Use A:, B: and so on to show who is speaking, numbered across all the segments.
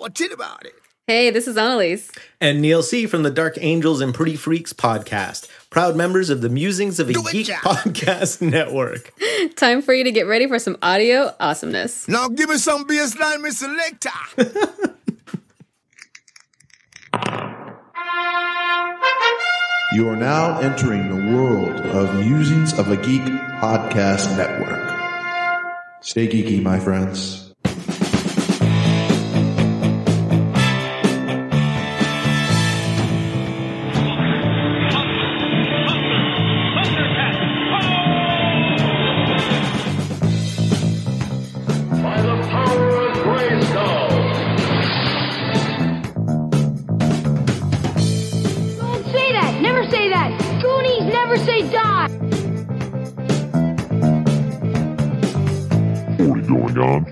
A: Legit about it.
B: Hey, this is Annalise.
C: and Neil C. from the Dark Angels and Pretty Freaks podcast, proud members of the Musings of a
A: Do it,
C: Geek
A: Jack.
C: podcast network.
B: Time for you to get ready for some audio awesomeness.
A: Now give me some BS line, Miss Selector.
D: You are now entering the world of Musings of a Geek podcast network. Stay geeky, my friends.
E: By the power of Grayskull.
F: Don't say that. Never say that. Goonies never say die.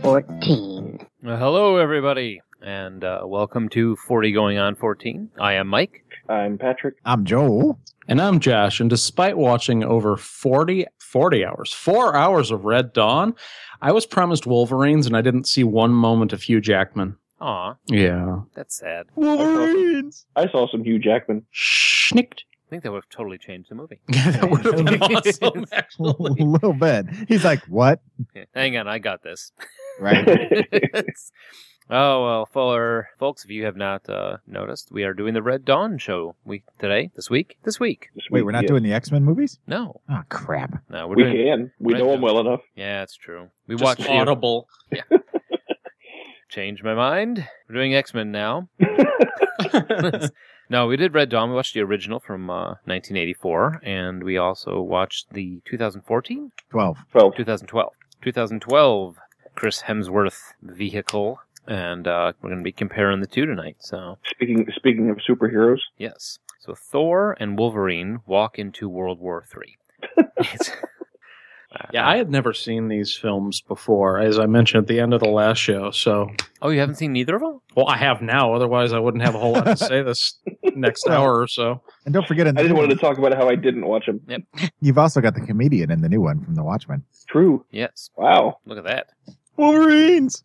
G: Uh, hello, everybody, and uh, welcome to 40 Going On 14. I am Mike.
H: I'm Patrick.
I: I'm Joel.
J: And I'm Josh, and despite watching over 40, 40 hours, four hours of Red Dawn, I was promised Wolverines and I didn't see one moment of Hugh Jackman.
G: Aw,
J: Yeah.
G: that's sad.
I: Wolverines.
H: I saw some Hugh Jackman.
J: Schnicked.
G: I think that would have totally changed the movie.
J: Yeah, that would have been awesome,
I: A
J: actually.
I: little bit. He's like, what?
G: Yeah, Hang on, I got this.
I: Right.
G: oh, well, for folks, if you have not uh, noticed, we are doing the Red Dawn show we today, this week, this week.
H: This
I: Wait,
H: week,
I: we're not
H: yeah.
I: doing the X Men movies?
G: No,
I: Oh crap!
G: no, we're
H: We
G: doing.
H: can. We
G: Right
H: know him
G: now.
H: well enough.
G: Yeah, it's true. We
J: Just
G: watched
J: audible.
G: Change my mind. We're doing X Men now. no, we did Red Dawn. We watched the original from uh, 1984, and we also watched the 2014
I: Twelve.
H: Twelve.
G: 2012. 2012, Chris Hemsworth vehicle, and uh, we're going to be comparing the two tonight. So
H: Speaking speaking of superheroes,
G: yes, so Thor and Wolverine walk into World War Three. It's- Uh,
J: Yeah, I had never seen these films before, as I mentioned at the end of the last show. So,
G: oh, you haven't seen neither of them?
J: well, I have now. Otherwise, I wouldn't have a whole lot to say this next hour or so.
I: And don't forget, in
H: I
I: the
H: just
I: new
H: wanted
I: one,
H: to talk about how I didn't watch him.
I: you've also got the comedian in the new one from The Watchmen.
H: True.
G: Yes.
H: Wow.
G: Look at that.
I: Wolverines.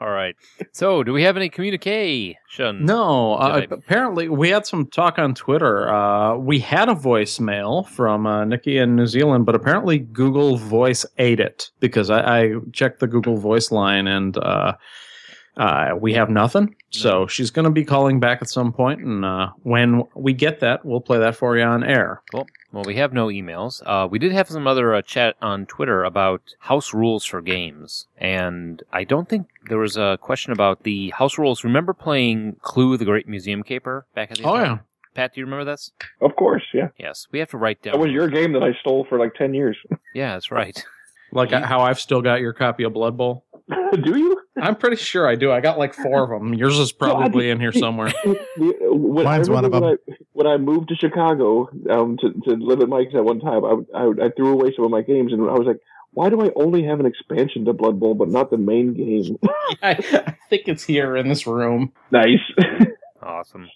G: All right. So, do we have any communication?
J: No, uh,
G: Did I-
J: apparently we had some talk on Twitter. Uh, we had a voicemail from uh, Nikki in New Zealand, but apparently Google Voice ate it because I, I checked the Google Voice line and uh, uh, we have nothing. So she's going to be calling back at some point, and uh, when we get that, we'll play that for you on air.
G: Well, we have no emails. Uh, we did have some other uh, chat on Twitter about house rules for games, and I don't think there was a question about the house rules. Remember playing Clue, the Great Museum Caper, back at the
J: Oh
G: time?
J: yeah,
G: Pat, do you remember this?
H: Of course, yeah.
G: Yes, we have to write down.
H: That was your game that I stole for like ten years.
G: Yeah, that's right.
J: like
G: You-
J: how I've still got your copy of Blood Bowl.
H: Do you?
J: I'm pretty sure I do. I got like four of them. Yours is probably in here somewhere.
H: When,
I: Mine's
H: I
I: one of
H: remember When I, when I moved to Chicago um, to, to live at Mike's at one time, I, would- I, would- I threw away some of my games, and I was like, "Why do I only have an expansion to Blood Bowl, but not the main game?"
J: I, I think it's here in this room.
H: nice.
G: Awesome.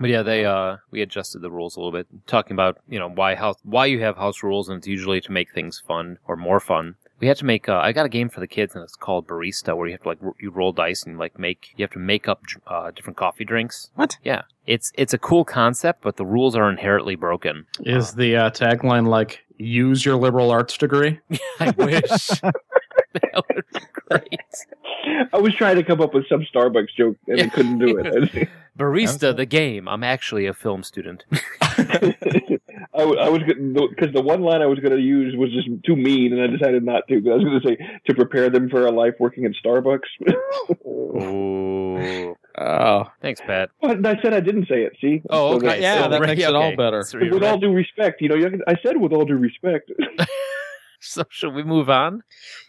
G: But yeah, they uh we adjusted the rules a little bit, talking about you know why house why you have house rules, and it's usually to make things fun or more fun. We had to make. Uh, I got a game for the kids, and it's called Barista, where you have to like r- you roll dice and like make you have to make up dr- uh, different coffee drinks.
J: What?
G: Yeah, it's it's a cool concept, but the rules are inherently broken.
J: Is the uh, tagline like "Use your liberal arts degree"?
G: I wish that would be great.
H: I was trying to come up with some Starbucks joke, and I couldn't do it.
G: Barista, the game. I'm actually a film student.
H: I, w- I was because the one line I was going to use was just too mean, and I decided not to. 'cause I was going to say to prepare them for a life working at Starbucks.
G: Ooh.
J: Oh,
G: Thanks, Pat.
H: but I said I didn't say it. See?
G: Oh,
H: So
G: okay.
H: that-
J: Yeah,
G: so-
J: that
G: right,
J: makes it all
G: okay.
J: better.
G: So you're
H: With all
G: right.
H: due respect, you know, you can- I said with all due respect.
G: So should we move on?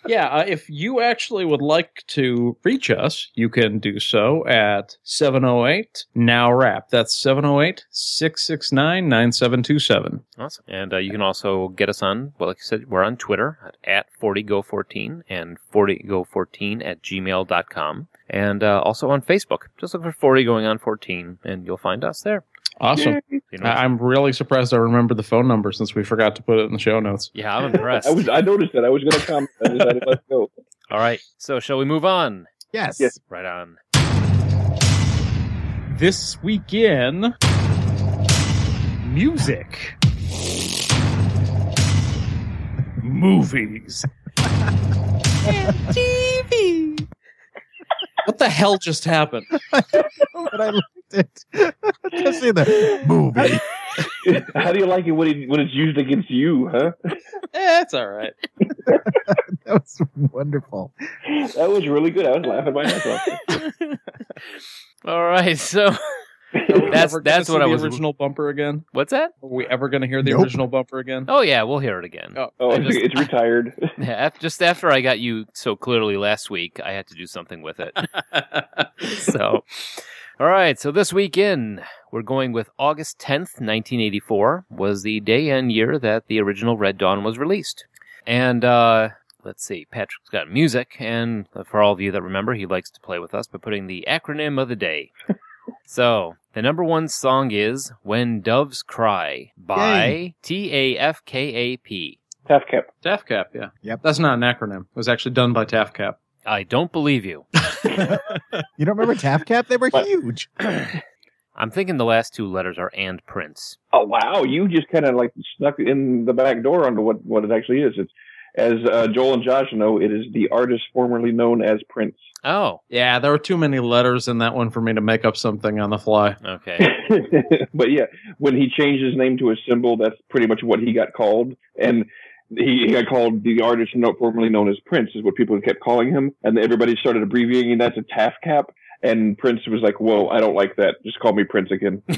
J: yeah. Uh, if you actually would like to reach us, you can do so at 708 now rap. That's 708 669 9727.
G: Awesome. And uh, you can also get us on, well, like you said, we're on Twitter at, at 40go14 and 40go14 at gmail.com. And uh, also on Facebook. Just look for 40 going on 14 and you'll find us there.
J: Awesome.
G: You know,
J: I- I'm really surprised I remember the phone number since we forgot to put it in the show notes.
G: yeah, I'm impressed.
H: I was. I noticed that. I was going to comment. I decided let's go.
G: All right. So shall we move on?
I: Yes.
H: Yes.
G: Right on.
J: This weekend, music, movies, and TV. What the hell just happened?
I: but I liked it. Just see the movie.
H: How do you like it when, it when it's used against you, huh?
J: Eh, it's all right.
I: That was wonderful.
H: That was really good. I was laughing my ass off.
G: All right, so that's
J: Ever gonna
G: that's
J: see
G: what
J: the
G: I was.
J: Original bumper again.
G: What's that?
J: Are we ever going to hear the
I: Nope.
J: original bumper again?
G: Oh yeah, we'll hear it again.
J: Oh,
H: Oh,
G: I
H: it's,
G: just-
H: it's retired.
G: Yeah, af- just after I got you so clearly last week, I had to do something with it. so, all right. So this weekend, we're going with August 10th, 1984, was the day and year that the original Red Dawn was released. And uh, let's see, Patrick's got music, and for all of you that remember, he likes to play with us by putting the acronym of the day. so the number one song is "When Doves Cry" by T A F K A P.
H: Half cap.
J: TAFCAP, yeah.
I: Yep.
J: That's not an acronym. It was actually done by TAFCAP.
G: I don't believe you.
I: You don't remember Tap Cap? They were
H: What?
I: huge.
G: I'm thinking the last two letters are and Prince.
H: Oh wow, you just kind of like snuck in the back door onto what what it actually is. It's as uh, Joel and Josh know, it is the artist formerly known as Prince.
G: Oh,
J: Yeah, there were too many letters in that one for me to make up something on the fly.
G: okay.
H: but yeah, when he changed his name to a symbol, that's pretty much what he got called, and he, he got called the artist no, formerly known as Prince is what people kept calling him, and everybody started abbreviating that to Taff Cap. And Prince was like, "Whoa, I don't like that. Just call me Prince again."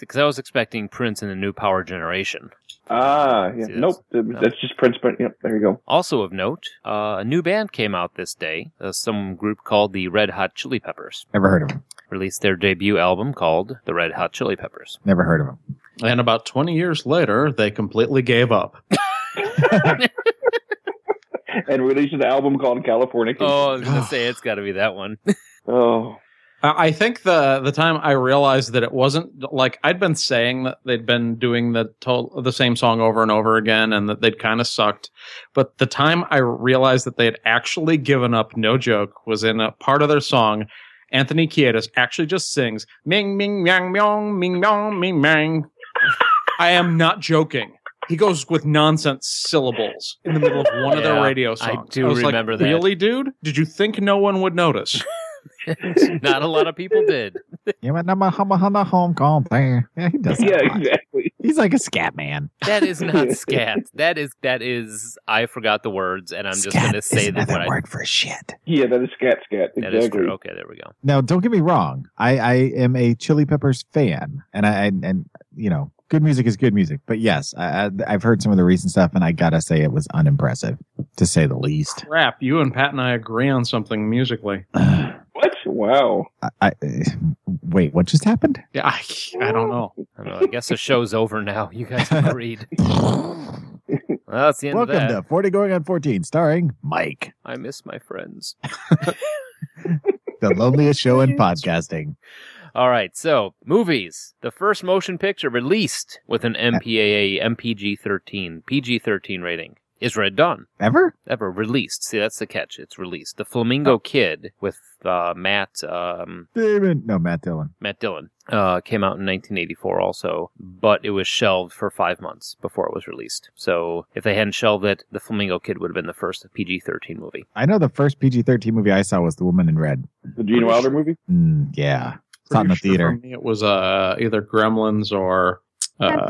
G: Because I was expecting Prince in the new power generation.
H: ah, yeah.
G: See,
H: nope,
G: no.
H: that's just Prince. But yep, there you go.
G: Also of note, uh, a new band came out this day. Uh, some group called the Red Hot Chili Peppers
I: Never heard of him.
G: released their debut album called The Red Hot Chili Peppers.
I: Never heard of him.
J: And about 20 years later, they completely gave up.
H: And released an album called California.
G: Oh, I was going to say it's got to be that one.
H: Oh,
J: I I think the the time I realized that it wasn't like I'd been saying that they'd been doing the to- the same song over and over again and that they'd kind of sucked, but the time I realized that they had actually given up, no joke, was in a part of their song. Anthony Kiedis actually just sings "Ming Ming Yang Myong Ming Myong Ming Mang." I am not joking. He goes with nonsense syllables in the middle of one of
G: Yeah,
J: their radio
G: I
J: songs.
G: do
J: was like,
G: remember that.
J: Really, dude? Did you think no one would notice?
G: Not a lot of people did.
I: Yeah, but I'm a hum- hum- hum- hum- hum. Yeah, he does. that
H: yeah,
I: a lot.
H: exactly.
I: He's like a scat man.
G: That is not scat. That is that is. I forgot the words, and I'm just
I: Scat
G: going to say
I: is
G: that
I: another
G: what I.
I: word for shit.
H: Yeah, that is scat scat.
G: That is
H: Exactly.
G: true. Okay, there we go.
I: Now, don't get me wrong. I, I am a Chili Peppers fan, and I and, and you know, good music is good music. But yes, I, I, I've heard some of the recent stuff, and I gotta say it was unimpressive, to say the least.
J: crap, you and Pat and I agree on something musically.
I: I,
H: What? Wow.
I: I wait. What just happened?
J: Yeah, I, I don't know.
G: I, don't know, I guess the show's over now. You guys agreed. Well, that's the end
I: Welcome
G: of that.
I: to Forty Going on Fourteen, starring Mike,
G: I miss my friends.
I: the loneliest show in podcasting.
G: All right, so movies. The first motion picture released with an MPAA MPG 13 PG 13 rating is Red Dawn.
I: Ever?
G: Ever released? See, that's the catch. It's released. The
I: Oh.
G: Flamingo Kid with uh, Matt um,
I: Damon? No, Matt Dillon.
G: Matt Dillon uh, came out in 1984 also, but it was shelved for five months before it was released. So if they hadn't shelved it, The Flamingo Kid would have been the first PG 13 movie.
I: I know the first PG thirteen movie I saw was The Woman in Red.
H: The Gene Wilder movie?
I: Mm, yeah, it's not in the
J: Pretty sure
I: theater.
J: for me it was uh, either Gremlins or. Uh,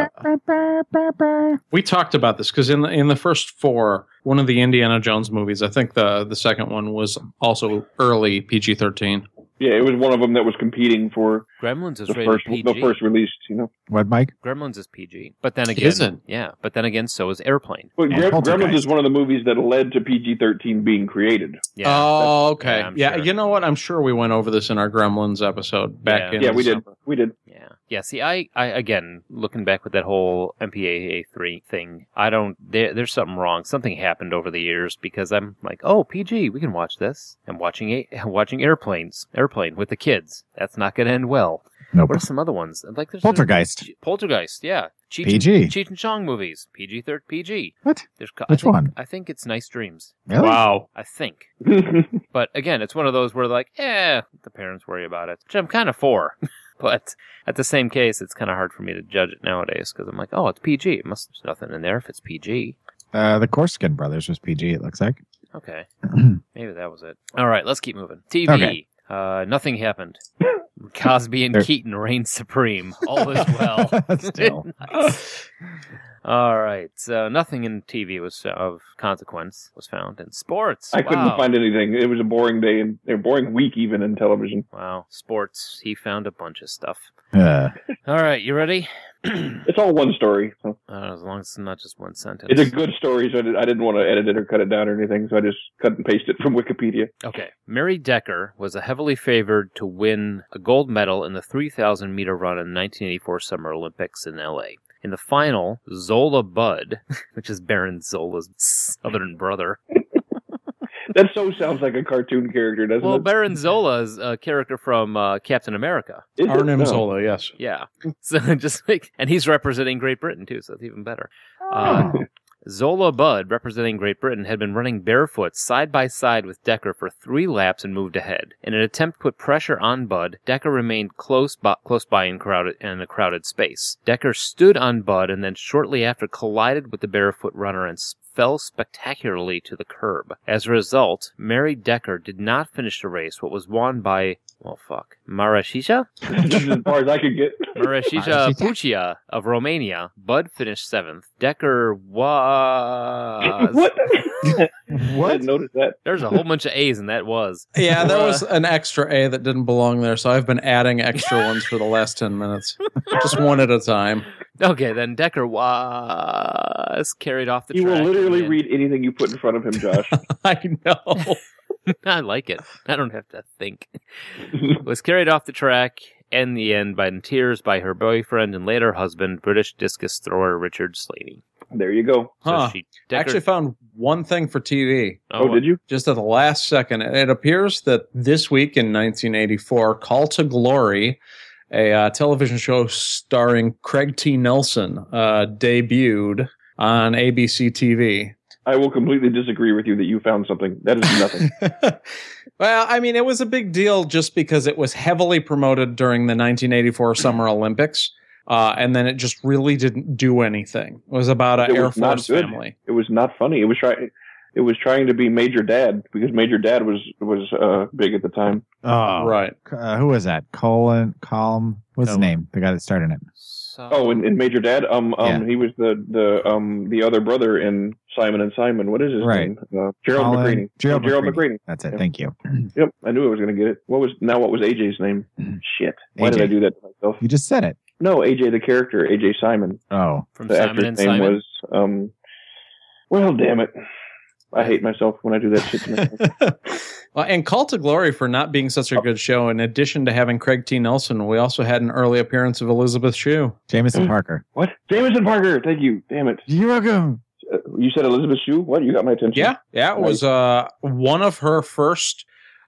J: we talked about this because in the, in the first four, one of the Indiana Jones movies, I think the the second one was also early PG thirteen.
H: Yeah, it was one of them that was competing for
G: Gremlins is
H: the
G: rated
H: first
G: PG.
H: the first release, you know.
I: What, Mike?
G: Gremlins is PG, but then again,
J: isn't.
G: yeah, but then again, so is Airplane.
H: But
I: And
H: Gre- Gremlins
I: Poltergeist.
H: is one of the movies that led to PG thirteen being created.
G: Yeah,
J: oh, okay.
G: yeah,
J: Yeah,
G: I'm sure.
J: you know what? I'm sure we went over this in our Gremlins episode back
G: Yeah.
J: in.
H: yeah, we
J: December.
H: did. We did.
G: Yeah. Yeah. See, I, I, again, looking back with that whole MPAA 3 thing, I don't, there, there's something wrong. Something happened over the years because I'm like, oh, PG, we can watch this. I'm watching, a, watching airplanes, airplane with the kids. That's not going to end well.
I: Nope.
G: What are some other ones? Like there's
I: Poltergeist.
G: Ch- Poltergeist, yeah. Cheech
I: PG.
G: And, Cheech and Chong movies. PG third PG.
I: What?
G: There's, co-
I: Which
G: I think,
I: one?
G: I think it's Nice Dreams.
I: Really?
J: Wow.
G: I think.
H: That's
G: But again, it's one of those where like, eh, the parents worry about it, which I'm kind of for. but at the same case, it's kind of hard for me to judge it nowadays because I'm like, oh, it's PG. It must there's nothing in there if it's PG.
I: Uh, the Corskin brothers was PG. It looks like.
G: Okay, maybe that was it. All right, let's keep moving. TV.
I: Okay.
G: Uh, nothing happened. Cosby and
I: There-
G: Keaton reign supreme. All is well.
I: Still.
G: Nice. All right. So nothing in TV was of consequence was found in sports.
H: I couldn't
G: wow.
H: find anything. It was a boring day and a boring week even in television.
G: Wow, sports. He found a bunch of stuff.
I: Uh,
G: All right, you ready? uh,
H: It's all one story. So.
G: as long as it's not just one sentence.
H: It's a good story, so I did- I didn't want to edit it or cut it down or anything, so I just cut and pasted it from Wikipedia.
G: Okay. Mary Decker was heavily favored to win a gold medal in the 3,000 meter run in the 1984 Summer Olympics in LA. In the final, Zola Budd, which is Baron Zola's southern brother.
H: That so sounds like a cartoon character, doesn't
G: Well,
H: it?
G: Baron Zola is a character from uh, Captain America.
H: Is it?
J: Arnim
H: No.
J: Zola, yes.
G: Yeah. So just like, and he's representing Great Britain too, so it's even better.
H: Oh.
G: Uh, Zola Budd, representing Great Britain, had been running barefoot side by side with Decker for three laps and moved ahead. In an attempt to put pressure on Budd, Decker remained close, by, close by in, crowded, in a crowded space. Decker stood on Budd and then shortly after collided with the barefoot runner and s- fell spectacularly to the curb. As a result, Mary Decker did not finish the race, what was won by, well, fuck, Marashisha?
H: This is as far as I could get.
G: Marashisha
I: Marashisha.
G: Puccia of Romania. Bud finished seventh. Decker was.
H: what? I
I: What?
H: didn't notice that.
G: There's a whole bunch of A's, and that was.
J: Yeah, there
G: Uh,
J: was an extra A that didn't belong there, so I've been adding extra ones for the last 10 minutes. Just one at a time.
G: Okay, then Decker was carried off the
H: He
G: track.
H: will literally
G: and-
H: read anything you put in front of him, Josh.
J: I know.
G: I like it. I don't have to think. was carried off the track in the end by in tears by her boyfriend and later husband, British discus thrower Richard Slaney.
H: there you go.
G: So
J: Huh.
G: she
J: I
G: Decker,
J: actually found one thing for TV.
H: Oh, did you?
J: just at the last second. It appears that this week in 1984, Call to Glory, a uh, television show starring Craig T. Nelson, uh, debuted on ABC TV.
H: I will completely disagree with you that you found something. That is nothing.
J: well, I mean, it was a big deal just because it was heavily promoted during the 1984
H: Mm-hmm.
J: Summer Olympics. Uh, and then it just really didn't do anything. It was about an
H: It
J: Air
H: was not
J: Force
H: good.
J: family.
H: it was not funny. It was trying. It was trying to be Major Dad because Major Dad was was uh, big at the time.
I: oh,
J: Right.
I: Uh, who was that? Colin. Colm. What's his
G: Colin.
I: name? The guy that started it.
G: So-
H: Oh, and, and Major Dad, um, um,
I: Yeah.
H: he was the the um the other brother in Simon and Simon. What is his
I: Right.
H: name? Uh, Gerald
I: Colin-
H: McCready.
I: Gerald
H: Oh, Gerald
I: McCready.
H: McCready.
I: That's it.
H: Yeah.
I: Thank you.
H: Yep, I knew I was going to get it. What was now? What was AJ's name?
I: Mm-hmm.
H: Shit! Why did
I: AJ.
H: I do that to myself?
I: You just said it.
H: No, AJ the character, AJ Simon.
I: Oh,
G: From
H: The
G: Simon
H: actor's
G: and
H: name
G: Simon.
H: was um. Well, damn it! I hate myself when I do that shit to myself.
J: well, and Call to Glory for not being such a
H: Oh.
J: good show. In addition to having Craig T. Nelson, we also had an early appearance of Elizabeth Shue.
H: Mm-hmm.
G: Mm.
I: Jameson Parker.
H: what? Jameson Parker. Thank you. Damn it!
I: You're welcome.
H: Uh, you said Elizabeth Shue. What? You got my attention.
J: Yeah, yeah, it was uh, one of her first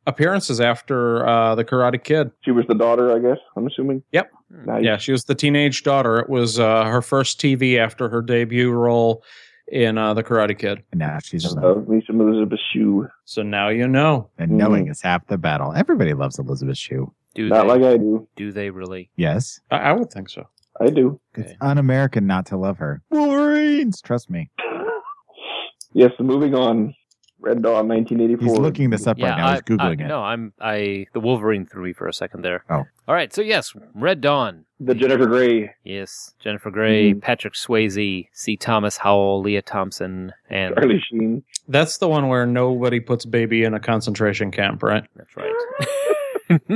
J: appearances after uh, the Karate Kid.
H: She was the daughter, I guess. I'm assuming.
J: Yep.
H: Nice.
J: Yeah, she was the teenage daughter. It was uh, her first TV after her debut role in uh, the Karate Kid.
I: And now she's
H: Uh, me some Elizabeth Shue.
J: So now you know.
H: Mm.
I: and knowing is half the battle. Everybody loves Elizabeth Shue.
G: do, they,
H: Not like I do.
G: do they really?
I: Yes,
J: I, I would think so.
H: I do.
I: it's un-American not to love her. Wolverines. Trust me.
H: Yes. Moving on. Red Dawn, 1984.
I: He's looking this up right now. He's
G: I-
I: googling
G: I,
I: it.
G: No, I'm I the Wolverine threw me for a second there.
I: Oh.
G: All right, so yes, Red Dawn.
H: The Jennifer Grey.
G: Yes, Jennifer Grey,
J: Hmm.
G: Patrick Swayze, C. Thomas Howell, Leah Thompson, and
H: Charlie Sheen.
J: That's the one where nobody puts baby in a concentration camp, right?
G: that's right.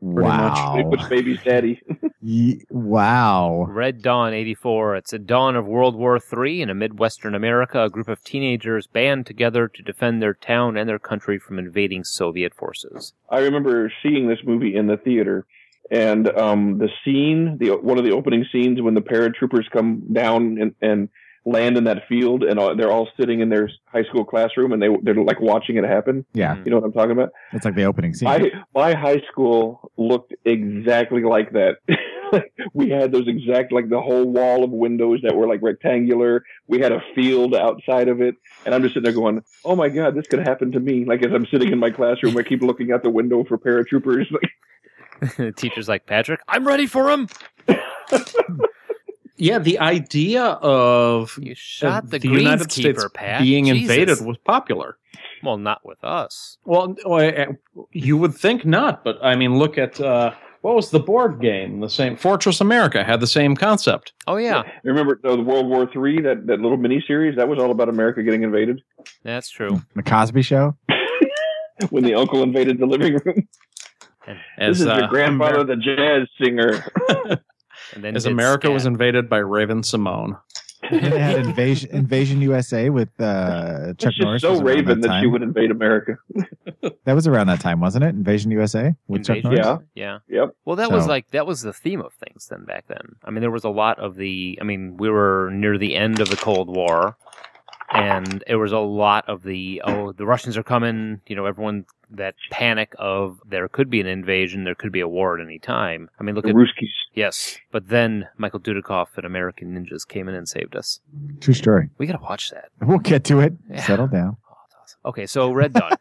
I: Wow.
H: Which baby's daddy?
I: Ye- wow.
G: Red Dawn 84. It's a dawn of World War III in a Midwestern America. A group of teenagers band together to defend their town and their country from invading Soviet forces.
H: I remember seeing this movie in the theater, and um, the scene, the one of the opening scenes when the paratroopers come down and, and land in that field and all, they're all sitting in their high school classroom and they they're like watching it happen.
I: Yeah.
H: You know what I'm talking about?
I: It's like the opening scene.
H: My my high school looked exactly like that. we had those exact like the whole wall of windows that were like rectangular. We had a field outside of it, and I'm just sitting there going, "Oh my god, this could happen to me!" Like as I'm sitting in my classroom, I keep looking out the window for paratroopers. Like,
G: The Hmm. teacher's like, Patrick, I'm ready for him.
J: Yeah, the idea of
G: You shot the,
J: the United States
G: greenskeeper, Pat.
J: being
G: Jesus.
J: invaded was popular.
G: Well, not with us.
J: Well, no, I- I- you would think not, but I mean, look at uh, what was the board game? The same Fortress America had the same concept.
G: Oh, yeah.
H: remember uh, the World War Three that that little miniseries that was all about America getting invaded
G: That's
J: Hmm.
G: true.
I: the Cosby Show.
H: when the uncle invaded the living room.
J: As,
H: this is
J: uh,
H: your grandfather,
J: Amer-
H: the jazz singer.
G: And then
J: as
G: did
J: America
G: scat.
J: was invaded by Raven Simone.
I: And they had Invasion Invasion USA with uh, Chuck
H: It's
I: Norris.
H: just so
I: was around
H: Raven
I: that,
H: that she
I: time.
H: would invade America.
I: that was around that time, wasn't it? Invasion USA with Chuck
G: Invasion.
I: Norris.
H: Yeah.
G: Yeah.
H: Yep.
G: Well, that was
I: So-
G: like that was the theme of things then back then. I mean, there was a lot of the. I mean, we were near the end of the Cold War, and there was a lot of the oh, the Russians are coming. You know, everyone that panic of there could be an invasion, there could be a war at any time. I mean, look
H: The
G: at
H: Ruskies.
G: yes, but then Michael Dudikoff and American Ninjas came in and saved us.
I: True story.
G: We gotta watch that.
I: We'll get to it.
G: Yeah.
I: Settle down.
G: Oh, that's awesome. Okay, so Red Dawn.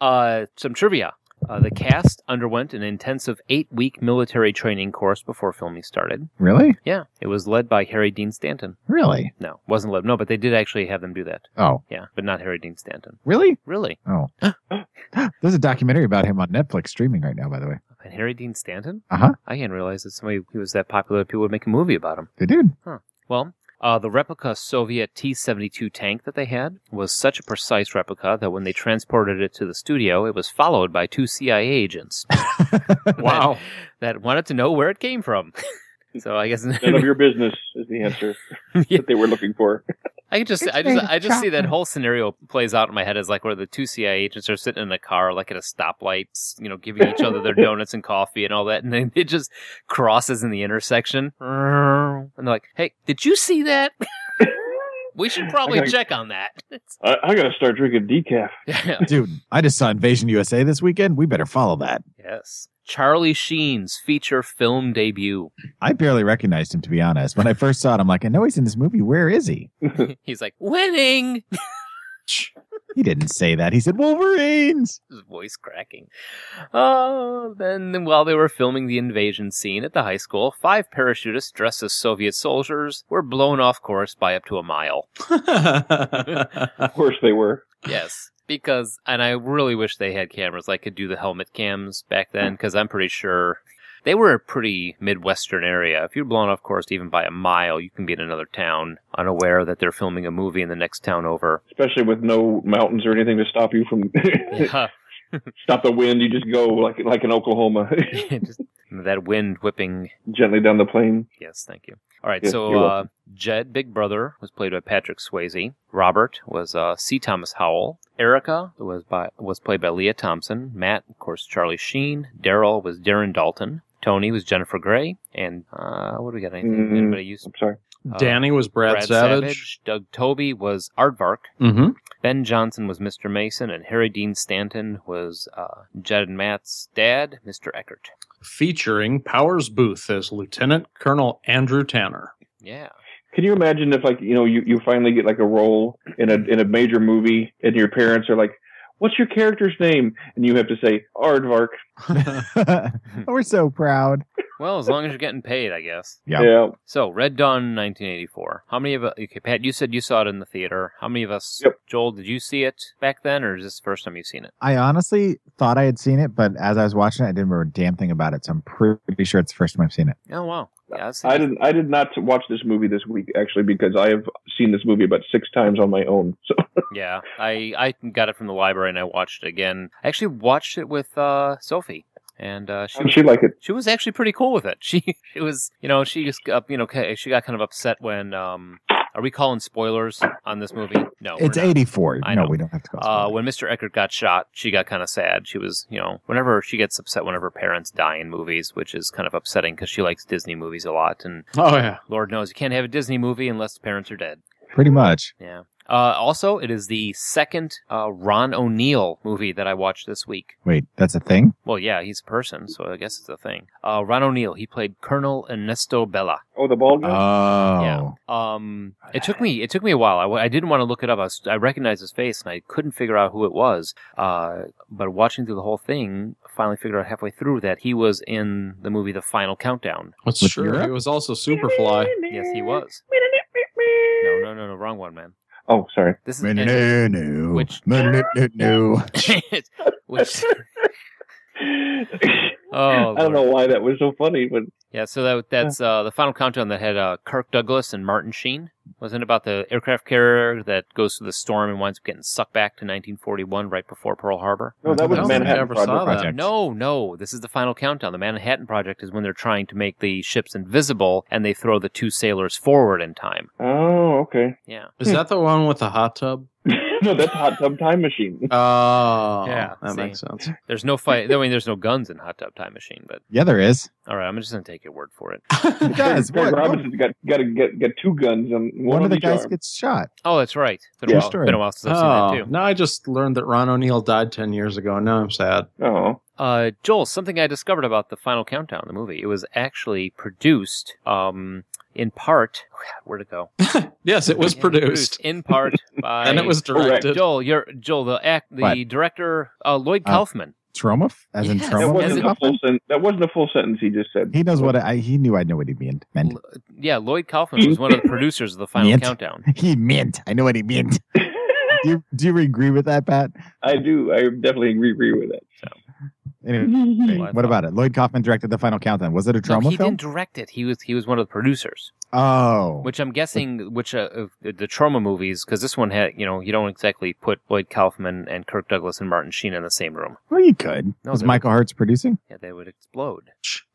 G: uh, some trivia. Uh, the cast underwent an intensive eight week military training course before filming started.
I: Really?
G: Yeah, it was led by Harry Dean Stanton.
I: Really?
G: No, wasn't led. No, but they did actually have them do that.
I: Oh,
G: Yeah, but not Harry Dean Stanton.
I: really?
G: Really?
I: Oh. There's a documentary about him on Netflix streaming right now, by the way.
G: And Harry Dean Stanton?
I: Uh-huh.
G: I didn't realize that somebody he was that popular that people would make a movie about him.
I: They did.
G: Well, uh, the replica Soviet T 72 tank that they had was such a precise replica that when they transported it to the studio, it was followed by two CIA agents.
J: Wow.
G: That, that wanted to know where it came from. so I guess
H: None of your business is the answer
G: Yeah.
H: that they were looking for.
G: I just I just I just see that whole scenario plays out in my head as like where the two CIA agents are sitting in a car like at a stoplight, s- you know, giving each other their donuts and coffee and all that, and then it just crosses in the intersection, and they're like, "Hey, did you see that? we should probably
H: Okay.
G: check on that."
H: I, I gotta start drinking decaf.
G: Yeah.
I: Dude, I just saw Invasion USA this weekend. We better follow that.
G: yes, Charlie Sheen's feature film debut.
I: I barely recognized him, to be honest. When I first saw it, I'm like, I know he's in this movie. Where is he?
G: He's like winning.
I: He didn't say that. He said, Wolverines.
G: his voice cracking. Uh, then, while they were filming the invasion scene at the high school, five parachutists dressed as Soviet soldiers were blown off course by up to a mile.
H: Of course they were.
G: Yes. Because, and I really wish they had cameras like could do the helmet cams back then, because I'm pretty sure they were a pretty Midwestern area. If you're blown off course even by a mile, you can be in another town unaware that they're filming a movie in the next town over.
H: Especially with no mountains or anything to stop you from
G: Yeah.
H: stop the wind. You just go like like in Oklahoma,
G: Just that wind whipping
H: gently down the plain.
G: Yes, thank you. All right,
H: Yes,
G: so
H: you're
G: uh, Jed, Big Brother, was played by Patrick Swayze. Robert was uh, C. Thomas Howell. Erica was by was played by Leah Thompson. Matt, of course, Charlie Sheen. Daryl was Darren Dalton. Tony was Jennifer Grey. And uh, what do we got? Anything?
H: Mm.
G: Anybody use? uh,
H: I'm sorry.
J: Danny was Brad, Savage.
G: Doug Toby was Aardvark.
J: hmm
G: Ben Johnson was Mr. Mason, and Harry Dean Stanton was uh, Jed and Matt's dad, Mr. Eckert.
J: Featuring Powers Booth as Lieutenant Colonel Andrew Tanner.
G: Yeah.
H: Can you imagine if like you know you, you finally get like a role in a in a major movie and your parents are like, "What's your character's name?" and you have to say Aardvark.
I: We're so proud.
G: Well, as long as you're getting paid, I guess.
I: Yeah.
G: So, Red Dawn, 1984. How many of us, okay, Pat, you said you saw it in the theater. How many of us,
H: Yep.
G: Joel, did you see it back then, or is this the first time you've seen it?
I: I honestly thought I had seen it, but as I was watching it, I didn't remember a damn thing about it. So I'm pretty sure it's the first time I've seen it.
G: Oh, wow. Yeah, I've seen
H: I
G: it.
H: didn't. I did not watch this movie this week actually because I have seen this movie about six times on my own. So
G: Yeah, I, I got it from the library and I watched it again. I actually watched it with uh, Sophie, and uh, she
H: how'd she like it?
G: she was actually pretty cool with it. She she was you know she just got, you know ca- she got kind of upset when um Are we calling spoilers on this movie? No, we're
I: it's
G: not.
I: 84.
G: I
I: No,
G: know.
I: we don't have to call it.
G: Uh, when Mr. Eckert got shot, she got kind of sad. She was, you know, whenever she gets upset, whenever parents die in movies, which is kind of upsetting because she likes Disney movies a lot. And
J: Oh yeah.
G: Lord knows you can't have a Disney movie unless the parents are dead.
I: Pretty much.
G: Yeah. Uh, also, it is the second uh, Ron O'Neill movie that I watched this week.
I: Wait, that's a thing?
G: Well, yeah, he's a person, so I guess it's a thing. Uh, Ron O'Neill, he played Colonel Ernesto Bella.
H: Oh, the bald guy.
I: Oh.
G: Yeah. Um, it took me it took me a while. I, w- I didn't want to look it up. I, was, I recognized his face, and I couldn't figure out who it was. Uh, but watching through the whole thing, finally figured out halfway through that he was in the movie The Final Countdown.
J: That's
I: With
J: true.
I: Europe?
J: It was also Superfly.
G: Yes, he was. No, no, no, no, wrong one, man.
H: oh, sorry.
G: This is
I: No.
G: Which-
I: No.
G: which
H: I
G: oh
H: don't know why that was so funny, but
G: Yeah, so that that's uh, the final countdown that had uh, Kirk Douglas and Martin Sheen. Wasn't it about the aircraft carrier that goes through the storm and winds up getting sucked back to 1941 right before Pearl Harbor?
H: no, that was
I: I don't think I
H: Manhattan
J: ever
H: Project.
J: saw that.
I: Project.
G: No, no, this is the final countdown. The Manhattan Project is when they're trying to make the ships invisible and they throw the two sailors forward in time.
H: Oh, okay.
G: Yeah.
J: Is that the one with the hot tub?
H: no, that's Hot Tub Time Machine.
J: Oh,
G: Yeah,
J: that
G: see.
J: makes sense.
G: There's no fight. I mean, there's no guns in Hot Tub Time Machine, but
I: Yeah, there is.
G: all right, I'm just going to take your word for it.
I: It does.
H: Craig
I: What?
H: Robinson's got got to get got two guns and one,
I: One of
H: on
I: the
H: each
I: guys
H: arm.
I: gets shot.
G: Oh, that's right. Been,
I: True
G: a, while,
I: story.
G: been a while since I've
J: oh,
G: seen that, too.
J: now I just learned that Ron O'Neill died 10 years ago. Now I'm sad.
H: Oh,
G: Uh, Joel, something I discovered about the Final Countdown, the movie. It was actually produced, um, in part. Where'd it go?
J: Yes, it was produced.
G: in part by.
J: And it was directed.
G: Joel. You're Joel, the act, the
I: What?
G: director, uh, Lloyd
I: Uh,
G: Kaufman.
I: Trauma? As in
B: Yes.
H: that
I: trauma?
H: wasn't a full sen- that wasn't a full sentence he just said.
I: He knows what I, he knew. I know what he meant. meant.
G: L- yeah, Lloyd Kaufman was one of the producers of the Final
I: Yet.
G: Countdown.
I: He meant. I know what he meant. do, you, do you agree with that, Pat?
H: I do. I definitely agree, agree with that.
I: Anyway,
G: Well, I
I: what
G: thought-
I: about it? Lloyd Kaufman directed the Final Countdown. Was it a
G: No,
I: trauma
G: he
I: film?
G: didn't direct it. He was he was one of the producers,
I: Oh,
G: which I'm guessing, which uh, of the the trauma movies, because this one had, you know, you don't exactly put Lloyd Kaufman and Kirk Douglas and Martin Sheen in the same room.
I: well, you could.
G: No,
I: was
G: they-
I: Michael Hart's producing?
G: Yeah, they would explode.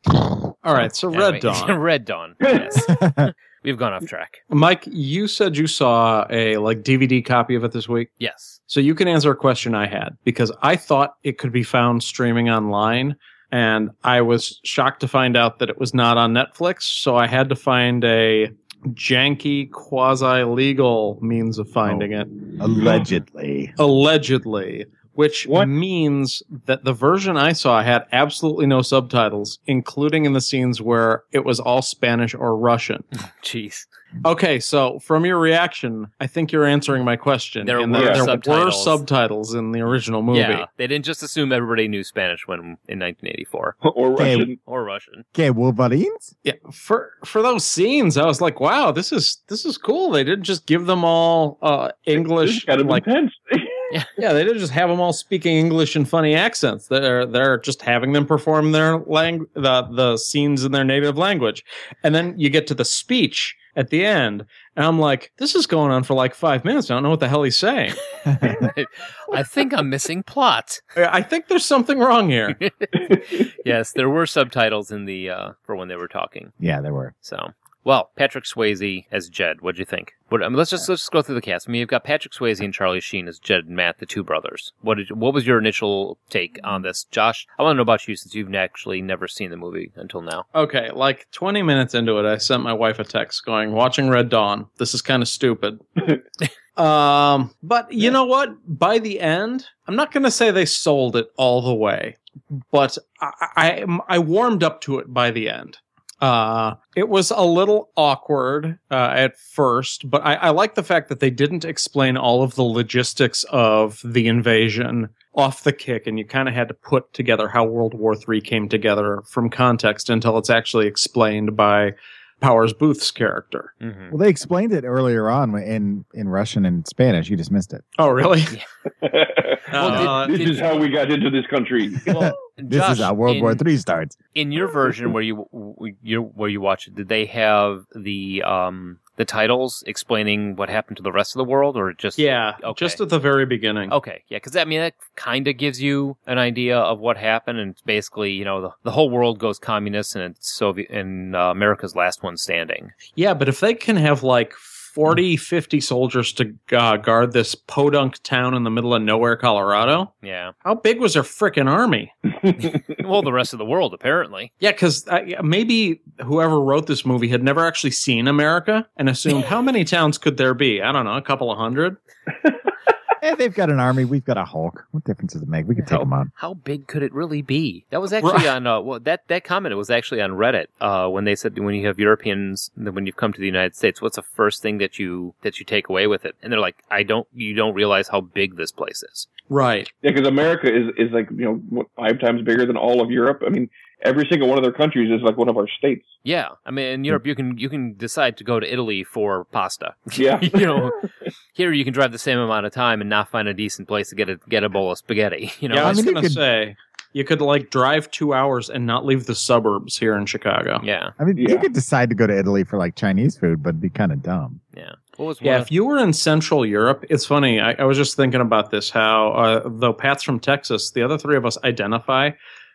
J: All right, so
G: Anyway,
J: Red Dawn.
G: Red Dawn. Yes. We've gone off track.
J: Mike, you said you saw a like DVD copy of it this week.
G: Yes.
J: So you can answer a question I had because I thought it could be found streaming online and I was shocked to find out that it was not on Netflix, so I had to find a janky quasi legal means of finding it
I: Allegedly.
J: allegedly, which
H: What?
J: means that the version I saw had absolutely no subtitles, including in the scenes where it was all Spanish or Russian.
G: Jeez.
J: Okay, so from your reaction, I think you're answering my question.
G: There
J: in
G: were
J: that there were
G: subtitles.
J: subtitles in the original movie.
G: Yeah. They didn't just assume everybody knew Spanish when in 1984
H: Or
I: Okay.
H: Russian.
G: or Russian.
I: Okay, Wolverines.
J: Yeah, for for those scenes, I was like, "Wow, this is this is cool." They didn't just give them all uh, English,
H: kind of
J: like
H: intense.
J: yeah, they didn't just have them all speaking English in funny accents. They're they're just having them perform their lang- the the scenes in their native language, and then you get to the speech at the end, and I'm like, "This is going on for like five minutes. I don't know what the hell he's saying."
G: I think I'm missing plot.
J: I I think there's something wrong here.
G: Yes, there were subtitles in the uh, for when they were talking.
I: Yeah, there were.
G: So, well, Patrick Swayze as Jed. What'd you think? What, I mean, let's just let's just go through the cast. I mean, you've got Patrick Swayze and Charlie Sheen as Jed and Matt, the two brothers. What did what was your initial take on this, Josh? I want to know about you since you've actually never seen the movie until now.
J: Okay, like 20 minutes into it, I sent my wife a text going, "Watching Red Dawn. This is kind of stupid." um, but you know what? By the end, I'm not going to say they sold it all the way, but I I, I warmed up to it by the end. Uh, it was a little awkward uh, at first, but I, I like the fact that they didn't explain all of the logistics of the invasion off the kick, and you kind of had to put together how World War III came together from context until it's actually explained by Powers Booth's character.
G: Mm-hmm.
I: Well, they explained it earlier on in in Russian and Spanish. You just missed it.
J: Oh, really?
G: Well,
J: Uh,
H: this
G: did-
H: is how we got into this country.
G: Well,
I: This
G: Josh,
I: is how World
G: in,
I: War Three starts.
G: In your version, where you, w- you where you watch it, did they have the um the titles explaining what happened to the rest of the world, or just
J: yeah,
G: Okay. Oh.
J: just at the very beginning.
G: Okay, yeah, because I mean that kind of gives you an idea of what happened, and it's basically, you know, the, the whole world goes communist, and it's Soviet and uh, America's last one standing.
J: Yeah, but if they can have like 40, 50 soldiers to uh, guard this podunk town in the middle of nowhere, Colorado.
G: Yeah.
J: How big was their frickin' army?
G: Well, the rest of the world apparently.
J: Yeah, because maybe whoever wrote this movie had never actually seen America and assumed how many towns could there be? I don't know, a couple of hundred.
I: Eh, they've got an army. We've got a Hulk. What difference does it make? We could take them on.
G: How big could it really be? That was actually on uh, well, that that comment was actually on Reddit uh, when they said when you have Europeans when you've come to the United States, what's the first thing that you that you take away with it? And they're like, I don't, you don't realize how big this place is.
J: Right.
H: Yeah, because America is is like you know what, five times bigger than all of Europe. I mean, every single one of their countries is like one of our states.
G: Yeah, I mean, in Europe, you can you can decide to go to Italy for pasta.
H: Yeah.
G: you know, here you can drive the same amount of time and not find a decent place to get a get a bowl of spaghetti. You know,
J: yeah, I was
I: I mean, you
J: gonna
I: could-
J: say you could like drive two hours and not leave the suburbs here in Chicago.
G: yeah.
I: I mean,
H: Yeah.
I: you could decide to go to Italy for like Chinese food, but it'd be kind of dumb.
G: What was
J: Yeah,
G: one?
J: if you were in Central Europe, it's funny. I, I was just thinking about this. How uh, though Pat's from Texas, the other three of us identify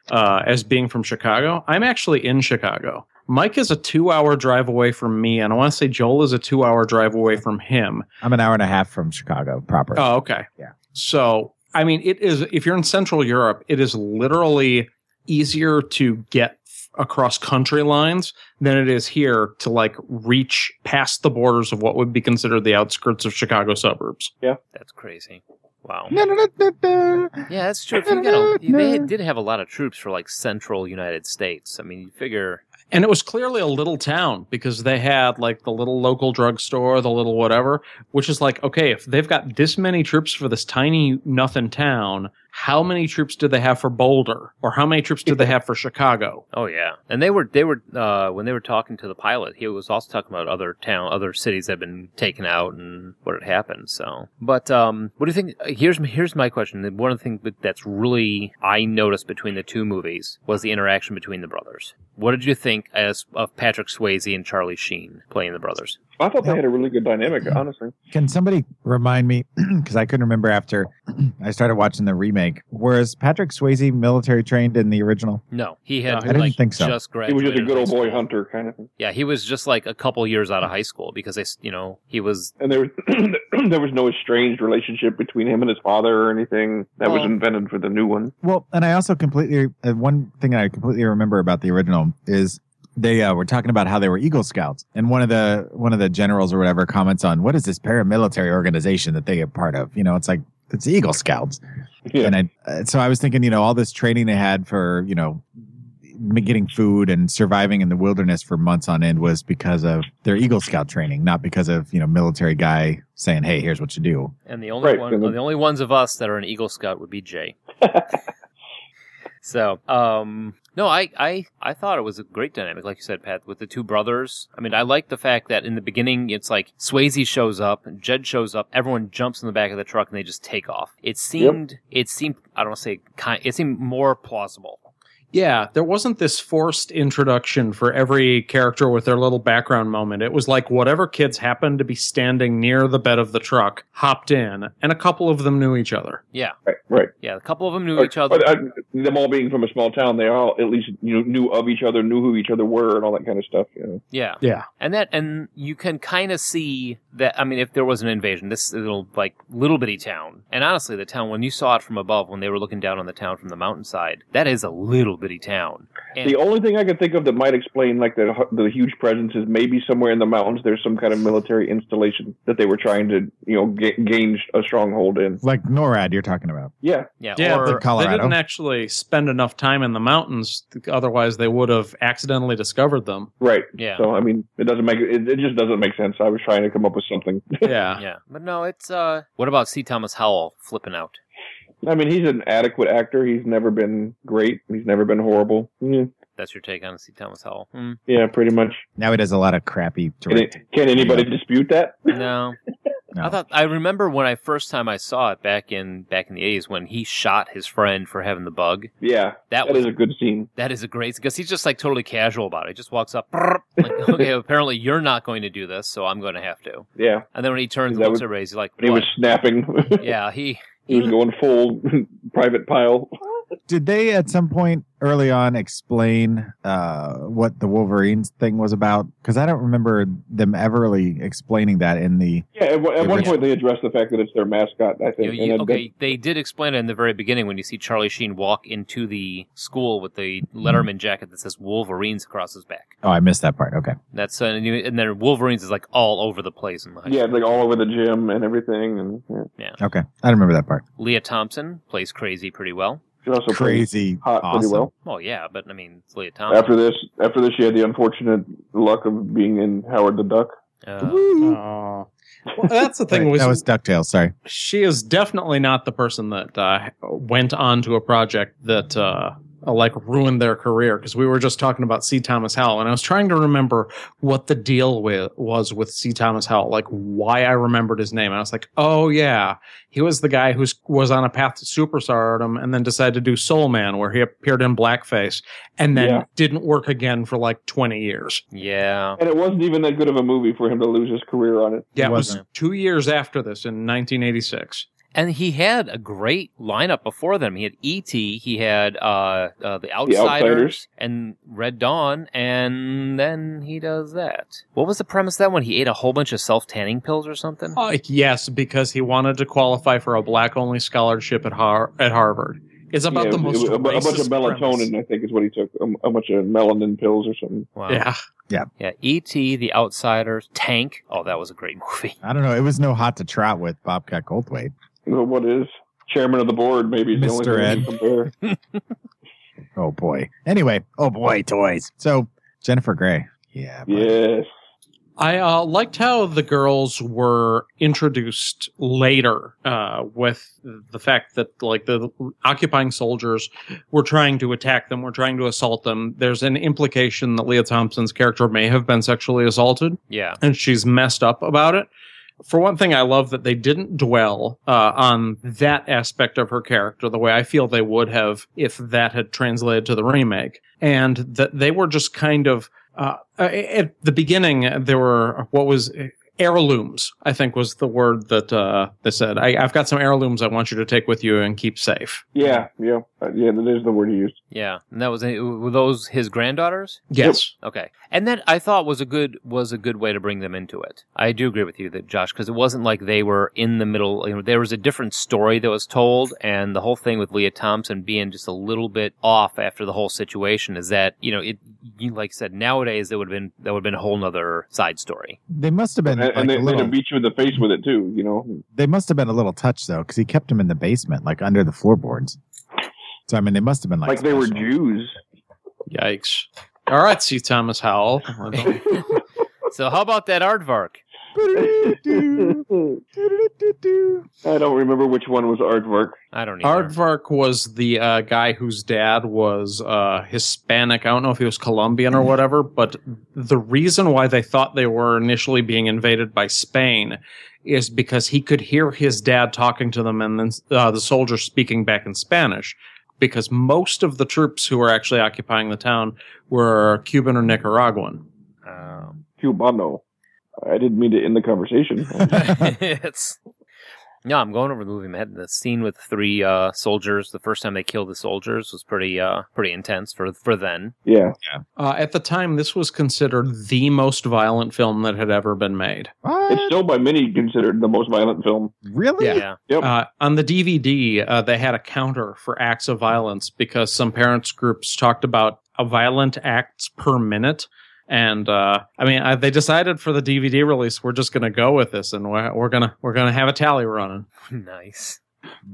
J: uh, as being from Chicago. I'm actually in Chicago. Mike is a two-hour drive away from me, and I want to say Joel is a two-hour drive away from him.
I: I'm an hour and a half from Chicago proper.
J: Oh, okay.
I: Yeah.
J: So, I mean, it is, if you're in Central Europe, it is literally easier to get f- across country lines than it is here to like reach past the borders of what would be considered the outskirts of Chicago suburbs.
G: That's crazy. Wow.
I: No, no, no, no, no.
G: Yeah, that's true. If you got a, they did have a lot of troops for like central United States. I mean, you figure
J: And it was clearly a little town because they had like the little local drugstore, the little whatever, which is like, okay, if they've got this many troops for this tiny nothing town, how many troops did they have for Boulder? Or how many troops did they have for Chicago?
G: Oh yeah, and they were they were uh, when they were talking to the pilot, he was also talking about other town, other cities that had been taken out and what had happened. So, but um, what do you think? Here's here's my question. The One of the things that- that's really I noticed between the two movies was the interaction between the brothers. What did you think as of Patrick Swayze and Charlie Sheen playing the brothers?
H: I thought they had a really good dynamic, honestly.
I: Can somebody remind me? Because I couldn't remember after I started watching the remake. Was Patrick Swayze military trained in the original?
G: No, he had
J: No,
H: Uh,
J: I
I: didn't
G: like
I: think so.
G: just
H: He was
G: graduated.
H: just a good
G: high
H: old boy
G: school.
H: hunter kind of thing.
G: Yeah, he was just like a couple years out of high school because they, s- you know, he was
H: And there was there was no estranged relationship between him and his father or anything that was
G: Well-
H: invented for the new one.
I: Well, and I also completely uh, one thing I completely remember about the original is they uh, were talking about how they were Eagle Scouts, and one of the one of the generals or whatever comments on what is this paramilitary organization that they are part of? You know, it's like it's Eagle Scouts,
H: Yeah.
I: and I uh, so I was thinking, you know, all this training they had for you know m- getting food and surviving in the wilderness for months on end was because of their Eagle Scout training, not because of you know military guy saying, hey, here's what you do.
G: And the only
H: Right,
G: one,
H: and then-
G: the only ones of us that are an Eagle Scout would be Jay. so, um, no, I, I, I thought it was a great dynamic, like you said, Pat, with the two brothers. I mean, I like the fact that in the beginning, it's like Swayze shows up, Jed shows up, everyone jumps in the back of the truck, and they just take off. It seemed, it seemed, I don't want to say, kind, it seemed more plausible.
J: Yeah, there wasn't this forced introduction for every character with their little background moment. It was like whatever kids happened to be standing near the bed of the truck hopped in, and a couple of them knew each other.
G: Yeah,
H: Right, right.
G: yeah, a couple of them knew
H: Or-
G: each other.
H: or, uh, them all being from a small town, they all at least you know, knew of each other, knew who each other were, and all that kind of stuff. You know.
G: Yeah.
J: Yeah.
G: And that, and you can kind of see that. I mean, if there was an invasion, this little like little bitty town, and honestly, the town when you saw it from above, when they were looking down on the town from the mountainside, that is a little bitty town. And
H: The only thing I could think of that might explain like the hu- the huge presence is maybe somewhere in the mountains there's some kind of military installation that they were trying to you know ga gain a stronghold in.
I: Like NORAD, you're talking about.
H: Yeah,
G: yeah,
J: Yeah,
G: or-
I: the Colorado.
J: They didn't actually spend enough time in the mountains, otherwise they would have accidentally discovered them.
H: right.
G: yeah.
H: So I mean, it doesn't make it, it just doesn't make sense. I was trying to come up with something.
J: Yeah.
G: yeah, but no, it's uh. What about C. Thomas Howell flipping out?
H: I mean, he's an adequate actor. He's never been great. He's never been horrible. Yeah,
G: That's your take on C. Thomas Howell? Hmm.
H: yeah pretty much.
I: Now he does a lot of crappy.
H: Can,
I: direct-
H: can anybody dispute that?
G: No.
I: No.
G: I thought I remember when I first time I saw it back in back in the eighties when he shot his friend for having the bug.
H: Yeah,
G: That
H: that
G: was
H: is a good scene.
G: That is a great because he's just like totally casual about it. He just walks up, brrr, like, okay, apparently you're not going to do this, so I'm going to have to.
H: Yeah,
G: And then when he turns
H: That
G: and looks
H: would-
G: at Ray, he's like,
H: but he was
G: "What?"
H: snapping.
G: yeah, he
H: he was going full private pile.
I: Did they at some point early on explain uh, what the Wolverine thing was about? Because I don't remember them ever really explaining that in the.
H: Yeah, at, one- at one
I: Original.
H: point they addressed the fact that it's their mascot. I think.
G: You- you-
H: And that-
G: okay, they did explain it in the very beginning when you see Charlie Sheen walk into the school with the Letterman jacket that says Wolverines across his back.
I: Oh, I missed that part. Okay.
G: That's uh, and, you, and then Wolverines is like all over the place in the
H: yeah, like all over the gym and everything, and yeah.
I: Okay. I remember that part.
G: Leah Thompson plays crazy pretty well.
H: She also plays
I: Crazy.
H: hot
I: awesome.
H: pretty well.
G: Well, yeah, but I mean, it's Leah Thompson.
H: After this, after this, she had the unfortunate luck of being in Howard the Duck.
G: Uh,
J: Oh. Well, that's the thing
I: Right,
J: was,
I: that was DuckTales. Sorry.
J: she is definitely not the person that uh, went on to a project that uh, like ruined their career because we were just talking about C. Thomas Howell and I was trying to remember what the deal with, was with C. Thomas Howell, like why I remembered his name. And I was like, oh yeah, he was the guy who was on a path to superstardom and then decided to do Soul Man, where he appeared in blackface and then
H: Yeah.
J: didn't work again for like twenty years.
G: yeah.
H: And it wasn't even that good of a movie for him to lose his career on it.
J: Yeah, it was
G: wasn't.
J: two years after this in 1986.
G: And he had a great lineup before them. He had E.T., he had uh, uh, the, Outsiders
H: Outsiders.
G: and Red Dawn, and then he does that. What was the premise of that one? He ate a whole bunch of self tanning pills or something?
J: Uh, yes, because he wanted to qualify for a black only scholarship at, Har- at Harvard. It's about
H: Yeah,
J: the
H: it
J: most
H: was- a, bu- a bunch of
J: racist premise.
H: melatonin, I think, is what he took. A, a bunch of melanin pills or something.
G: Wow.
J: Yeah,
G: Yeah, E.T., The Outsiders, Tank. Oh, that was a great movie.
I: I don't know. It was no hot to trot with Bobcat Goldthwait.
H: Well, What is chairman of the board? Maybe is the only
I: Mr.
H: thing
I: Ed.
H: we can compare.
I: Oh boy. Anyway. Oh boy. Toys. So Jennifer Grey. Yeah. but-
H: Yes,
J: I uh, liked how the girls were introduced later uh, with the fact that like the occupying soldiers were trying to attack them, were trying to assault them. There's an implication that Leah Thompson's character may have been sexually assaulted.
G: Yeah.
J: and she's messed up about it. For one thing, I love that they didn't dwell uh, on that aspect of her character the way I feel they would have if that had translated to the remake, and that they were just kind of uh, at the beginning uh, there were what was uh, heirlooms I think was the word that uh, they said. I, I've got some heirlooms I want you to take with you and keep safe.
H: yeah, yeah, Uh, yeah. That is the word he used.
G: Yeah. And that was, were those his granddaughters?
J: Yes,
G: Okay, and that I thought was a good was a good way to bring them into it. I do agree with you that Josh, because it wasn't like they were in the middle. You know, there was a different story that was told, and the whole thing with Leah Thompson being just a little bit off after the whole situation is that you know it. You, like I said, nowadays that would have been that would have been a whole nother side story.
I: They must have been.
H: And,
I: like,
H: and they,
I: a
H: they'd
I: little...
H: have beat you in the face with it too. You know,
I: They must have been a little touched though, because he kept him in the basement, like under the floorboards. So I mean, they must have been like,
H: like they were
I: special.
H: Jews.
J: yikes. All right, see Thomas Howell.
G: So how about that aardvark?
H: I don't remember which one was aardvark.
G: I don't either.
J: Aardvark was the uh, guy whose dad was uh, Hispanic. I don't know if he was Colombian or whatever, but the reason why they thought they were initially being invaded by Spain is because he could hear his dad talking to them and then uh, the soldiers speaking back in Spanish. Because most of the troops who were actually occupying the town were Cuban or Nicaraguan.
G: Oh.
H: Cubano. I didn't mean to end the conversation.
G: it's no i'm going over the movie in my head the scene with three uh soldiers the first time they killed the soldiers was pretty uh pretty intense for for then
H: yeah,
J: Uh, at the time, this was considered the most violent film that had ever been made.
H: it's
I: What?
H: still by many considered the most violent film.
I: Really?
J: Yeah.
G: yeah
H: Yep.
J: Uh, on the DVD, uh, they had a counter for acts of violence because some parents groups talked about a violent acts per minute. And uh, I mean, I, they decided for the DVD release, we're just going to go with this, and we're, we're gonna we're gonna have a tally running.
G: nice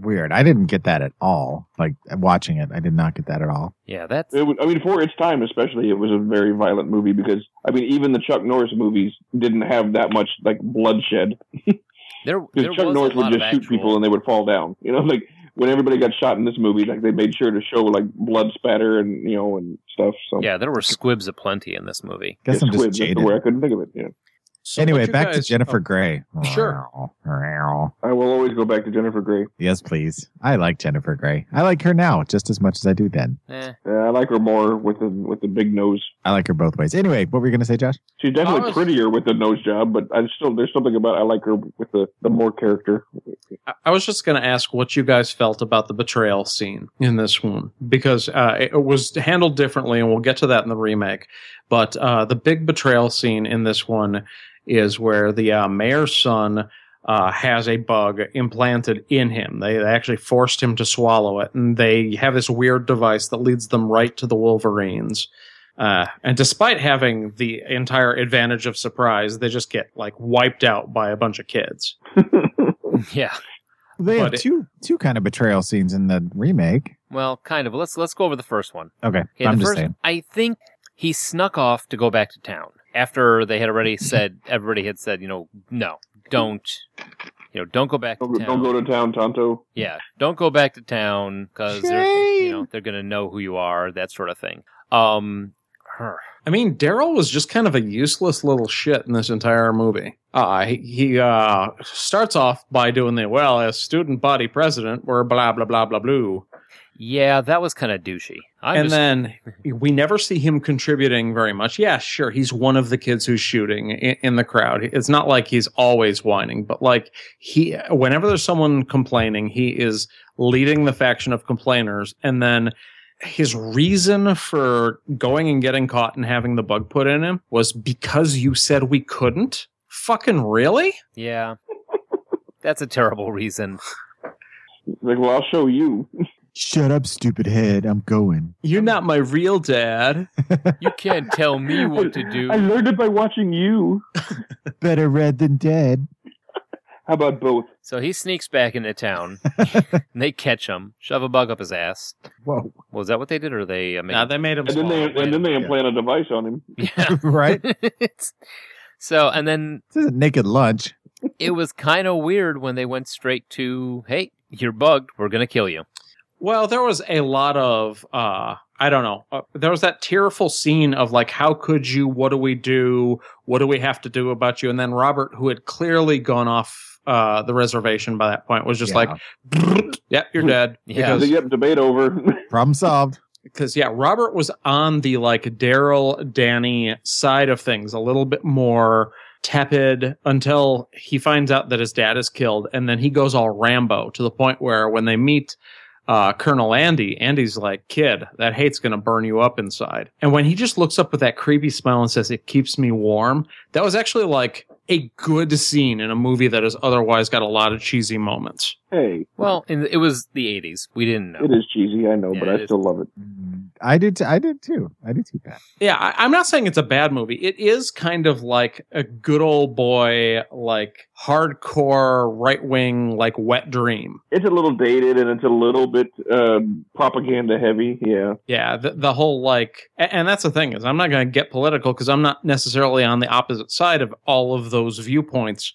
I: Weird. I didn't get that at all. Like watching it, I did not get that at all.
G: yeah that's
H: It was, I mean, for its time, especially, it was a very violent movie because I mean, even the Chuck Norris movies didn't have that much like bloodshed
G: there there
H: because Chuck
G: was
H: Norris
G: a lot
H: would
G: of
H: just shoot people
G: actual
H: and they would fall down. You know, like when everybody got shot in this movie, like they made sure to show like blood spatter and you know and stuff. So
G: yeah there were squibs aplenty in this movie
I: Guess I'm just
H: squibs, that's the
I: jaded.
H: word I couldn't think of it. Yeah.
J: So
I: anyway,
J: what you
I: back to
J: guys-
I: Jennifer
J: oh,
I: Grey. Sure.
H: I will always go back to Jennifer Grey.
I: Yes, please. I like Jennifer Grey. I like her now just as much as I do then.
G: Eh.
H: Yeah, I like her more with the with the big nose.
I: I like her both ways. Anyway, what were you going to say, Josh?
H: She's definitely
J: I was-
H: prettier with the nose job, but I still there's something about I like her with the, the more character.
J: I- I was just going to ask what you guys felt about the betrayal scene in this one because uh, it it was handled differently, and we'll get to that in the remake. But uh, the big betrayal scene in this one is where the uh, mayor's son uh, has a bug implanted in him. They, they actually forced him to swallow it, and they have this weird device that leads them right to the Wolverines. Uh, and despite having the entire advantage of surprise, they just get like wiped out by a bunch of kids.
G: Yeah.
I: They
J: But
I: have
J: it-
I: two two kind of betrayal scenes in the remake.
G: Well, kind of. Let's let's go over the first one.
I: Okay,
G: Okay,
I: I'm
G: the
I: just
G: first,
I: saying.
G: I think he snuck off to go back to town after they had already said everybody had said, you know, no, don't, you know, don't go back to
H: Don't,
G: town.
H: don't go to town, Tonto.
G: Yeah, don't go back to town because they're you know they're gonna know who you are, that sort of thing. Um, her.
J: I mean, Daryl was just kind of a useless little shit in this entire movie. Uh, he he uh, starts off by doing the well as student body president, we're blah blah blah blah blue,
G: yeah, that was kind of douchey. I'm
J: and
G: just,
J: then we never see him contributing very much. Yeah, sure, he's one of the kids who's shooting in, in the crowd. It's not like he's always whining, but like he, whenever there's someone complaining, he is leading the faction of complainers, and then his reason for going and getting caught and having the bug put in him was because you said we couldn't. Fucking really?
G: yeah, that's a terrible reason.
H: Like, well, I'll show you.
I: Shut up, stupid head. I'm going.
J: You're not my real dad.
G: You can't tell me what to
H: I
G: do.
H: learned it by watching you.
I: Better red than dead.
H: How about both?
G: So he sneaks back into town. and they catch him, shove a bug up his ass.
I: Whoa.
G: Was that what they did, or they? Uh, made-
J: Nah, they made him.
H: And then they
J: swallow it.
H: and then they implant a device on him.
G: yeah.
I: right?
G: It's- so and then
I: This isn't naked lunch.
G: it was kind of weird when they went straight to, "Hey, you're bugged. We're gonna kill you."
J: Well, there was a lot of uh I don't know. Uh, there was that tearful scene of like how could you? What do we do? What do we have to do about you? And then Robert who had clearly gone off uh the reservation by that point was just
I: Yeah.
J: like yep, you're dead.
G: Yeah.
J: Because
H: Yep, debate over.
I: Problem solved.
J: because yeah, Robert was on the like Daryl Danny side of things a little bit more tepid until he finds out that his dad is killed, and then he goes all Rambo to the point where when they meet uh, Colonel Andy, Andy's like, "Kid, that hate's gonna burn you up inside." And when he just looks up with that creepy smile and says, "It keeps me warm," that was actually like a good scene in a movie that has otherwise got a lot of cheesy moments.
H: hey,
G: Well, in, it was the '80s. We didn't know.
H: it is cheesy, I know,
G: Yeah,
H: but
G: it
H: I
G: is.
H: still love it.
I: Mm, I did. T- I did too. I did too. Pat.
J: Yeah, I, I'm not saying it's a bad movie. It is kind of like a good old boy, like hardcore right wing, like wet dream.
H: It's a little dated and it's a little bit um, propaganda heavy. Yeah,
J: Yeah, the, the whole like, a- and that's the thing is, I'm not going to get political because I'm not necessarily on the opposite side of all of those viewpoints.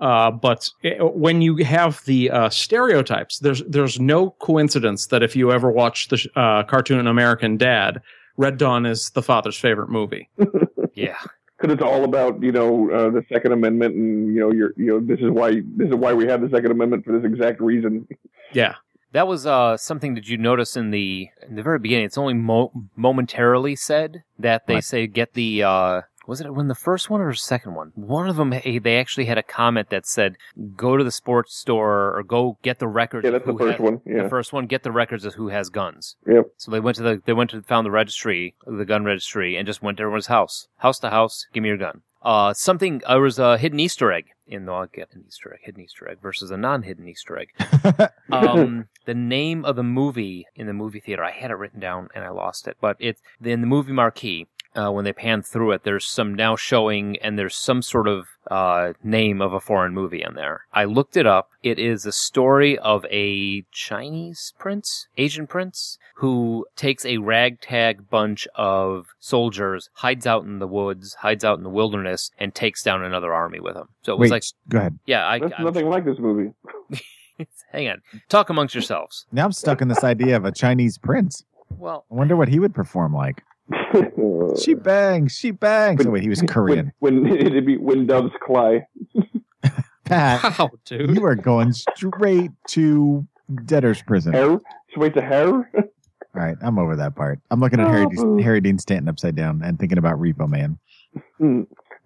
J: Uh, but it, when you have the uh, stereotypes, there's there's no coincidence that if you ever watch the sh- uh, cartoon American Dad, Red Dawn is the father's favorite movie.
G: Yeah,
H: because it's all about you know uh, the Second Amendment and you know your you know this is why this is why we have the Second Amendment for this exact reason.
J: Yeah.
G: that was uh, something that you notice in the in the very beginning. It's only mo- momentarily said that they
I: Right.
G: say get the. Uh, was it when the first one or the second one? One of them, eh, they actually had a comment that said, "Go to the sports store or go get the records."
H: Yeah,
G: of
H: that's the
G: who
H: first
G: had-
H: one. Yeah,
G: The first one, get the records of who has guns.
H: Yep.
G: So they went to the they went to found the registry, the gun registry, and just went to everyone's house, house to house. Give me your gun. Uh, something. Uh, there was a hidden Easter egg in the I'll get an Easter egg, hidden Easter egg versus a non-hidden Easter egg. um, the name of the movie in the movie theater, I had it written down and I lost it, but it's in the movie marquee. Uh, when they pan through it, there's some now showing, and there's some sort of uh, name of a foreign movie in there. I looked it up. It is the story of a Chinese prince, Asian prince, who takes a ragtag bunch of soldiers, hides out in the woods, hides out in the wilderness, and takes down another army with him. So it was
I: Wait.
G: like,
I: go ahead.
G: yeah, I,
H: that's
G: I'm-
H: nothing like this movie.
G: hang on, talk amongst yourselves.
I: Now I'm stuck in this idea of a Chinese prince.
G: Well,
I: I wonder what he would perform like. She bangs. She bangs.
H: When-
I: Oh, wait, he was Korean.
H: When, when it'd be when doves cry.
I: Pat,
J: Wow, dude.
I: you are going straight to debtor's prison. All
H: Hair? Straight to hair?
I: right, I'm over that part. I'm looking at Harry,
H: Oh.
I: Harry Dean Stanton upside down and thinking about Repo Man.
H: Hmm.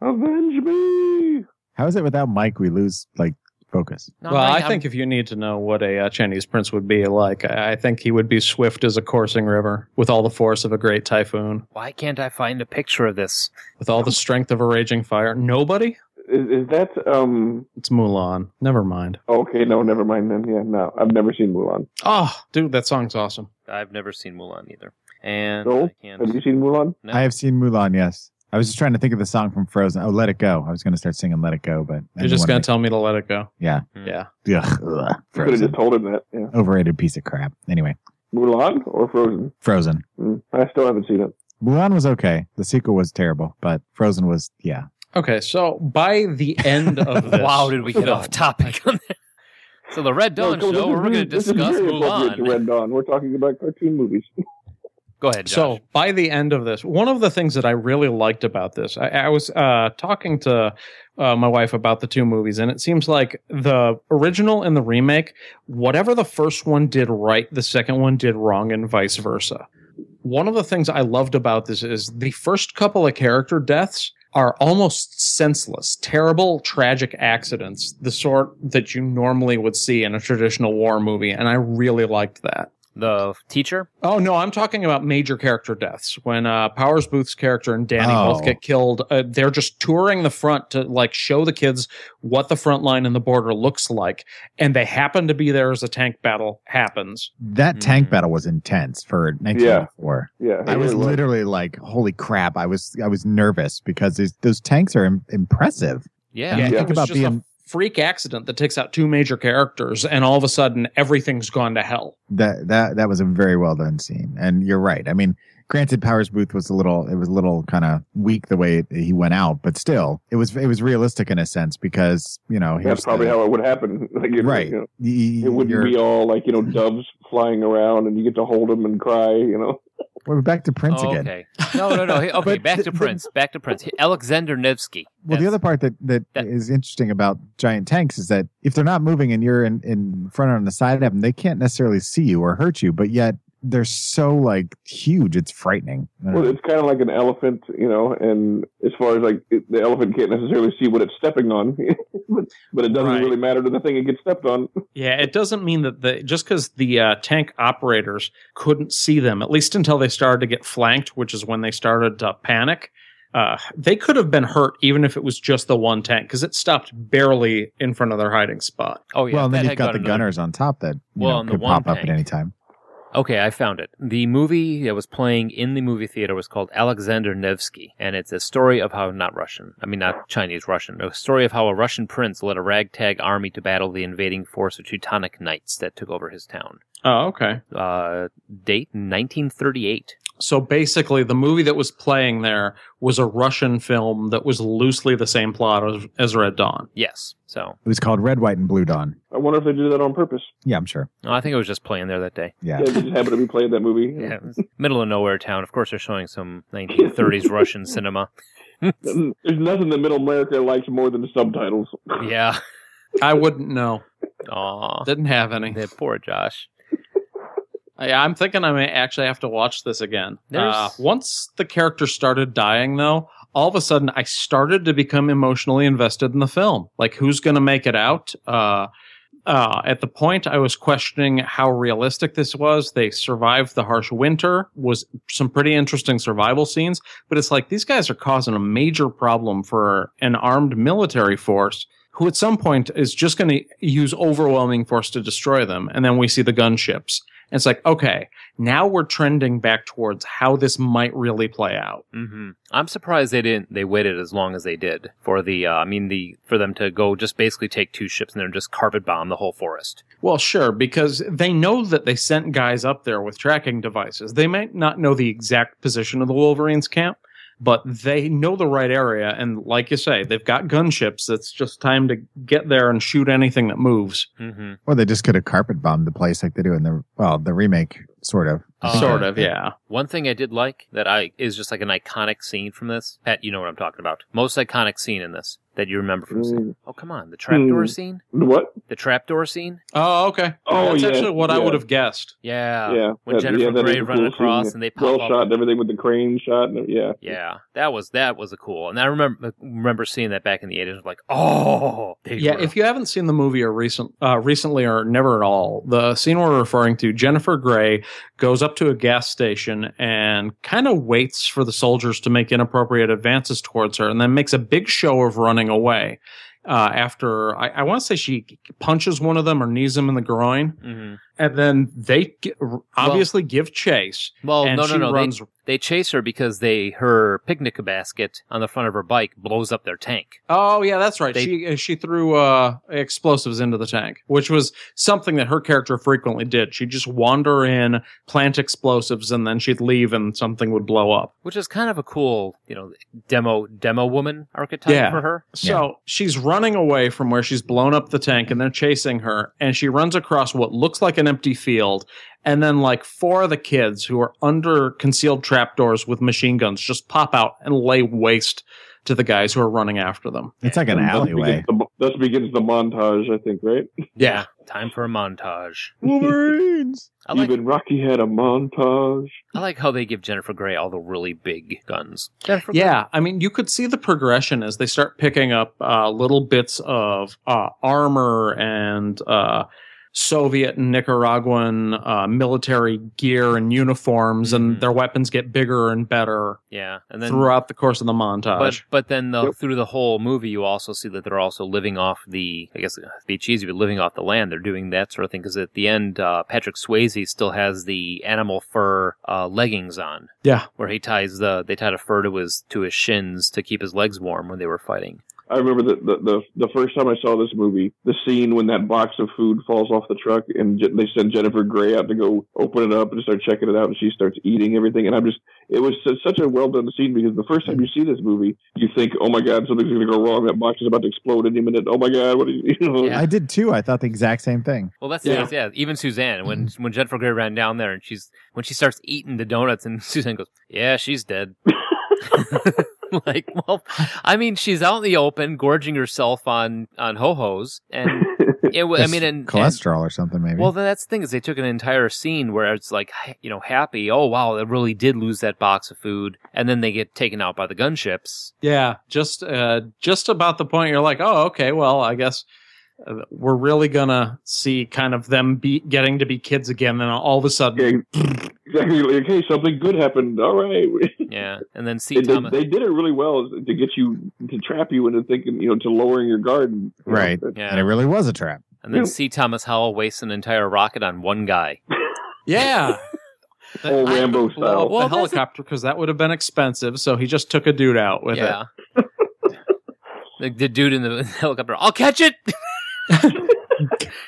H: Avenge me!
I: How is it without Mike we lose like focus?
G: Not
J: Well,
G: like
J: I
G: I'm-
J: think if you need to know what a uh, Chinese prince would be like, I, I think he would be swift as a coursing river, with all the force of a great typhoon,
G: Why can't I find a picture of this?
J: with all the strength of a raging fire. Nobody?
H: Is, is that um?
J: It's Mulan. Never mind.
H: Okay, no, never mind then. Yeah, no, I've never seen Mulan.
J: Oh, dude, that song's awesome.
G: I've never seen Mulan either, and
H: No?
G: I can't.
H: Have you seen Mulan?
G: No.
I: I have seen Mulan, yes. I was just trying to think of the song from Frozen. Oh, Let It Go. I was going to start singing Let It Go, but
J: You're just going to tell me to let it go.
I: Yeah.
G: Hmm.
J: Yeah.
I: Ugh, ugh,
H: You could have
I: Frozen.
H: just told him that. Yeah,
I: Overrated piece of crap. Anyway,
H: Mulan or Frozen.
I: Frozen.
H: Mm, I still haven't seen it.
I: Mulan was okay. The sequel was terrible, but Frozen was yeah.
J: Okay, so by the end of this.
G: Wow, did we get
J: film-
G: off topic on that? So the Red Dawn show,
H: No, this is
G: we're going to
H: really- this is
G: discuss
H: very appropriate to
G: Mulan.
H: Red Dawn. We're talking about cartoon movies.
G: Go ahead, Josh.
J: So by the end of this, one of the things that I really liked about this, I, I was uh, talking to uh, my wife about the two movies, and it seems like the original and the remake, whatever the first one did right, the second one did wrong, and vice versa. One of the things I loved about this is the first couple of character deaths are almost senseless, terrible, tragic accidents, the sort that you normally would see in a traditional war movie, and I really liked that.
G: the teacher,
J: Oh no, I'm talking about major character deaths. When uh, Powers Booth's character and Danny
I: Oh.
J: both get killed, uh, they're just touring the front to like show the kids what the front line and the border looks like, and they happen to be there as a tank battle happens.
I: That
G: Mhm.
I: tank battle was intense for 1984.
H: Yeah,
I: I was
H: it really
I: literally like, "Holy crap!" I was I was nervous because these, those tanks are im- impressive.
G: yeah,
I: Yeah.
J: it
I: Think
J: was
I: about
J: just
I: being-
J: a freak accident that takes out two major characters, and all of a sudden everything's gone to hell.
I: That that that was a very well done scene, and you're right. I mean, granted, Powers Booth was a little it was a little kind of weak the way he went out, but still, it was it was realistic in a sense because you know
H: That's probably
I: the-
H: how it would happen. Like if,
I: right.
H: You know,
I: Y- y-
H: it wouldn't
I: you're-
H: be all like you know doves flying around and you get to hold them and cry. You know.
I: we're back to Prince
G: Oh,
I: again.
G: okay. No, no, no. Hey, Okay,
I: But
G: back
I: the-
G: to
I: the-
G: Prince. Back to Prince. Hey, Alexander Nevsky.
I: Well, the
G: That's-
I: other part that,
G: that-
I: that is interesting about giant tanks is that if they're not moving and you're in, in front or on the side of them, they can't necessarily see you or hurt you, but yet they're so like huge, it's frightening. I don't
H: Well,
I: know.
H: it's kind of like an elephant, you know, and as far as like it, the elephant can't necessarily see what it's stepping on, but, but it doesn't
J: Right.
H: really matter to the thing it gets stepped on.
J: Yeah, it doesn't mean that the just because the uh, tank operators couldn't see them, at least until they started to get flanked, which is when they started to panic. Uh, they could have been hurt even if it was just the one tank because it stopped barely in front of their hiding spot.
G: Oh yeah.
I: well, and then
G: that
I: you've
G: had
I: got the
G: another-
I: gunners on top that you
G: Well,
I: know,
G: and the
I: could
G: one
I: pop up at
G: tank.
I: any time.
G: Okay, I found it. The movie that was playing in the movie theater was called Alexander Nevsky, and it's a story of how not Russian, I mean not Chinese Russian, a story of how a Russian prince led a ragtag army to battle the invading force of Teutonic Knights that took over his town.
J: Oh, okay.
G: Uh, date 1938.
J: So basically, the movie that was playing there was a Russian film that was loosely the same plot as, as Red Dawn.
G: Yes. So
I: It was called Red, White, and Blue Dawn.
H: I wonder if they did that on purpose.
I: Yeah, I'm sure.
G: no, I think it was just playing there that day.
I: Yeah.
H: Yeah, they just happened to be playing that movie.
G: Yeah, middle of nowhere town. Of course, they're showing some 1930s Russian cinema.
H: There's nothing that Middle America likes more than the subtitles.
G: Yeah.
J: I wouldn't know.
G: Aw.
J: Didn't have any.
G: Yeah, poor Josh.
J: I, I'm thinking I may actually have to watch this again.
G: There's-
J: Uh, once the character started dying, though, all of a sudden I started to become emotionally invested in the film. Like, who's going to make it out? Uh, uh, at the point, I was questioning how realistic this was. They survived the harsh winter, was some pretty interesting survival scenes, but it's like these guys are causing a major problem for an armed military force who at some point is just going to use overwhelming force to destroy them. And then we see the gunships. And it's like, okay, now we're trending back towards how this might really play out.
G: hmm I'm surprised they didn't. They waited as long as they did for the. Uh, I mean, the for them to go just basically take two ships and then just carpet bomb the whole forest.
J: Well, sure, because they know that they sent guys up there with tracking devices. They might not know the exact position of the Wolverines camp, but they know the right area. And like you say, they've got gunships. It's just time to get there and shoot anything that moves.
G: hmm
I: Or they just could have carpet bombed the place like they do in the well, the remake, sort of.
G: Uh,
J: sort of, yeah.
G: One thing I did like that I is just like an iconic scene from this. Pat, you know what I'm talking about. Most iconic scene in this that you remember from.
H: Mm.
G: Oh come on, the trapdoor
H: Mm.
G: scene.
H: What?
G: The trapdoor scene.
J: Oh, okay.
H: Oh,
J: That's
H: yeah,
J: actually what I
H: yeah.
J: would have guessed.
G: Yeah.
H: yeah.
G: Uh, When
H: that-
G: Jennifer
H: yeah, that is
G: Grey
H: a
G: running
H: cool scene.
G: across and they pop
H: well
G: up.
H: shot and everything with the crane shot. And, yeah.
G: Yeah, that was that was a cool, and I remember remember seeing that back in the eighties. Like, oh, they
J: Yeah,
G: were-
J: if you haven't seen the movie or recent, uh, recently or never at all, the scene we're referring to, Jennifer Grey goes up to a gas station and kind of waits for the soldiers to make inappropriate advances towards her, and then makes a big show of running away. Uh, after I, I want to say she punches one of them or knees him in the groin,
G: Mhm.
J: and then they g- obviously give chase.
G: well,
J: and
G: Oh, no, no,
J: she
G: no,
J: runs.
G: they, they chase her because they her picnic basket on the front of her bike blows up their tank.
J: Oh yeah, that's right.
G: They-
J: she uh, she threw uh, explosives into the tank, which was something that her character frequently did. She'd just wander in, plant explosives, and then she'd leave, and something would blow up.
G: which is kind of a cool, you know, demo demo woman archetype
J: Yeah.
G: for her.
J: So she's running away from where she's blown up the tank, and they're chasing her, and she runs across what looks like an empty field, and then like four of the kids who are under concealed trapdoors with machine guns just pop out and lay waste to the guys who are running after them.
I: It's like an
H: And thus
I: alleyway.
H: begins the- Thus begins the montage, I think, right?
J: Yeah.
G: Time for a montage.
I: Wolverines.
G: I like
H: Even Rocky had a montage.
G: I like how they give Jennifer Grey all the really big guns. Jennifer Grey-
J: Yeah, I mean, you could see the progression as they start picking up uh, little bits of uh, armor and uh, Soviet and Nicaraguan uh, military gear and uniforms,
G: Mhm.
J: and their weapons get bigger and better
G: yeah, and then
J: throughout the course of the montage.
G: but but then the,
H: Yep.
G: through the whole movie, you also see that they're also living off the. I guess it'd be cheesy, but living off the land. They're doing that sort of thing because at the end, uh, Patrick Swayze still has the animal fur uh, leggings on.
J: Yeah.
G: where he ties the they tied a fur to his to his shins to keep his legs warm when they were fighting.
H: I remember the, the, the, the first time I saw this movie, the scene when that box of food falls off the truck and Je- they send Jennifer Grey out to go open it up and start checking it out and she starts eating everything. And I'm just, it was su- such a well done scene because the first time you see this movie, you think, oh my God, something's going to go wrong. That box is about to explode any minute. Oh my God, what is, you know?
G: Yeah.
I: I did too. I thought the exact same thing.
G: Well, that's
H: Yeah.
G: yeah. yeah. Even Suzanne, when when Jennifer Grey ran down there and she's when she starts eating the donuts, and Suzanne goes, "Yeah, she's dead." like, well, I mean, she's out in the open, gorging herself on on ho hos, and it, wa- I
I: Just
G: mean, and, and
I: cholesterol or something maybe.
G: well, that's the thing is they took an entire scene where it's like, you know, happy. Oh wow, they really did lose that box of food, and then they get taken out by the gunships.
J: yeah, just uh, just about the point you're like, oh, okay, well, I guess. uh, We're really gonna see kind of them be getting to be kids again, then all of a sudden,
H: Yeah, exactly. Like, hey, something good happened. All right.
G: Yeah, and then see
H: They,
G: Thomas.
H: they did it really well to get you to trap you into thinking, you know, to lowering your guard. you know,
I: Right.
H: that-
G: yeah,
I: and it really was a trap.
G: and then
H: Yeah.
G: see Thomas Howell waste an entire rocket on one guy.
J: Yeah.
H: Old
J: I could
H: Rambo
J: blow up
H: style.
J: the
G: Well, that's a-
J: helicopter because that would have been expensive. So he just took a dude out with it.
G: yeah. the, the dude in the helicopter, I'll catch it.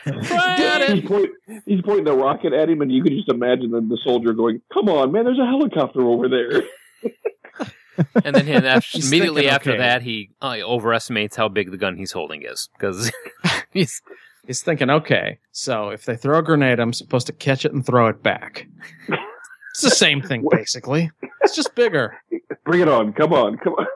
G: Got
H: He's,
G: it.
H: point, he's pointing the rocket at him, and you can just imagine the, the soldier going, "Come on, man! There's a helicopter over there."
G: And then him after,
J: He's
G: immediately
J: thinking,
G: after
J: okay.
G: that, he uh, overestimates how big the gun he's holding is because he's
J: He's thinking, okay, so if they throw a grenade, I'm supposed to catch it and throw it back. it's the same thing, basically. It's just bigger.
H: Bring it on! Come on! Come on!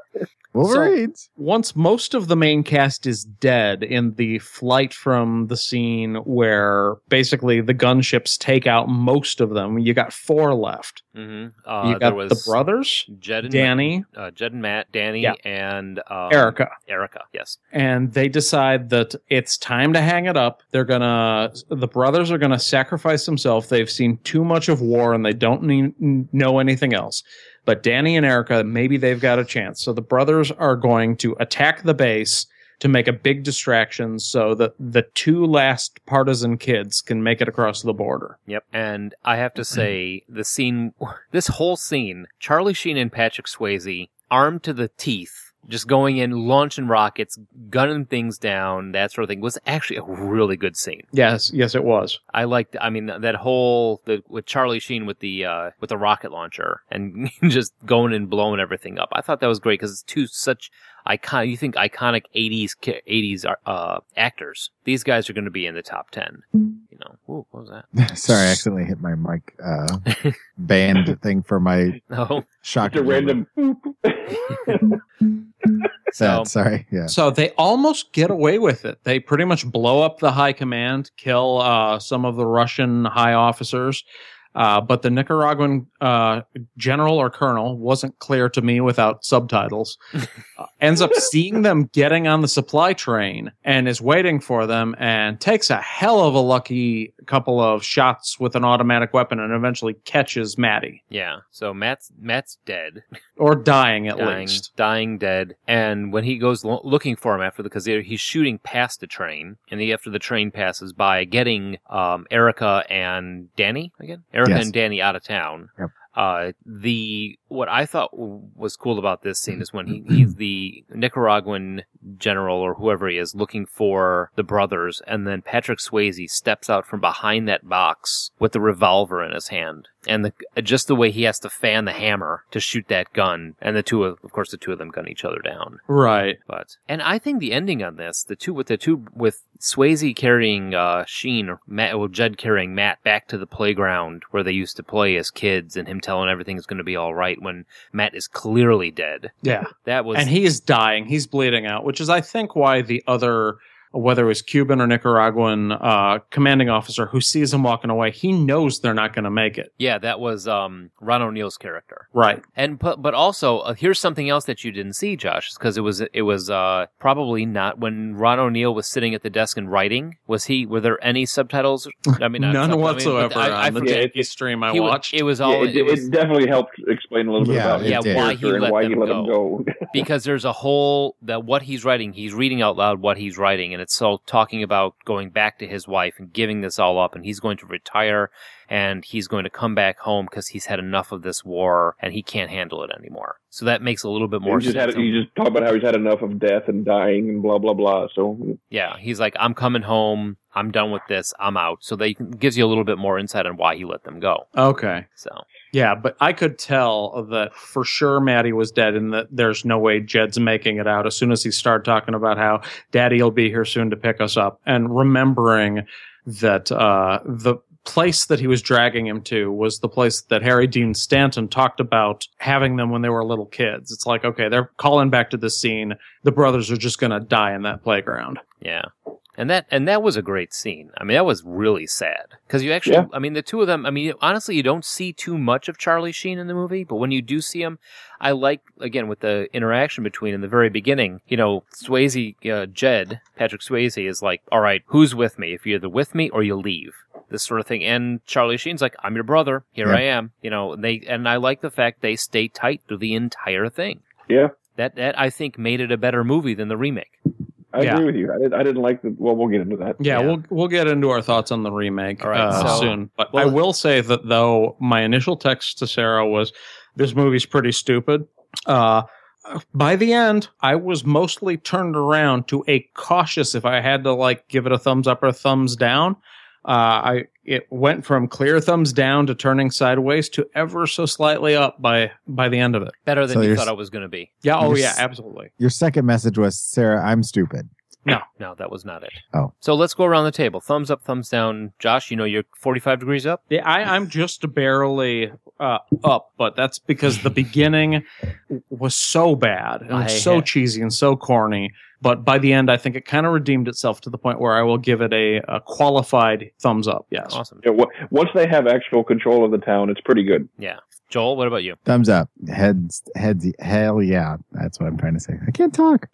I: Wolverines.
J: once most of the main cast is dead in the flight from the scene where basically the gunships take out most of them, you got four left.
G: Mhm. uh,
J: you
G: there
J: got
G: was
J: the brothers,
G: Jed and
J: Danny,
G: uh, Jed and Matt, Danny,
J: Yeah.
G: and um,
J: Erica.
G: Erica, yes.
J: and they decide that it's time to hang it up. They're gonna, the brothers are gonna sacrifice themselves. They've seen too much of war and they don't need, know anything else. But Danny and Erica, maybe they've got a chance. So the brothers are going to attack the base to make a big distraction so that the two last partisan kids can make it across the border.
G: Yep. And I have to say, the scene, this whole scene, Charlie Sheen and Patrick Swayze, armed to the teeth, just going in, launching rockets, gunning things down, that sort of thing was actually a really good scene.
J: Yes, yes, it was.
G: I liked, I mean, that whole the, with Charlie Sheen with the uh, with the rocket launcher and just going and blowing everything up. I thought that was great because it's two such icon. You think iconic '80s ki- '80s uh, actors? These guys are going to be in the top ten. You know, Ooh, what was that?
I: Sorry, I accidentally hit my mic uh, band thing for my
G: No,
I: shock.
H: It's a random.
G: so
I: That, sorry. Yeah.
J: So they almost get away with it. They pretty much blow up the high command, kill uh, some of the Russian high officers. Uh, but the Nicaraguan uh, general or colonel wasn't clear to me without subtitles. uh, ends up seeing them getting on the supply train and is waiting for them and takes a hell of a lucky couple of shots with an automatic weapon and eventually catches Maddie
G: yeah. So Matt's Matt's dead.
J: or dying at
G: dying,
J: least.
G: dying dead. And when he goes lo- looking for him after the, because he's shooting past the train, and he, after the train passes by, getting um, Erica and Danny again, Erica
I: Yes.
G: and Danny out of town.
I: Yep.
G: Uh, the what I thought w- was cool about this scene is when he, he's the Nicaraguan general or whoever he is looking for the brothers, and then Patrick Swayze steps out from behind that box with the revolver in his hand, and the just the way he has to fan the hammer to shoot that gun, and the two of, of course the two of them gun each other down.
J: Right.
G: But and I think the ending on this, the two with the two with Swayze carrying uh, Sheen or Matt, well Judd carrying Matt back to the playground where they used to play as kids, and him telling everything's going to be all right when Matt is clearly dead.
J: Yeah.
G: That was
J: and he is dying. He's bleeding out, which is, I think, why the other, whether it was Cuban or Nicaraguan uh, commanding officer who sees him walking away, he knows they're not going to make it.
G: yeah, that was um, Ron O'Neill's character.
J: Right.
G: And but but also uh, here's something else that you didn't see, Josh, because it was it was uh, probably not when Ron O'Neill was sitting at the desk and writing. Was he? Were there any subtitles? I mean, not
J: None
G: sub- I mean, but
J: whatsoever
G: I, I
J: on the
G: forget.
J: Yankee stream I
G: He wa-
J: watched.
G: it was all
H: Yeah, it,
G: it was
H: it definitely helped explain a little bit
I: Yeah,
H: about
I: it
H: his
I: did.
G: why he
H: character and
G: let
H: why
G: them
H: he let him go.
G: because there's a whole that what he's writing he's reading out loud what he's writing and it's so talking about going back to his wife and giving this all up and he's going to retire and he's going to come back home because he's had enough of this war and he can't handle it anymore so that makes a little bit more
H: he just
G: sense
H: had he just talked about how he's had enough of death and dying and blah blah blah. So
G: yeah he's like i'm coming home i'm done with this i'm out so that gives you a little bit more insight on why he let them go
J: okay.
G: so
J: Yeah, but I could tell that for sure Maddie was dead and that there's no way Jed's making it out as soon as he started talking about how daddy will be here soon to pick us up and remembering that uh, the place that he was dragging him to was the place that Harry Dean Stanton talked about having them when they were little kids. It's like, okay, they're calling back to this scene. The brothers are just going to die in that playground.
G: Yeah. And that and that was a great scene. I mean, that was really sad because you actually,
H: Yeah.
G: I mean, the two of them. I mean, honestly, you don't see too much of Charlie Sheen in the movie, but when you do see him, I like again with the interaction between in the very beginning. You know, Swayze, uh, Jed, Patrick Swayze is like, "All right, who's with me? If you're either with me or you leave." This sort of thing, and Charlie Sheen's like, "I'm your brother. Here
I: Yeah.
G: I am." You know, and they and I like the fact they stay tight through the entire thing.
H: Yeah.
G: That that I think made it a better movie than the remake.
H: I
J: Yeah.
H: agree with you. I, did, I didn't like the. Well, we'll get into that.
J: Yeah,
G: Yeah.
J: we'll we'll get into our thoughts on the remake
G: All right,
J: uh,
G: so-
J: soon. But
G: well-
J: I will say that though my initial text to Sarah was, "This movie's pretty stupid." Uh, by the end, I was mostly turned around to a cautious. If I had to like give it a thumbs up or a thumbs down, uh, I it went from clear thumbs down to turning sideways to ever so slightly up by by the end of it.
G: Better than
I: So
G: you
I: you're
G: thought
I: s-
G: I was going to be.
J: Yeah. Oh
I: Yes.
J: yeah. Absolutely.
I: Your second message was Sarah. I'm stupid.
G: No, that was not it.
I: Oh.
G: So let's go around the table. Thumbs up, thumbs down. Josh, you know you're 45 degrees up?
J: Yeah, I, I'm just barely uh, up, but that's because the beginning was so bad. It was
G: I
J: so
G: had-
J: cheesy and so corny. But by the end, I think it kind of redeemed itself to the point where I will give it a, a qualified thumbs up. Yes.
G: Awesome.
H: Yeah, wa- once they have actual control of the town, it's pretty good.
G: Joel, what about you?
I: Thumbs up. Heads. Heads. Hell yeah. That's what I'm trying to say. I can't talk.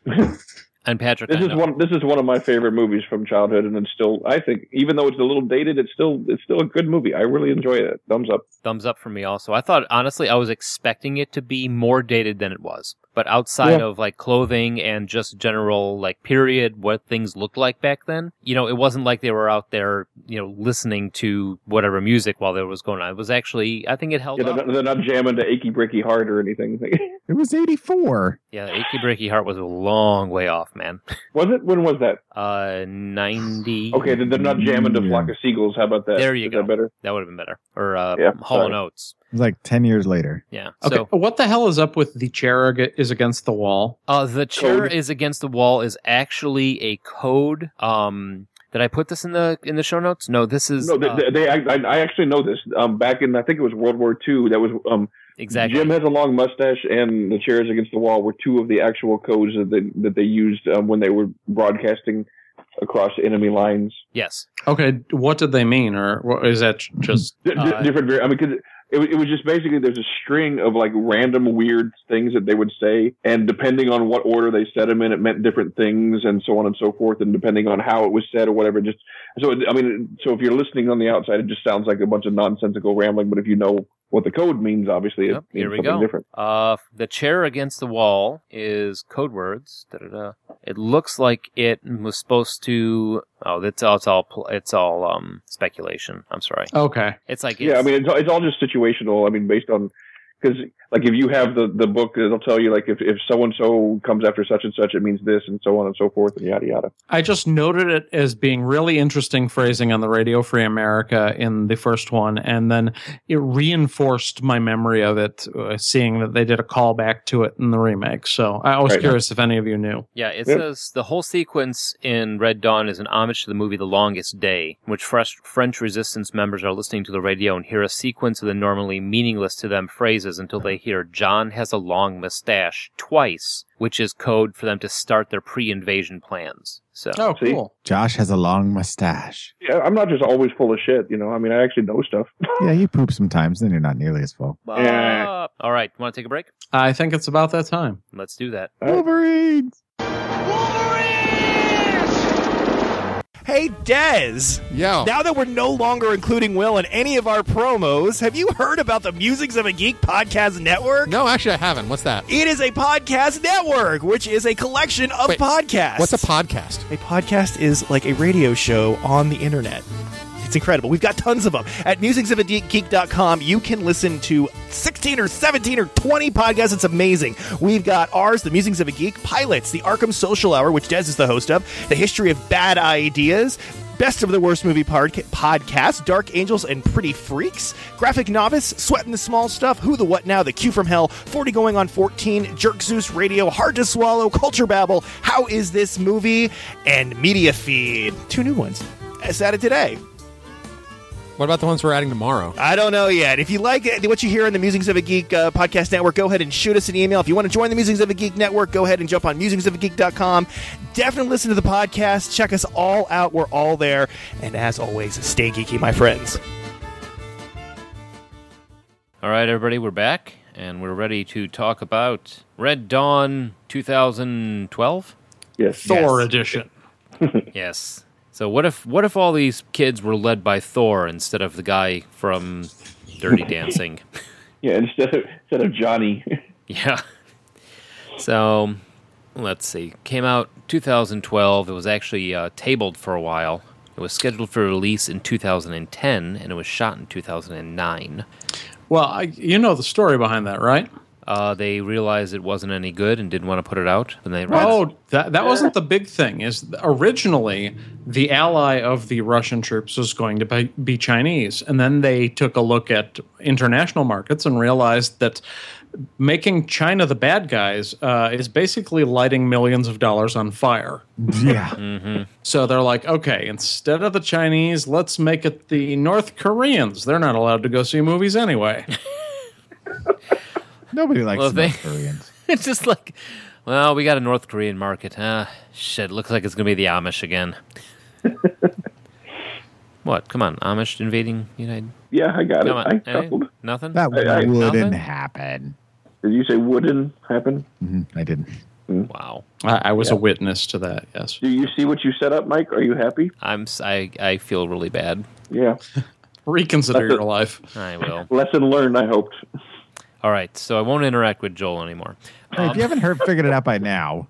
G: And Patrick,
H: This
G: I
H: is
G: know.
H: one. This is one of my favorite movies from childhood, and it's still. I think, even though it's a little dated, it's still. It's still a good movie. I really enjoy it. Thumbs up.
G: thumbs up for me also. I thought, honestly, I was expecting it to be more dated than it was. but outside of like clothing and just general like period what things looked like back then you know it wasn't like they were out there you know listening to whatever music while there was going on it was actually i think it held
H: Yeah,
G: up
H: they're, not, they're not jamming to achy breaky heart or anything.
I: It was 84.
G: yeah the achy breaky heart was a long way off man
H: was it? When was that?
G: uh 90
H: Okay, then they're not jamming to flock of seagulls. How about that?
G: Mm. There you
H: Is
G: go.
H: That better.
G: that would have been better or uh
H: Yeah,
G: hall and
H: sorry.
G: oates
I: It was like 10 years later.
G: yeah
J: Okay,
G: so
J: what the hell is up with the chair ag- is against the wall?
G: Uh, the chair
H: Code.
G: is against the wall is actually a code. Um, did I put this in the in the show notes? No, this is
H: No, they,
G: uh,
H: they, they I, I actually know this. Um, back in I think it was World War II. That was um,
G: exactly.
H: Jim has a long mustache, and the chairs against the wall were two of the actual codes that they, that they used um, when they were broadcasting across enemy lines.
G: yes,
J: Okay, what did they mean, or what- is that just
H: D- d-
G: Uh,
H: different. vari- I mean, because it, wa- it was just basically there's a string of like random weird things that they would say, and depending on what order they said them in, it meant different things, and so on and so forth, and depending on how it was said or whatever. Just so it, I mean, so if you're listening on the outside, it just sounds like a bunch of nonsensical rambling. But if you know what the code means, obviously
G: Yep,
H: it means
G: here we
H: something
G: go.
H: different.
G: Uh, the chair against the wall is code words. Da, da, da. It looks like it was supposed to. Oh, that's all. It's all. pl- It's all um speculation. I'm sorry.
J: okay?
G: It's like it's,
H: Yeah, I mean, it's, all- it's all just situational. I mean, based on because like if you have the the book, it'll tell you like if if so and so comes after such and such, it means this, and so on and so forth, and yada yada.
J: I just noted it as being really interesting phrasing on the Radio Free America in the first one, and then it reinforced my memory of it, uh, seeing that they did a callback to it in the remake. So I was
H: Right.
J: curious if any of you knew.
G: Yeah, it
H: Yep.
G: says the whole sequence in Red Dawn is an homage to the movie The Longest Day, in which fresh French resistance members are listening to the radio and hear a sequence of the normally meaningless to them phrases until they hear John has a long mustache twice, which is code for them to start their pre-invasion plans. So
J: Oh,
H: See?
J: cool.
I: Josh has a long mustache.
H: Yeah, I'm not just always full of shit, you know. I mean, I actually know stuff.
I: Yeah, you poop sometimes, then you're not nearly as full.
H: Yeah.
G: Ah. All right, want to take a break?
J: I think it's about that time.
G: Let's do that.
H: All right.
I: Wolverines!
K: Hey, Dez.
A: Yeah.
K: Now that we're no longer including Will in any of our promos, have you heard about the Musings of a Geek podcast network?
A: No, actually, I haven't. What's that?
K: It is a podcast network, which is a collection of
A: Wait,
K: podcasts.
A: What's a podcast?
K: A podcast is like a radio show on the internet. It's incredible. We've got tons of them. At musicsofageek.com, you can listen to 16 or 17 or 20 podcasts. It's amazing. We've got ours, The Musings of a Geek, Pilots, The Arkham Social Hour, which Des is the host of, The History of Bad Ideas, Best of the Worst Movie podca- Podcast, Dark Angels and Pretty Freaks, Graphic Novice, Sweating the Small Stuff, Who the What Now, The Q from Hell, 40 Going on 14, Jerk Zeus Radio, Hard to Swallow, Culture Babble, How Is This Movie, and Media Feed. Two new ones. It's added today.
A: What about the ones we're adding tomorrow?
K: I don't know yet. If you like it- what you hear on the Musings of a Geek uh, podcast network, go ahead and shoot us an email. If you want to join the Musings of a Geek network, go ahead and jump on musingsofageek.com. Definitely listen to the podcast. Check us all out. We're all there. And as always, stay geeky, my friends.
G: All right, everybody, we're back and we're ready to talk about Red Dawn 2012.
H: Yes.
J: Thor edition.
G: Yes. So what if what if all these kids were led by Thor instead of the guy from Dirty Dancing?
H: Yeah. Instead of instead of Johnny,
G: Yeah. So let's see. Came out 2012. It was actually uh, tabled for a while. It was scheduled for release in 2010 and it was shot in 2009.
J: Well, I, you know the story behind that, right?
G: Uh, they realized it wasn't any good and didn't want to put it out. And they
J: Oh, that that wasn't the big thing. Is originally the ally of the Russian troops was going to be, be Chinese, and then they took a look at international markets and realized that making China the bad guys uh, is basically lighting millions of dollars on fire.
G: Mm.
I: Yeah.
J: So they're like, okay, instead of the Chinese, let's make it the North Koreans. They're not allowed to go see movies anyway.
I: Nobody likes
G: Well, they-
I: North Koreans.
G: it's just like, well, we got a North Korean market. Huh? Shit, looks like it's going to be the Amish again. what? Come on, Amish invading United?
H: yeah, I got it.
G: Come on.
H: I
G: eh?
H: chuckled.
G: Nothing?
I: That
H: I- I-
I: wouldn't
G: nothing?
I: happen.
H: Did you say wouldn't happen?
I: Mhm, I didn't.
G: Wow.
J: I, I was a witness to that. Yes.
H: Do you see what you set up, Mike? Are you happy?
G: I'm, s- I, I feel really bad.
H: Yeah.
J: Reconsider your life.
G: I will.
H: Lesson learned. I hoped.
G: All right, so I won't interact with Joel anymore.
I: if you haven't heard, figured it out by now.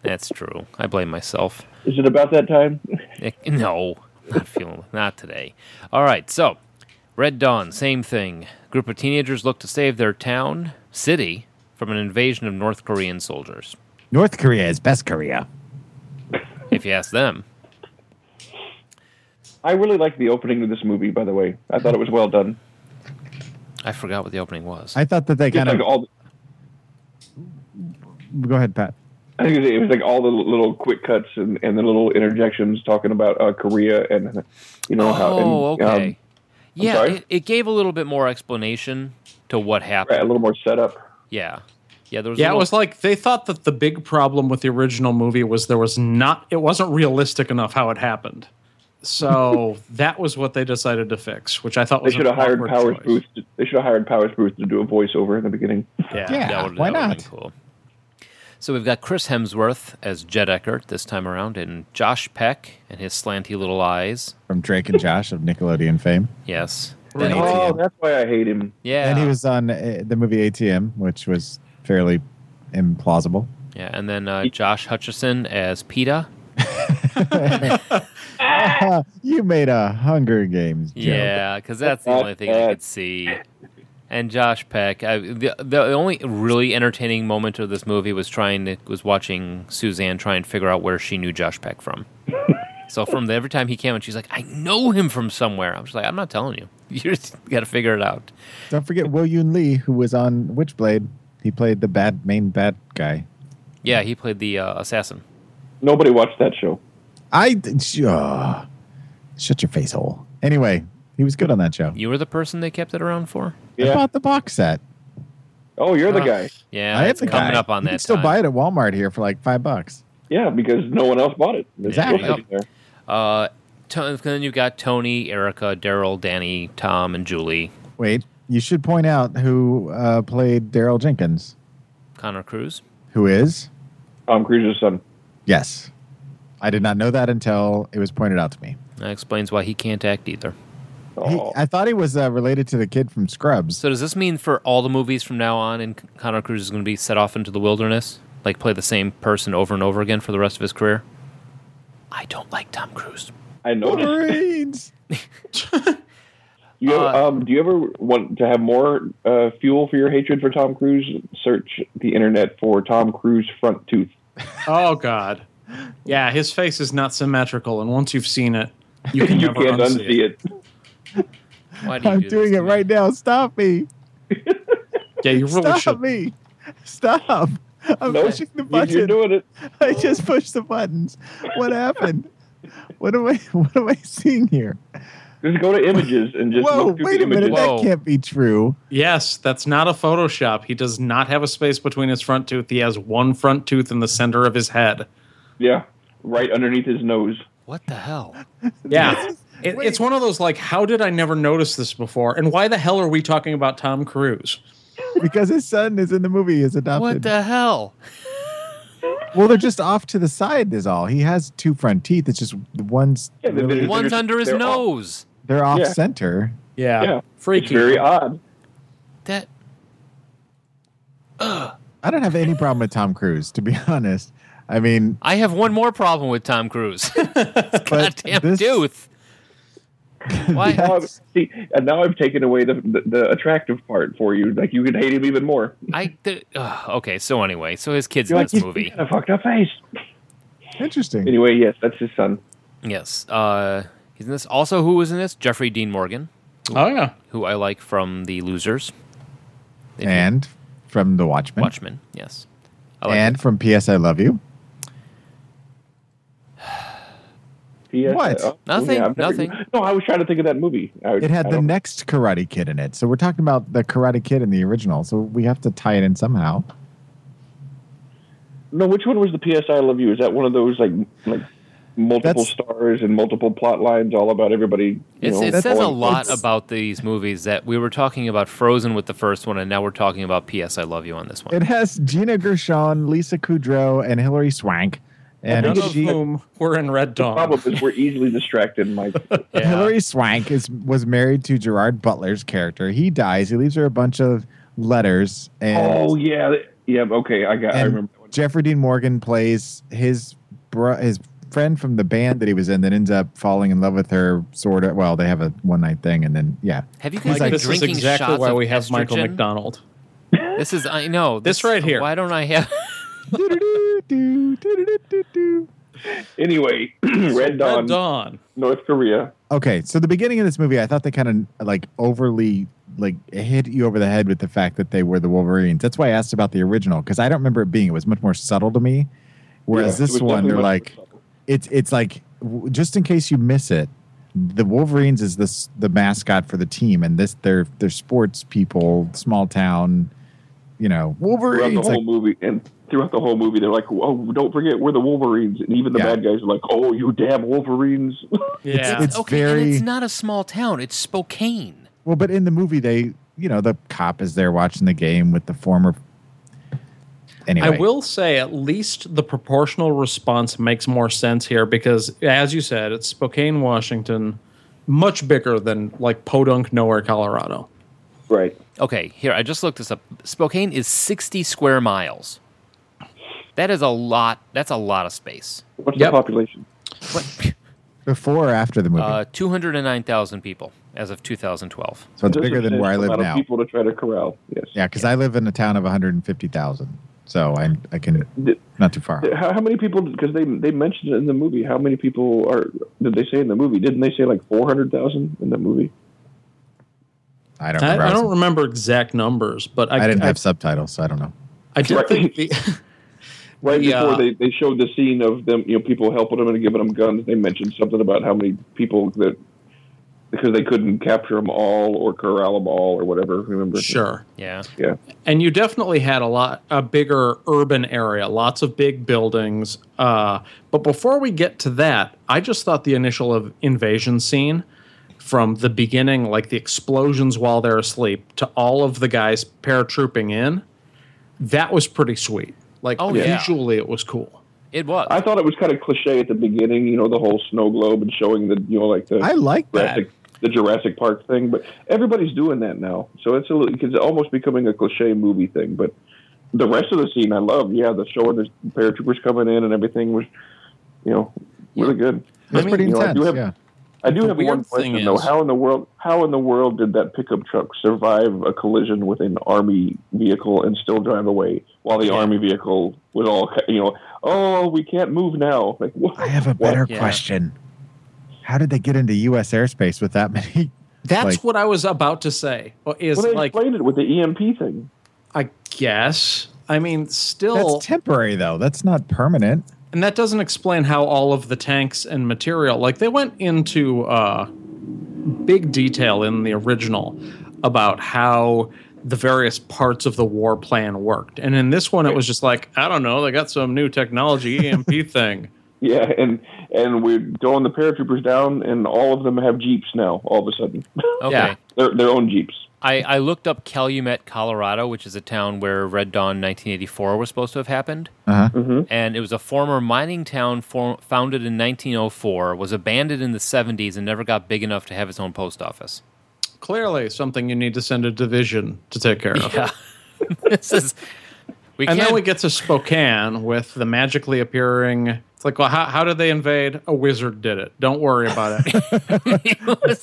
G: That's true. I blame myself.
H: Is it about that time?
G: Nick- No, not feeling, not today. All right, so Red Dawn, same thing. Group of teenagers look to save their town, city, from an invasion of North Korean soldiers.
I: North Korea is best Korea.
G: If you ask them,
H: I really like the opening of this movie, by the way. I thought it was well done.
G: I forgot what the opening was.
I: I thought that they
H: It's
I: kind
H: like
I: of.
H: all the-
I: Go ahead, Pat.
H: I think it was like all the little quick cuts and, and the little interjections talking about uh, Korea and you know how. And,
G: Oh, okay.
H: um,
G: yeah,
H: sorry?
G: it, it gave a little bit more explanation to what happened.
H: right, a little more setup.
G: Yeah, yeah, there was.
J: Yeah,
G: a
J: it
G: little,
J: was like they thought that the big problem with the original movie was there was not it wasn't realistic enough how it happened. So that was what they decided to fix, which I thought
H: They
J: was
H: should have
J: an
H: hired
J: awkward
H: Powers
J: choice.
H: Booth. To, they should have hired Powers Booth to do a voiceover in the beginning.
J: Yeah.
I: Yeah,
G: that would,
I: why
G: that would've
I: not?
G: been cool. So we've got Chris Hemsworth as Jed Eckert this time around, and Josh Peck and his slanty little eyes.
I: From Drake and Josh of Nickelodeon fame.
G: Yes.
I: Right.
G: Then he-
H: Oh, that's why I hate him.
G: yeah.
I: And he was on uh, the movie ATM, which was fairly implausible.
G: Yeah, and then uh, Josh Hutcherson as PETA.
H: Ah!
I: you made a Hunger Games joke.
G: Yeah, because that's the only thing I could see. And Josh Peck. I, the the only really entertaining moment of this movie was trying to was watching Suzanne try and figure out where she knew Josh Peck from. so from the, every time he came in, she's like, "I know him from somewhere." I'm just like, "I'm not telling you. You just got to figure it out."
I: Don't forget Will Yoon Lee, who was on Witchblade. He played the bad main bad guy.
G: Yeah, he played the uh, assassin.
H: Nobody watched that show.
I: I uh, shut your face hole. Anyway, he was good on that show.
G: You were the person they kept it around for.
I: I
H: Yeah.
I: bought the box set.
H: Oh, you're the guy.
G: Yeah,
I: I had
G: it's
I: the
G: coming
I: guy.
G: up on
I: you
G: that.
I: Can still
G: time.
I: buy it at Walmart here for like five bucks.
H: Yeah, because no one else bought it. It's supposed
I: Exactly.
H: to be there.
G: Uh, to- then you've got Tony, Erica, Daryl, Danny, Tom, and Julie.
I: Wait, you should point out who uh, played Daryl Jenkins,
G: Connor Cruz.
I: who is
H: Tom Cruise's son.
I: yes. I did not know that until it was pointed out to me.
G: That explains why he can't act either.
I: He,
H: Oh,
I: I thought he was uh, related to the kid from Scrubs.
G: So does this mean for all the movies from now on, and C- Connor Cruz is going to be set off into the wilderness, like play the same person over and over again for the rest of his career? I don't like Tom Cruise.
H: I know.
I: Wolverines.
H: You ever,
I: uh,
H: um, do you ever want to have more uh, fuel for your hatred for Tom Cruise? Search the internet for Tom Cruise front tooth.
J: Oh god. Yeah, his face is not symmetrical and once you've seen it, you can
H: You
J: never
H: can't
J: unsee it.
H: unsee it.
G: Why do you
I: I'm
G: do
I: doing it
G: this to me?
I: right now. Stop me.
J: Yeah, you really
I: Stop
J: should.
I: me. Stop. I'm
H: No,
I: pushing the
H: you- You're
I: button.
H: doing it.
I: I just pushed the buttons. What happened? What am I? What am I seeing here?
H: Just go to images and just
I: Whoa!
H: look through
I: Wait
H: the
I: a minute.
H: images.
G: Whoa.
I: That can't be true.
J: Yes, that's not a Photoshop. He does not have a space between his front tooth. He has one front tooth in the center of his head.
H: Yeah, right underneath his nose.
G: What the hell?
J: Yeah. It, it's one of those like, how did I never notice this before? And why the hell are we talking about Tom Cruise?
I: Because his son is in the movie. Is
G: What
I: adopted.
G: the hell?
I: well, they're just off to the side. Is all. He has two front teeth. It's just the one's.
H: Yeah, the
I: really-
H: video-
G: One's
H: They're-
G: under his
H: they're all-
G: nose.
I: they're off
H: Yeah.
I: center.
J: Yeah,
H: Yeah,
J: freaky.
H: It's very odd.
G: That
I: I don't have any problem with Tom Cruise, to be honest. I mean,
G: I have one more problem with Tom Cruise.
I: but
G: Goddamn
I: this,
G: tooth. Why?
H: Now I've, see, and now I've taken away the, the the attractive part for you. Like you can hate him even more.
G: I th- ugh, okay. So anyway, so his kids
H: You're
G: in
H: like
G: this
H: "He's
G: movie.
H: got a fucked up face.
I: Interesting.
H: Anyway, yes, that's his son.
G: Yes. Uh, he's in this. Also, who was in this? Jeffrey Dean Morgan,
J: Oh yeah,
G: who I like from The Losers,
I: And from The Watchmen.
G: Watchmen. Yes. I like
I: and
G: him.
I: from P.S. I Love You.
H: P.S.
I: What?
H: Oh,
G: Nothing,
H: I've never-
G: nothing.
H: No, I was trying to think of that movie. I,
I: It
H: I
I: had the
H: don't-
I: next Karate Kid in it. So we're talking about the Karate Kid in the original. So we have to tie it in somehow.
H: No, which one was the P.S. I Love You? Is that one of those like like multiple
I: That's-
H: stars and multiple plot lines all about everybody? You
G: It's,
H: know,
G: it says a
H: falling-
G: lot
I: it's-
G: about these movies that we were talking about Frozen with the first one, and now we're talking about P.S. I Love You on this one.
I: It has Gina Gershon, Lisa Kudrow, and Hillary Swank. And
J: none of
I: she,
J: whom were in Red
H: The
J: Dawn.
H: problem is we're easily distracted, Mike.
G: Yeah.
I: Hillary Swank is was married to Gerard Butler's character. He dies. He leaves her a bunch of letters. And
H: oh yeah, th- yeah. Okay, I got. I
I: And
H: remember.
I: Jeffrey Dean Morgan plays his bro- his friend from the band that he was in that ends up falling in love with her. Sort of. Well, they have a one night thing, and then yeah.
G: Have you
I: He's
G: guys
I: like,
G: been
I: this is
G: drinking
J: exactly
G: shots
J: why
G: of
J: we have Michael
G: estrogen?
J: McDonald.
G: This is I know
J: This right here.
G: Why don't I have?
H: Anyway, Red Dawn,
J: Red Dawn.
H: North Korea.
I: Okay, so the beginning of this movie, I thought they kind of like overly like hit you over the head with the fact that they were the Wolverines. That's why I asked about the original because I don't remember it being. It was much more subtle to me. Whereas
H: Yeah, it
I: this
H: was
I: one,
H: definitely
I: they're
H: much
I: like,
H: more subtle.
I: it's it's like w- just in case you miss it, the Wolverines is this the mascot for the team, and this they're they're sports people, small town, you know,
H: throughout the
I: Wolverines.
H: whole
I: Like,
H: movie, and throughout the whole movie, they're like, "Oh, don't forget, we're the Wolverines," and even the
I: Yeah.
H: bad guys are like, "Oh, you damn Wolverines!"
J: Yeah.
I: It's
G: okay, and
I: very-
G: it's not a small town. It's Spokane.
I: well, but in the movie, they you know the cop is there watching the game with the former. Anyway,
J: I will say at least the proportional response makes more sense here because, as you said, it's Spokane, Washington, much bigger than like Podunk, nowhere, Colorado.
H: right.
G: Okay, here I just looked this up. Spokane is 60 square miles. That is a lot. That's a lot of space.
H: What's
J: Yep.
H: the population?
G: What?
I: before or after the movie.
G: Uh, 209,000 people as of 2012.
I: So it's
H: There's
I: bigger
H: a
I: than where I
H: substantial
I: live
H: amount of
I: now.
H: People to try to corral. Yes.
I: Yeah, because I live in a town of 150,000. So I I can not too far.
H: How, how many people? Because they they mentioned it in the movie. How many people are? Did they say in the movie? Didn't they say like four hundred thousand in the movie?
I: I don't
J: I,
I: remember.
J: I don't remember exact numbers, but I,
I: I didn't
J: I,
I: have subtitles, so I don't know.
J: I did think the,
H: Right
J: Yeah.
H: before they, they showed the scene of them, you know, people helping them and giving them guns. They mentioned something about how many people that because they couldn't capture them all or corral them all or whatever. Remember?
J: sure.
G: Yeah.
H: Yeah.
J: and you definitely had a lot a bigger urban area lots of big buildings uh, but before we get to that i just thought the initial of invasion scene from the beginning like the explosions while they're asleep to all of the guys paratrooping in that was pretty sweet like
G: Oh, yeah.
J: visually it was cool
G: It was.
H: I thought it was kind of cliche at the beginning. You know, the whole snow globe and showing the you know like the
I: I like that.
H: Jurassic, the Jurassic Park thing, but everybody's doing that now, so it's a little, it's almost becoming a cliche movie thing. But the rest of the scene, I love. Yeah, the showing the paratroopers coming in and everything was, you know, really good.
I: It's pretty
H: you know, I
I: intense.
H: do have-
I: yeah.
H: I do
J: The
H: have
J: weird
H: one question
J: thing
H: though:
J: is-
H: how in the world, how in the world did that pickup truck survive a collision with an army vehicle and still drive away while the army vehicle was all, you know, oh, we can't move now. Like, what?
I: I have a
H: what?
I: better
G: Yeah.
I: question. How did they get into U.S. airspace with that many?
J: that's
I: Like-
J: what i was about to say is
H: Well, they
J: like
H: explained it with the EMP thing.
J: i guess i mean still
I: That's temporary, though. That's not permanent.
J: And that doesn't explain how all of the tanks and material, like they went into uh, big detail in the original about how the various parts of the war plan worked. And in this one, it was just like, I don't know, they got some new technology EMP thing.
H: Yeah, and and we're throwing the paratroopers down, and all of them have jeeps now. All of a sudden,
G: okay.
J: yeah.
H: their their own jeeps.
G: I, I looked up Calumet, Colorado, which is a town where Red Dawn 1984 was supposed to have happened.
I: Uh-huh.
H: Mm-hmm.
G: And it was a former mining town for, founded in 1904, was abandoned in the 70s, and never got big enough to have its own post office.
J: Clearly, something you need to send a division to take care of.
G: Yeah. this is. We
J: And
G: can't,
J: then we get to Spokane with the magically appearing. It's like, well, how, how did they invade? A wizard did it. Don't worry about it.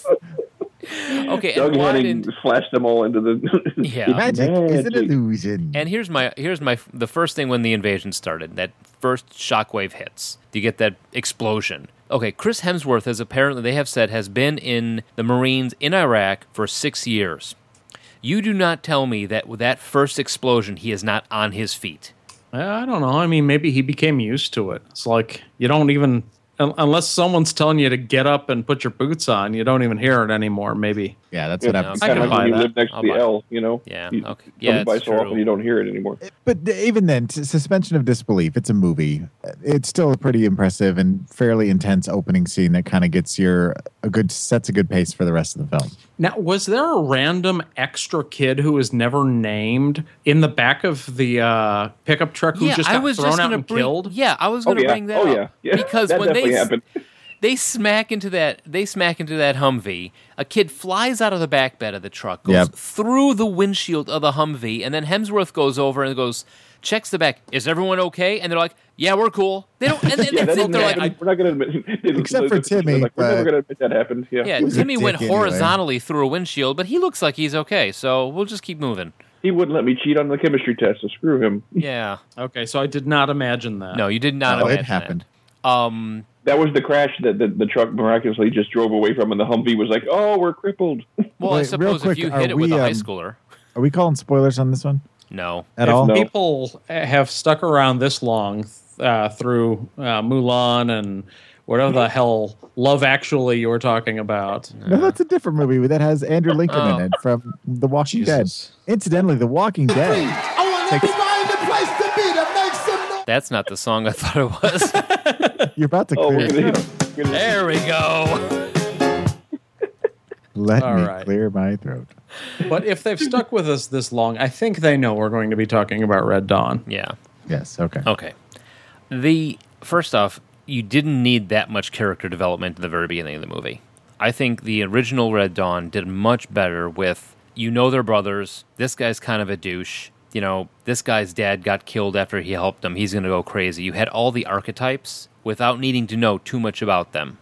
G: okay,
H: Doug
G: and why
H: Henning
G: didn't-
H: flashed them all into the.
G: yeah.
I: Magic is an
H: Magic.
I: illusion.
G: And here's my here's my the first thing when the invasion started. That first shockwave hits. You get that explosion. Okay, Chris Hemsworth has apparently they have said has been in the Marines in Iraq for 6 years. You do not tell me that with that first explosion he is not on his feet.
J: Yeah, I don't know. I mean, maybe he became used to it. It's like you don't even un- unless someone's telling you to get up and put your boots on, you don't even hear it anymore. Maybe
I: yeah, that's what
H: Yeah.
I: I've.
G: I
H: Kind
G: can
H: of like
J: buy
H: when you
J: that.
H: live next
G: I'll
H: to the
G: buy it.
H: L, you know.
G: Yeah,
H: You
G: okay. Yeah,
H: comes by
G: it's
H: so
G: true.
H: often you don't hear it anymore.
I: But even then, s- suspension of disbelief. It's a movie. It's still a pretty impressive and fairly intense opening scene that kind of gets your a good sets a good pace for the rest of the film.
J: now was there a random extra kid who was never named in the back of the uh, pickup truck who just got thrown out
G: gonna
J: and
G: bring,
J: killed?
G: Yeah, I was
H: Oh
G: going to
H: yeah.
G: bring that
H: Oh
G: up
H: yeah. yeah.
G: because
H: that
G: when they
H: definitely
G: s-
H: happened.
G: They smack into that. They smack into that Humvee. A kid flies out of the back bed of the truck, goes
I: Yep.
G: through the windshield of the Humvee, and then Hemsworth goes over and goes, checks the back. Is everyone okay? And they're like, Yeah, we're cool. They don't. And, and
H: Yeah, that
G: that's it.
H: didn't
G: They're like,
H: happen. we're not going to admit.
I: Except for Timmy,
H: like, we're never
I: but-
H: going to admit that happened. Yeah,
G: Yeah,
I: He was a
G: Timmy
I: dick
G: went
I: anyway.
G: horizontally through a windshield, but he looks like he's okay. So we'll just keep moving.
H: he wouldn't let me cheat on the chemistry test, so screw him.
G: Yeah.
J: Okay, so I did not imagine that.
G: No, you did not.
I: Oh, it
G: imagine that.
I: happened.
G: Um.
H: That was the crash that the, the truck miraculously just drove away from, and the Humvee was like, "Oh, we're crippled."
I: Wait,
G: Well, I
I: real
G: suppose
I: quick,
G: if you
I: are
G: hit it with
I: we,
G: a high
I: um,
G: schooler,
I: Are we calling spoilers on this one
G: no.
I: at
H: If
I: all?
H: no.
J: people uh, have stuck around this long uh, through uh, Mulan and whatever the hell Love Actually you were talking about.
I: No, that's a different movie that has Andrew Lincoln
G: Oh.
I: in it from The Walking
J: Jesus.
I: Dead. Incidentally, The Walking Dead.
E: I want everybody the place to be to make some noise.
G: That's not the song I thought it was.
I: You're about to
H: Oh,
I: clear.
H: we're
I: your
H: gonna,
I: throat.
H: we're gonna-
G: there we go.
I: Let
J: All
I: me
J: right.
I: clear my throat.
J: But if they've stuck with us this long, I think they know we're going to be talking about Red Dawn.
G: Yeah.
I: Yes. Okay.
G: Okay. The first off, you didn't need that much character development at the very beginning of the movie. I think the original Red Dawn did much better with you know they're brothers. This guy's kind of a douche. You know, this guy's dad got killed after he helped him. He's going to go crazy. You had all the archetypes without needing to know too much about them.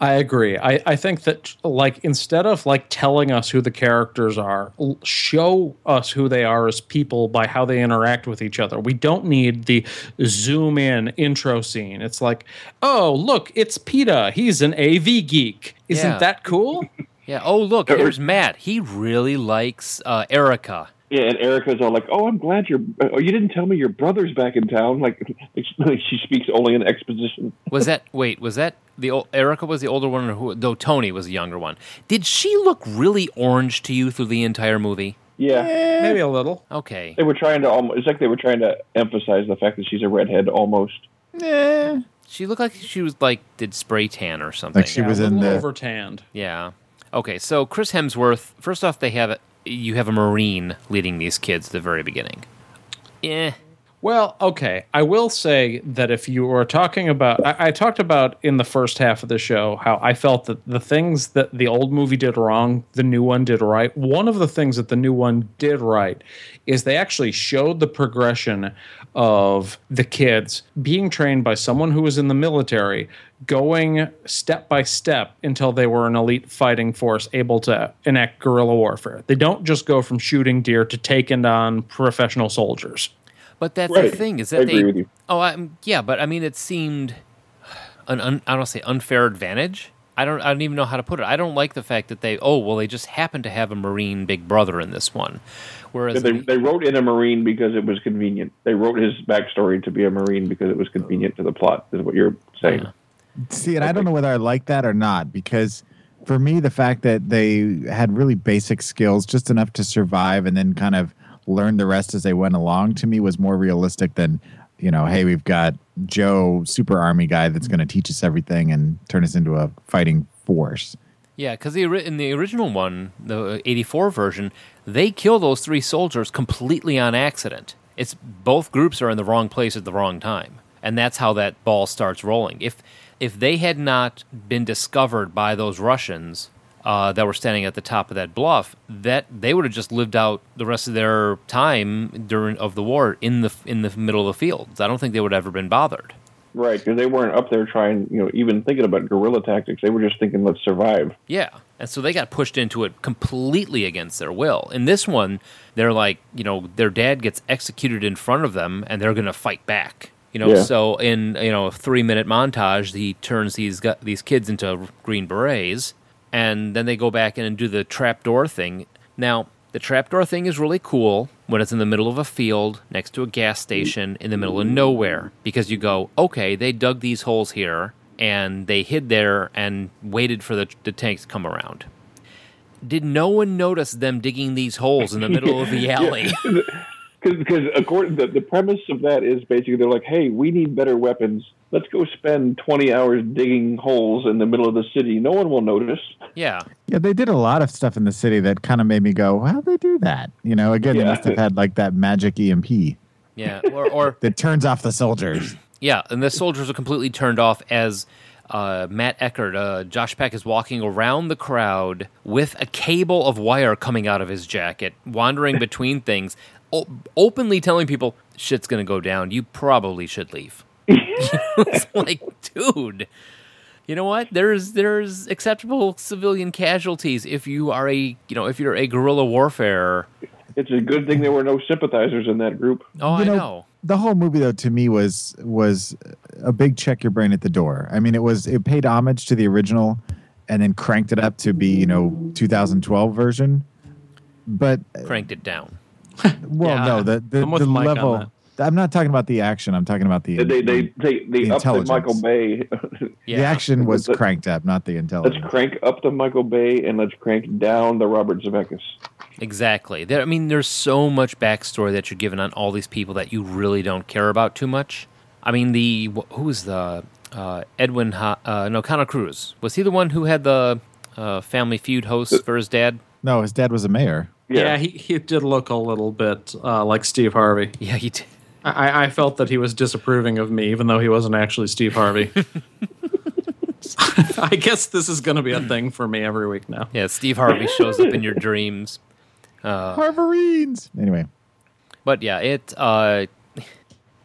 J: I agree. I, I think that like instead of like telling us who the characters are, l- show us who they are as people by how they interact with each other. We don't need the zoom in intro scene. It's like, oh look, it's PETA. He's an AV geek. Isn't
G: Yeah.
J: that cool?
G: Yeah. Oh, look, here's Matt. He really likes uh, Erica.
H: yeah, and Erica's all like, "Oh, I'm glad you're. Oh, you didn't tell me your brother's back in town." Like, like she speaks only in exposition.
G: Was that wait? Was that the old, Erica was the older one, or who? Though Tony was the younger one. Did she look really orange to you through the entire movie?
H: Yeah,
J: Maybe a little.
G: Okay,
H: they were trying to almost. It's like they were trying to emphasize the fact that she's a redhead almost.
G: she looked like she was like did spray tan or something.
I: Like she
J: Yeah,
I: was
J: a
I: in
J: little
I: the.
J: over tanned.
G: yeah. Okay, so Chris Hemsworth. First off, they have you have a marine leading these kids at the very beginning. Eh. Yeah.
J: Well, okay. I will say that if you were talking about, I, I talked about in the first half of the show how I felt that the things that the old movie did wrong, the new one did right. One of the things that the new one did right is they actually showed the progression of the kids being trained by someone who was in the military, going step by step until they were an elite fighting force able to enact guerrilla warfare. They don't just go from shooting deer to taking on professional soldiers.
G: But that's
H: Right.
G: the thing is
H: I
G: that
H: agree
G: they.
H: with you.
G: Oh, i yeah, but I mean, it seemed an un, I don't wanna say unfair advantage. I don't. I don't even know how to put it. I don't like the fact that they. Oh well, they just happen to have a Marine big brother in this one, whereas
H: They,
G: in the-
H: they wrote in a Marine because it was convenient. They wrote his backstory to be a Marine because it was convenient to the plot, is what you're saying.
I: See, and I don't know whether I like that or not because for me, the fact that they had really basic skills, just enough to survive, and then kind of learn the rest as they went along, to me was more realistic than you know. Hey, we've got Joe, super army guy, that's going to teach us everything and turn us into a fighting force.
G: yeah, because the ori- in the original one, the '84 version, they kill those three soldiers completely on accident. It's both groups are in the wrong place at the wrong time, and that's how that ball starts rolling. If if they had not been discovered by those Russians, uh, that were standing at the top of that bluff that they would have just lived out the rest of their time during of the war in the in the middle of the fields. I don't think they would have ever been bothered.
H: Right, because they weren't up there trying, you know, even thinking about guerrilla tactics. They were just thinking, let's survive.
G: Yeah, and so they got pushed into it completely against their will. In this one, they're like, you know, their dad gets executed in front of them, and they're going to fight back. You know,
H: Yeah.
G: so in you know a three minute montage, he turns these gu- these kids into green berets, and then they go back in and do the trapdoor thing. Now, the trapdoor thing is really cool when it's in the middle of a field next to a gas station in the middle of nowhere because you go, okay, they dug these holes here and they hid there and waited for the, the tanks to come around. Did no one notice them digging these holes in the middle of the alley?
H: Because according the, the premise of that is basically they're like, hey, we need better weapons. Let's go spend 20 hours digging holes in the middle of the city. No one will notice.
G: yeah.
I: Yeah, they did a lot of stuff in the city that kind of made me go, "How'd they do that?" You know, again, they
H: Yeah.
I: must have had like that magic E EMP
G: Yeah. Or, or
I: that turns off the soldiers.
G: Yeah, and the soldiers are completely turned off as uh, Matt Eckert, uh, Josh Peck is walking around the crowd with a cable of wire coming out of his jacket, wandering between things, o- openly telling people, shit's going to go down. You probably should leave. it's like, dude. You know what? There's there's acceptable civilian casualties if you are a you know if you're a guerrilla warfare.
H: It's a good thing there were no sympathizers in that group.
G: Oh,
I: You know, The whole movie, though, to me was was a big check your brain at the door. I mean, it was it paid homage to the original, and then cranked it up to be you know 2012 version. But
G: cranked it down.
I: well,
G: Yeah,
I: no, the the,
G: I'm with
I: the
G: Mike on
I: level. I'm not talking about the action. I'm talking about the
H: They they they, they upped the
I: intelligence.
H: Michael Bay.
I: the action was cranked up, not the
H: Let's
I: intelligence.
H: crank up the Michael Bay and let's crank down the Robert Zemeckis.
G: Exactly. There, I mean, there's so much backstory that you're given on all these people that you really don't care about too much. I mean, the wh- who was the uh, Edwin? Ha- uh, no, Connor Cruz. Was he the one who had the uh, Family Feud host for his dad?
I: No, his dad was a mayor.
J: Yeah, he, he did look a little bit uh, like Steve Harvey.
G: Yeah, he did.
J: I, I felt that he was disapproving of me, even though he wasn't actually Steve Harvey. I guess this is going to be a thing for me every week now.
G: Yeah, Steve Harvey shows up in your dreams. Uh,
I: Harvarines. Anyway,
G: but yeah, it. Uh,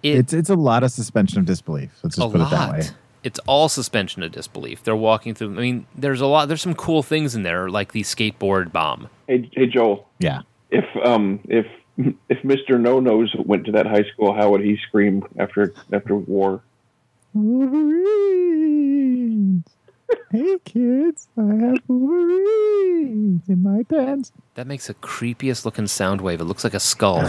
I: it's it's a lot of suspension of disbelief. Let's just
G: a
I: put
G: lot.
I: it that way.
G: It's all suspension of disbelief. They're walking through. I mean, there's a lot. There's some cool things in there, like the skateboard bomb.
H: Hey hey Joel,
I: Yeah.
H: if um if if Mr. No Nos went to that high school, how would he scream after after war?
I: Wolverines. Hey kids, I have Wolverines in my pants.
G: That makes a creepiest looking sound wave. It looks like a skull.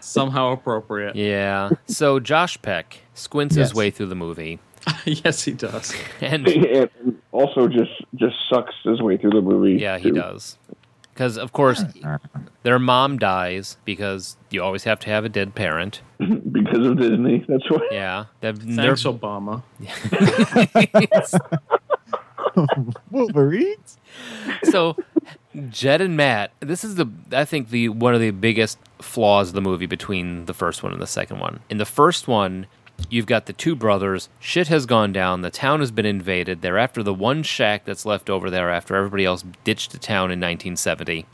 J: Somehow appropriate.
G: yeah. So Josh Peck squints his way through the movie.
J: yes, he does.
G: And
H: And also just just sucks his way through the movie.
G: yeah, he
H: too.
G: does. Because, of course, their mom dies because you always have to have a dead parent.
H: because of Disney. That's why.
G: Yeah. That,
J: Thanks, Obama.
I: Wolverines.
G: so Jed and Matt, this is the I think the one of the biggest flaws of the movie between the first one and the second one. In the first one, you've got the two brothers, shit has gone down, the town has been invaded, they're after the one shack that's left over there after everybody else ditched the town in 1970.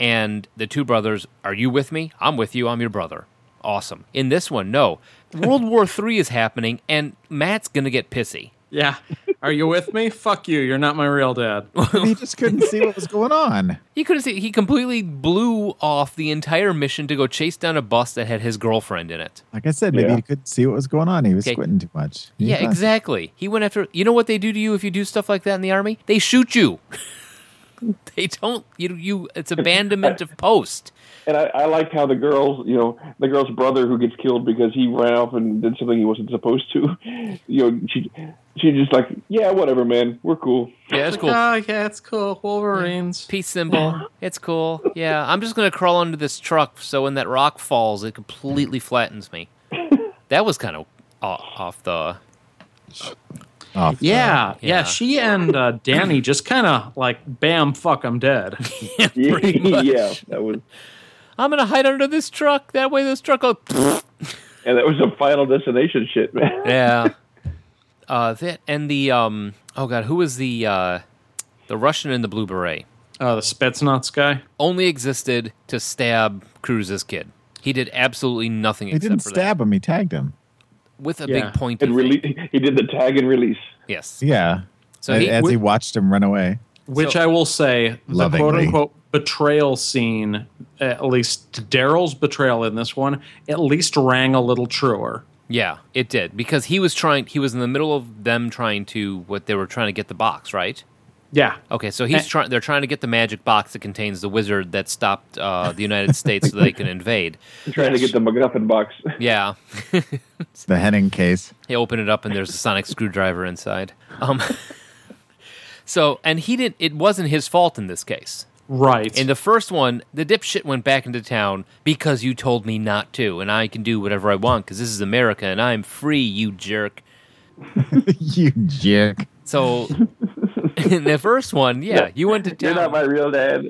G: And the two brothers, are you with me? I'm with you, I'm your brother. Awesome. In this one, no. World War III is happening and Matt's going to get pissy.
J: Yeah. Are you with me? Fuck you. You're not my real dad.
I: he just couldn't see what was going on.
G: He could have seen, he completely blew off the entire mission to go chase down a bus that had his girlfriend in it.
I: Like I said, maybe
G: Yeah.
I: he couldn't see what was going on. He was
G: Okay.
I: squinting too much. He
G: Yeah,
I: was-
G: exactly. He went after You know what they do to you if you do stuff like that in the army? They shoot you. they don't you you it's abandonment of post.
H: And I, I liked how the girls, you know, the girl's brother who gets killed because he ran off and did something he wasn't supposed to. You know, she she just like, yeah, whatever, man, we're cool.
G: Yeah, it's cool.
J: Oh, yeah, it's cool. Wolverines.
G: Peace symbol. It's cool. Yeah, I'm just going to crawl under this truck so when that rock falls it completely flattens me. That was kind of off the
J: Yeah, yeah,
G: Yeah.
J: She and uh, Danny just kind of like, bam, fuck, I'm dead.
G: pretty much.
H: yeah, that was.
G: I'm going to hide under this truck. That way this truck will
H: And that was some Final Destination shit, man.
G: yeah. Uh, that and the um. Oh God, who was the uh, the Russian in the blue beret?
J: Uh, the Spetsnaz guy.
G: Only existed to stab Cruz's kid. He did absolutely nothing
I: He
G: except
I: didn't
G: for
I: stab him. He tagged him.
G: that with a
H: Yeah.
G: big point.
H: And rele- he did the tag and release.
G: Yes.
I: Yeah.
G: So
I: as,
G: he-
I: as he watched him run away.
J: Which I will say, the
I: Lovingly.
J: quote unquote betrayal scene, at least Daryl's betrayal in this one, at least rang a little truer.
G: Yeah, it did because he was trying. He was in the middle of them trying to what they were trying to get the box right.
J: Yeah.
G: Okay, so he's
J: Eh.
G: trying. They're trying to get the magic box that contains the wizard that stopped uh, the United States so they can invade.
H: Trying to get the MacGuffin box.
G: Yeah.
I: The Henning case.
G: They open it up and there's a sonic screwdriver inside. Um, so, and he didn't. It wasn't his fault in this case.
J: Right.
G: In the first one, the dipshit went back into town because you told me not to, and I can do whatever I want because this is America and I'm free, you jerk.
I: you jerk.
G: So, in the first one, yeah, you went to town.
H: You're not my real dad.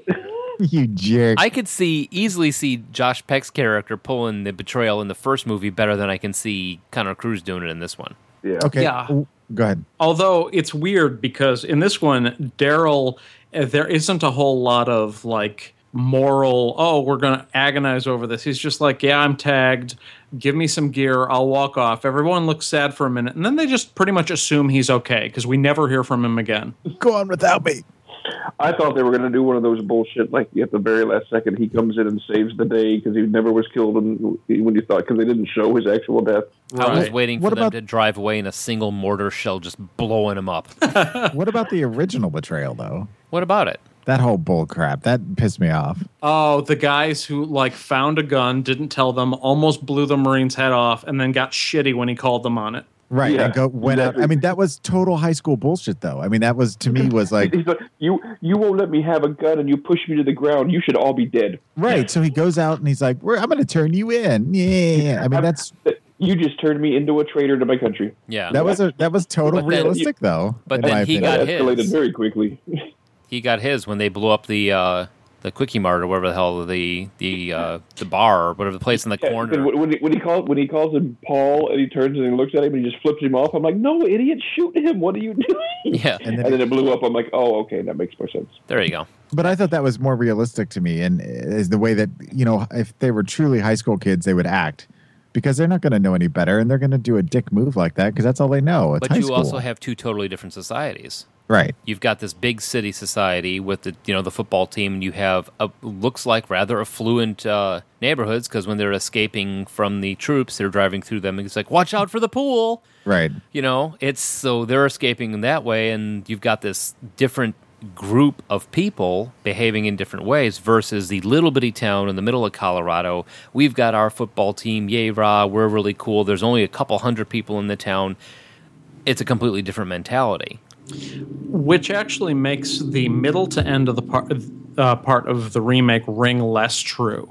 I: you jerk.
G: I could see easily see Josh Peck's character pulling the betrayal in the first movie better than I can see Connor Cruz doing it in this one.
H: Yeah.
I: Okay.
J: Yeah.
I: w- Go ahead.
J: Although it's weird because in this one, Daryl, uh, there isn't a whole lot of like moral, oh, we're going to agonize over this. He's just like, yeah, I'm tagged. Give me some gear. I'll walk off. Everyone looks sad for a minute. And then they just pretty much assume he's okay because we never hear from him again.
I: Go on without me.
H: I thought they were going to do one of those bullshit, like at the very last second, he comes in and saves the day because he never was killed and when you thought, because they didn't show his actual death.
G: I was
J: Right.
G: waiting for
I: What
G: them
I: about-
G: to drive away in a single mortar shell just blowing him up.
I: What about the original betrayal though?
G: what about it?
I: That whole bull crap that pissed me off.
J: Oh, the guys who like found a gun, didn't tell them, almost blew the Marine's head off, and then got shitty when he called them on it.
I: Right.
H: Yeah,
I: and go went out. I
H: exactly.
I: mean, that was total high school bullshit though. I mean, that was to me was like
H: He's like, you, you won't let me have a gun and you push me to the ground. You should all be dead.
I: right. So he goes out and he's like, "We're- "I'm going to turn you in." Yeah. I mean, that's
H: You just turned me into a traitor to my country.
G: Yeah.
I: that was a that was total
G: But then-
I: realistic though.
G: but
I: in
G: then
I: my
G: he
I: opinion.
G: got
H: That
G: his.
H: escalated very quickly.
G: he got his when they blew up the uh, the quickie mart or whatever the hell the the uh, the bar or whatever the place in the corner.
H: When, when he, when he calls when he calls him Paul and he turns and he looks at him and he just flips him off, I'm like, no, idiot, shoot him. What are you doing?
G: Yeah,
I: And then
H: And then it blew up. I'm like, oh, okay, that makes more sense.
G: there you go.
I: But I thought that was more realistic to me, and eh, is the way that you know, if they were truly high school kids, they would act because they're not going to know any better, and they're going to do a dick move like that because that's all they know. It's
G: But
I: high
G: you
I: school.
G: also have two totally different societies.
I: right?
G: You've got this big city society with the you know the football team, and you have a looks like rather affluent uh, neighborhoods because when they're escaping from the troops, they're driving through them. And it's like, watch out for the pool.
I: Right.
G: you know it's so they're escaping in that way and you've got this different group of people behaving in different ways versus the little bitty town in the middle of colorado we've got our football team yay rah we're really cool there's only a couple hundred people in the town it's a completely different mentality
J: which actually makes the middle to end of the part uh, part of the remake ring less true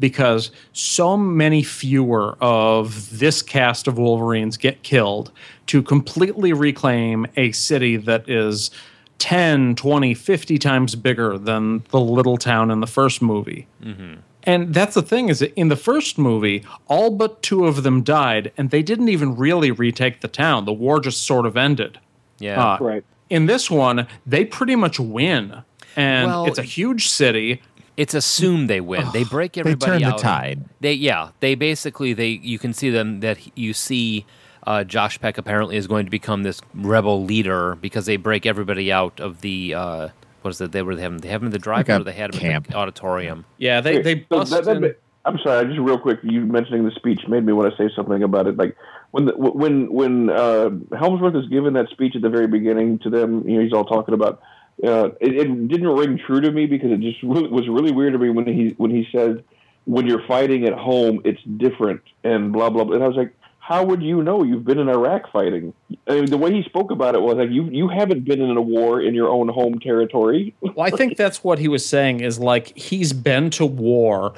J: because so many fewer of this cast of Wolverines get killed to completely reclaim a city that is 10, 20, 50 times bigger than the little town in the first movie. And that's the thing is that in the first movie, all but two of them died and they didn't even really retake the town. The war just sort of ended.
G: yeah
J: Uh,
H: Right.
J: In this one, they pretty much win, and
G: Well,
J: it's a
G: it-
J: huge city.
G: it's assumed they win they break everybody
I: they turn
G: out
I: the tide.
G: They yeah, they basically they you can see them that he- you see uh, Josh Peck apparently is going to become this rebel leader because they break everybody out of the uh, what is it they were they having they have him in the drive
I: Like a
G: or they had him in
I: camp.
G: the auditorium.
J: Yeah, they they
H: So
J: bust
H: that- that
J: in-
H: ma- I'm sorry, just real quick. You mentioning the speech made me want to say something about it. Like when the, when when uh, Helmsworth is giving that speech at the very beginning to them, you know, he's all talking about. Uh, it, it didn't ring true to me because it just really, was really weird to me when he when he said, "When you're fighting at home, it's different," and blah blah. blah. And I was like, "How would you know? You've been in Iraq fighting." I mean, the way he spoke about it was like, "You you haven't been in a war in your own home territory."
J: Well, I think that's what he was saying is like he's been to war,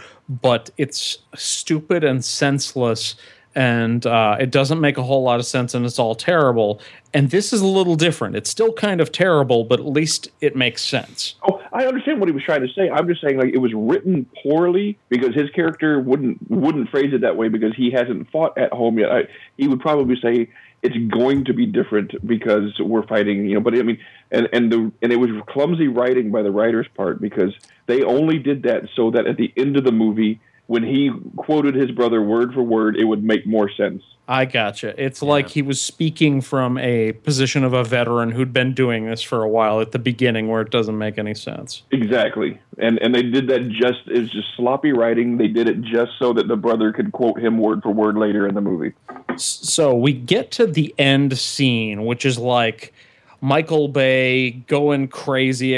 J: but it's stupid and senseless, and uh, it doesn't make a whole lot of sense, and it's all terrible. And this is a little different. It's still kind of terrible, but at least it makes sense.
H: Oh, I understand what he was trying to say. I'm just saying like it was written poorly because his character wouldn't wouldn't phrase it that way because he hasn't fought at home yet. I, he would probably say it's going to be different because we're fighting, you know. But I mean, and and the and it was clumsy writing by the writer's part because they only did that so that at the end of the movie, when he quoted his brother word for word, it would make more sense.
J: I gotcha. It's like he was speaking from a position of a veteran who'd been doing this for a while at the beginning, where it doesn't make any sense.
H: Exactly, and and they did that just it's just sloppy writing. They did it just so that the brother could quote him word for word later in the movie.
J: so we get to the end scene, which is like Michael Bay going crazy,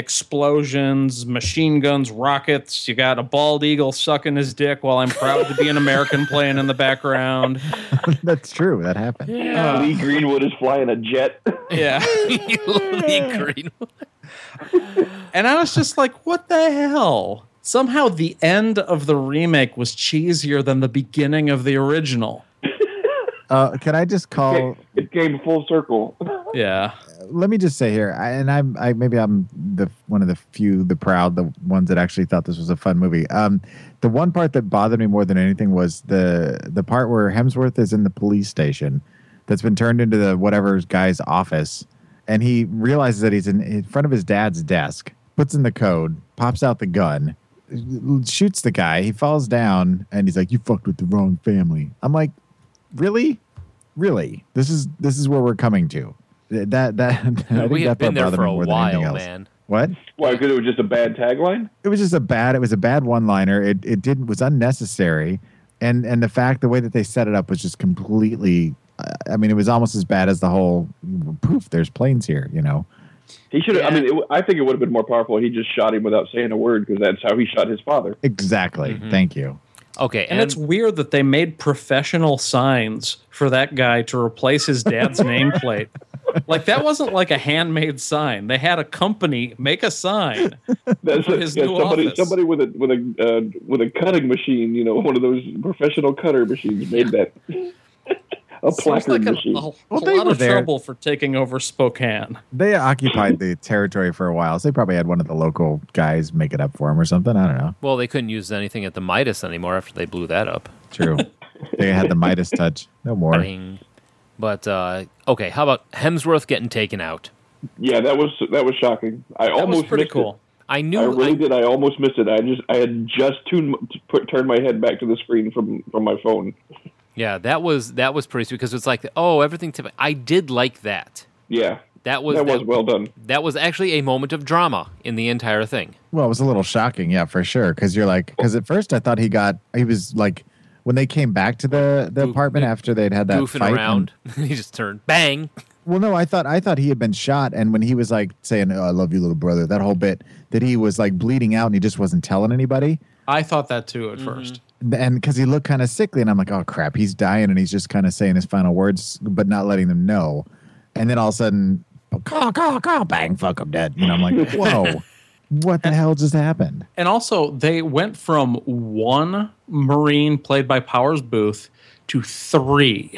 J: explosions, machine guns, rockets. You got a bald eagle sucking his dick while I'm proud to be an American playing in the background.
I: that's true. That happened.
H: Lee Greenwood is flying a jet.
J: Yeah.
G: Lee Greenwood.
J: And I was just like, what the hell? Somehow the end of the remake was cheesier than the beginning of the original.
I: Uh, can I just call
J: Oh.
H: It came full circle.
J: Yeah.
I: let me just say here, I, and I'm I maybe I'm the one of the few, the proud, the ones that actually thought this was a fun movie. Um, the one part that bothered me more than anything was the the part where Hemsworth is in the police station that's been turned into the whatever guy's office, and he realizes that he's in, in front of his dad's desk, puts in the code, pops out the gun, shoots the guy. He falls down, and he's like, "You fucked with the wrong family." I'm like, really, really? This is this is where we're coming to. Th- That that I think
G: we have
I: that part
G: been there
I: bothered
G: for
I: me
G: a
I: more than anything
G: while,
I: else.
G: man.
I: What?
H: Why? Because it was just a bad tagline.
I: It was just a bad. It was a bad one-liner. It it didn't was unnecessary, and and the fact the way that they set it up was just completely. uh, I mean, it was almost as bad as the whole poof. There's planes here, you know.
H: He should have. I mean, it, I think it would have been more powerful. if He just shot him without saying a word because that's how he shot his father.
I: Exactly.
G: Mm-hmm.
I: Thank you.
G: Okay,
J: and, it's weird that they made professional signs for that guy to replace his dad's nameplate. Like that wasn't like a handmade sign. They had a company make a sign
H: That's
J: for
H: a-
J: his
H: yeah,
J: new
H: somebody,
J: office.
H: somebody with a with a uh, with a cutting machine. You know, one of those professional cutter machines made that. a
J: Seems
H: placard
J: like a,
H: machine.
J: a- a
I: they
J: lot
I: were
J: of
I: there.
J: trouble for taking over Spokane.
I: They occupied the territory for a while, so they probably had one of the local guys make it up for him or something. I don't know.
G: Well, they couldn't use anything at the Midas anymore after they blew that up.
I: True. they had the Midas touch. No more.
G: Bing. But uh, okay, how about Hemsworth getting taken out?
H: Yeah, that was that was shocking. I almost missed It.
G: I knew.
H: I really did. I almost missed it. I just I had just tuned, put turned my head back to the screen from from my phone.
G: Yeah, that was that was pretty sweet because it's like, oh, everything. Tip- I did like that.
H: Yeah,
G: That was
H: that was well done.
G: That was actually a moment of drama in the entire thing.
I: Well, it was a little shocking, yeah, for sure. Because you're like, because at first I thought he got, he was like, when they came back to the the apartment after they'd had that
G: Goofing
I: fight and-
G: around, he just turned bang.
I: well, no, I thought I thought he had been shot, and when he was like saying, oh, "I love you, little brother," that whole bit that he was like bleeding out and he just wasn't telling anybody,
J: I thought that too at first.
I: and because he looked kind of sickly, and I'm like, "Oh crap, he's dying," and he's just kind of saying his final words, but not letting them know, and then all of a sudden, caw, caw, caw, bang, fuck, I'm dead, and I'm like, "Whoa, what the hell just happened?"
J: And also, they went from one Marine played by Powers Booth to 3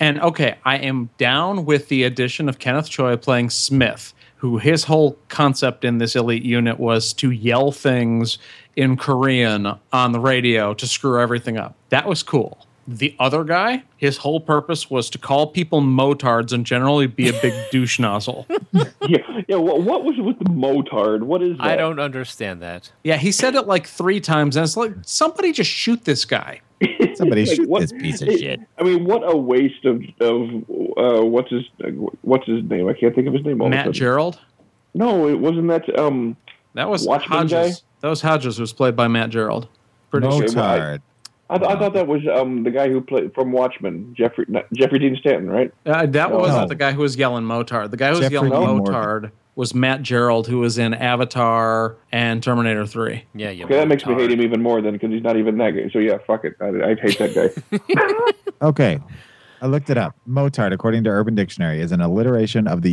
J: And okay, I am down with the addition of Kenneth Choi playing Smith, who his whole concept in this elite unit was to yell things in Korean on the radio to screw everything up. That was cool. The other guy, his whole purpose was to call people motards and generally be a big douche nozzle.
H: Yeah, yeah. What, what was with the motard? What is that?
G: I don't understand that.
J: Yeah, he said it like three times, and it's like somebody just shoot this guy.
I: Somebody
H: Like,
I: shoot
H: what-
I: this piece of
H: it-
I: shit.
H: I mean, what a waste of of uh, what's his what's his name? I can't think of his name. all of a
J: Matt
H: sudden.
J: Gerald.
H: No, it wasn't that. Um,
J: That was
H: Watchmen
J: Hodges.
H: guy?
J: That was Hodges, who was played by Matt Gerald. Pretty sure.
H: sure why.
I: Motard.
H: I, th- I thought that was um the guy who played from Watchmen, Jeffrey not, Jeffrey Dean Stanton, right?
J: Uh, that
H: No.
J: wasn't the guy who was yelling Motard. The guy who was
I: Jeffrey
J: yelling
I: Dean Morgan.
J: Motard was Matt Gerald, who was in Avatar and Terminator 3.
G: Yeah, you
H: Okay, that makes me
G: motard.
H: hate him even more then because he's not even that guy. So yeah, fuck it. I, I hate that guy.
I: Okay. I looked it up. Motard, according to Urban Dictionary, is an alliteration of the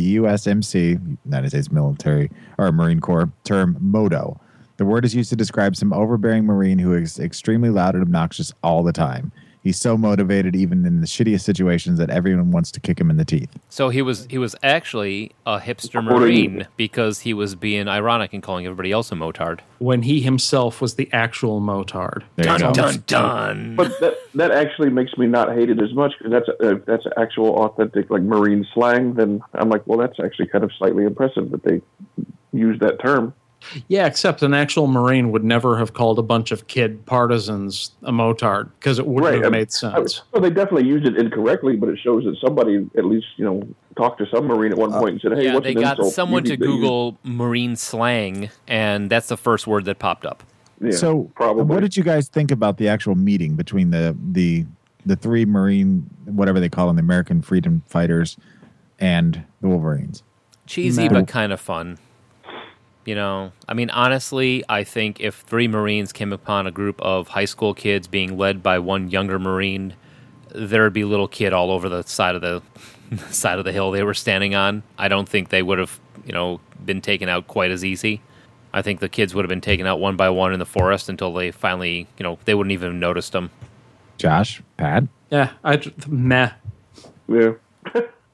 I: USMC, United States Military or Marine Corps term moto. The word is used to describe some overbearing Marine who is extremely loud and obnoxious all the time. He's so motivated, even in the shittiest situations, that everyone wants to kick him in the teeth.
G: So he was he was actually a hipster
H: Or you.
G: marine because he was being ironic and calling everybody else a motard.
J: When he himself was the actual Motard.
I: There you go.
G: dun dun.
H: but that that actually makes me not hate it as much because that's uh, that's actual authentic like Marine slang. Then I'm like, well, that's actually kind of slightly impressive that they use that term.
J: Yeah, except an actual Marine would never have called a bunch of kid partisans a Motard because it wouldn't
H: I
J: have
H: mean,
J: made
H: I mean,
J: sense.
H: well, they definitely used it incorrectly, but it shows that somebody at least you know talked to some marine at one point and said, "Hey,
G: yeah,
H: what's
G: they
H: an
G: got
H: insult?"
G: someone to
H: you need use?"
G: Google marine slang, and that's the first word that popped up.
H: Yeah,
I: so,
H: probably.
I: what did you guys think about the actual meeting between the the the three Marine, whatever they call them, the American freedom fighters, and the Wolverines?
G: Cheesy,
I: Matter-
G: but kind of fun. You know, I mean, honestly, I think if three Marines came upon a group of high school kids being led by one younger Marine, there'd be little kid all over the side of the side of the hill they were standing on. I don't think they would have, you know, been taken out quite as easy. I think the kids would have been taken out one by one in the forest until they finally, you know, they wouldn't even have noticed them.
I: Josh, Pat,
J: Yeah, I j- meh.
H: Yeah.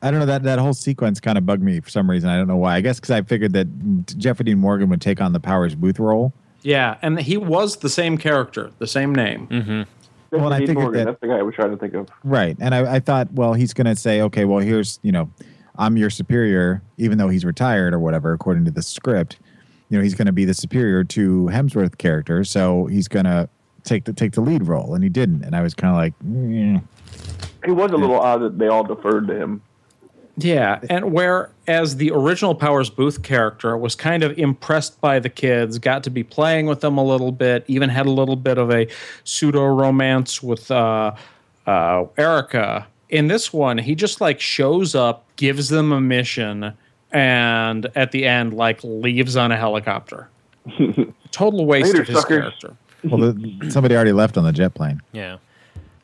I: I don't know that that whole sequence kind of bugged me for some reason. I don't know why. I guess because I figured that Jeffrey Dean Morgan would take on the Powers Booth role.
J: Yeah, and he was the same character, the same name.
G: Mm-hmm.
I: Well, and I figured
H: Morgan,
I: that-
H: that's the guy I was trying to think of.
I: Right. And I, I thought, well, he's going to say, okay, well, here's, you know, I'm your superior, even though he's retired or whatever, according to the script. You know, he's going to be the superior to Hemsworth character, so he's going to take the take the lead role, and he didn't. And I was kind of like, "Mm."
H: It was a little odd that they all deferred to him.
J: Yeah, and whereas the original Powers Booth character was kind of impressed by the kids, got to be playing with them a little bit, even had a little bit of a pseudo romance with uh, uh, Erica. In this one, he just like shows up, gives them a mission, and at the end, like leaves on a helicopter. Total waste
H: Later,
J: of his
H: suckers.
J: character.
I: well, the, somebody already left on the jet plane.
G: Yeah.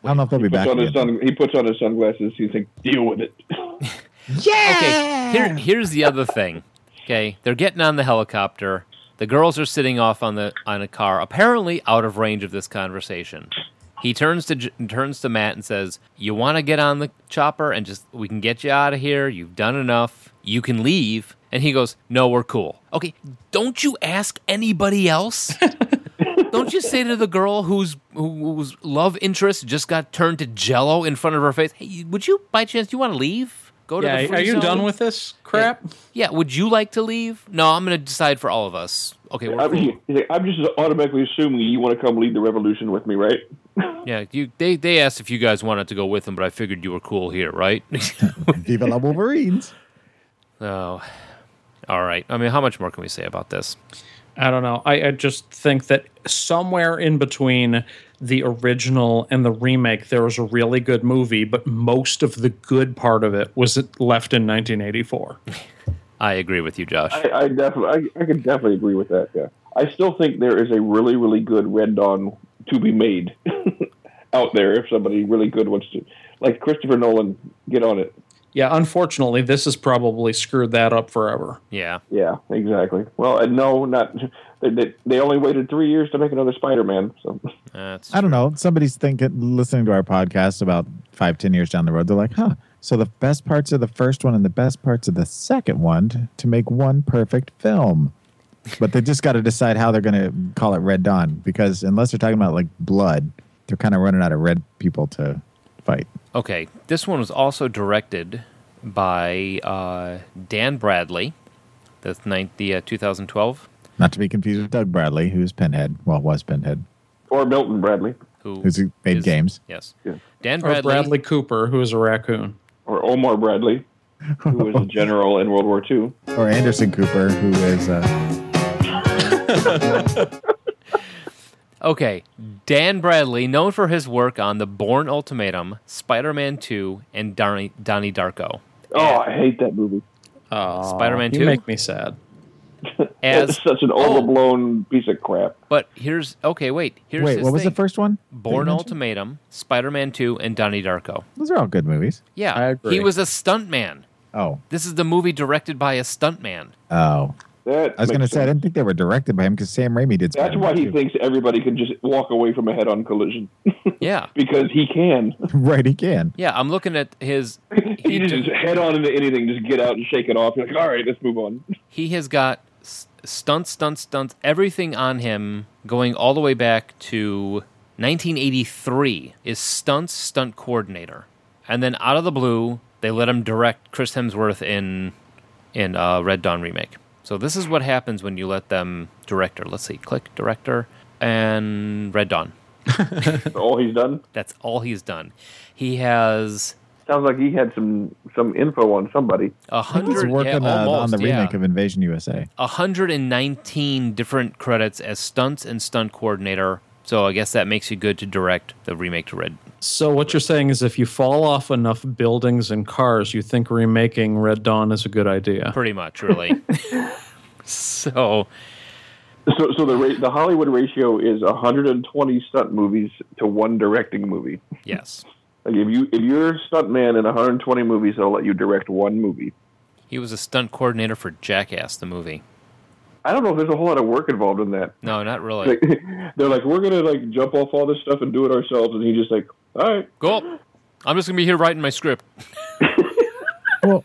I: I don't know if they'll be
H: Puts
I: back.
H: on his
I: again.
H: sun, he puts on his sunglasses. He's like, deal with it.
G: Okay, here, here's the other thing. Okay, they're getting on the helicopter. The girls are sitting off on the on a car, apparently out of range of this conversation. He turns to J- turns to Matt and says, "You want to get on the chopper and just we can get you out of here. You've done enough. You can leave." And he goes, "No, we're cool." Okay, don't you ask anybody else? don't you say to the girl whose whose love interest just got turned to jello in front of her face, "Hey, would you by chance you want to leave? Go to the
J: Yeah,
G: free
J: are you
G: zone?"
J: done with this crap?
G: Yeah, would you like to leave? No, I'm going to decide for all of us. Okay, we're
H: I
G: cool.
H: mean, he's like, I'm just automatically assuming you want to come lead the revolution with me, right?
G: Yeah, you, they they asked if you guys wanted to go with them, but I figured you were cool here, right?
I: Viva la Wolverines.
G: oh, all right. I mean, how much more can we say about this?
J: I don't know. I, I just think that somewhere in between the original and the remake, there was a really good movie, but most of the good part of it was left in 1984.
G: I agree with you, Josh.
H: I, I definitely, I, I can definitely agree with that. Yeah, I still think there is a really, really good Red Dawn to be made out there if somebody really good wants to, like Christopher Nolan, get on it.
J: Yeah, unfortunately, this has probably screwed that up forever.
G: yeah,
H: Yeah, exactly. Well, and no, not they, they, they only waited three years to make another Spider-Man. So
G: that's
I: I don't know. Somebody's thinking, listening to our podcast about five, ten years down the road, they're like, huh. So the best parts of the first one and the best parts of the second one to make one perfect film. But they just got to decide how they're going to call it Red Dawn because unless they're talking about like blood, they're kind of running out of red people to fight.
G: okay. This one was also directed by uh, Dan Bradley, the ninth, the uh, 2012.
I: Not to be confused with Doug Bradley, who's Pinhead, well, was Pinhead,
H: or Milton Bradley
G: Who
I: who's made
G: is-
I: games. Oh,
G: Yes,
H: Yeah.
G: Dan
J: Or
G: Bradley.
J: Bradley Cooper, who is a raccoon.
H: or Omar Bradley, who was a general in World War II.
I: Or Anderson Cooper, who is, uh,
G: Okay, Dan Bradley, known for his work on The Bourne Ultimatum, Spider-Man 2, and Donnie, Donnie Darko.
H: Oh, I hate that movie.
J: Aw,
G: Spider-Man
J: you
G: 2?
J: make me sad.
G: As Oh,
H: It's such an overblown piece of crap.
G: but here's okay, wait, here's
I: wait,
G: his
I: what was the
G: thing.
I: first one? that you
G: Bourne
I: mentioned?
G: Ultimatum, Spider-Man 2, and Donnie Darko.
I: Those are all good movies.
G: Yeah,
J: I agree.
G: he was a stuntman.
I: Oh,
G: This is the movie directed by a stuntman.
I: oh.
H: That
I: I was
H: makes
I: going to say I
H: sense.
I: didn't think they were directed by him because Sam Raimi did.
H: That's why
I: Spider-Man
H: he
I: too.
H: thinks everybody can just walk away from a head-on collision
G: Yeah,
H: because he can.
I: right. He can.
G: yeah. I'm looking at his.
H: He
G: He,
H: just
G: do-
H: head-on into anything, just get out and shake it off. You're like, all right, let's move on.
G: he has got s- stunts, stunts, stunts, everything on him going all the way back to 1983 is stunts, stunt coordinator. And then out of the blue, they let him direct Chris Hemsworth in in uh, Red Dawn remake. So this is what happens when you let them director. Let's see, click director and Red Dawn.
H: That's all he's done.
G: That's all he's done. He has
H: Sounds like he had some some info on somebody.
G: a
I: I think he's
G: hundred
I: working
G: yeah,
I: uh, on
G: almost,
I: the
G: yeah.
I: remake of Invasion USA.
G: 119 different credits as stunts and stunt coordinator. So I guess that makes you good to direct the remake to Red.
J: So what you're saying is, if you fall off enough buildings and cars, you think remaking Red Dawn is a good idea?
G: Pretty much, really. so
H: So, so the ra- the Hollywood ratio is 120 stunt movies to one directing movie.
G: yes,
H: Like if you if you're a stuntman in 120 movies, they'll let you direct one movie.
G: he was a stunt coordinator for Jackass the movie.
H: I don't know if there's a whole lot of work involved in that.
G: No, not really.
H: Like, they're like, we're gonna like jump off all this stuff and do it ourselves, and he's just like, all right.
G: Go. up. I'm just gonna be here writing my script.
I: well,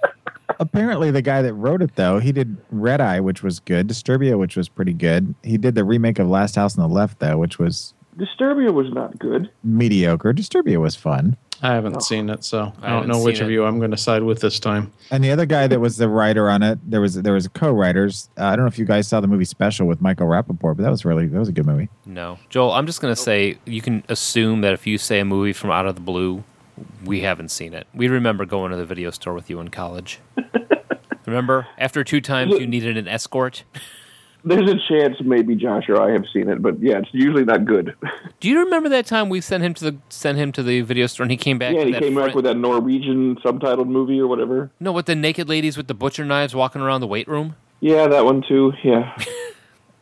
I: apparently the guy that wrote it though, he did Red Eye, which was good. Disturbia, which was pretty good. He did the remake of Last House on the Left though, which was
H: Disturbia was not good.
I: mediocre. Disturbia was fun.
J: I haven't seen it, so I, don't
I: haven't
J: know which
I: seen
J: of
I: it.
J: you I'm going to side with this time.
I: And the other guy that was the writer on it, there was there was co-writers. Uh, I don't know if you guys saw the movie special with Michael Rappaport, but that was really that was a good movie.
G: No. Joel, I'm just going to say you can assume that if you say a movie from out of the blue, we haven't seen it. We remember going to the video store with you in college. remember? After two times, you needed an escort.
H: There's a chance maybe Josh or I have seen it, but yeah, it's usually not good.
G: Do you remember that time we sent him to the sent him to the video store and he came back?
H: yeah,
G: with
H: he
G: that
H: came
G: fri-
H: back with that Norwegian subtitled movie or whatever.
G: No, with the naked ladies with the butcher knives walking around the weight room.
H: Yeah, that one too. Yeah,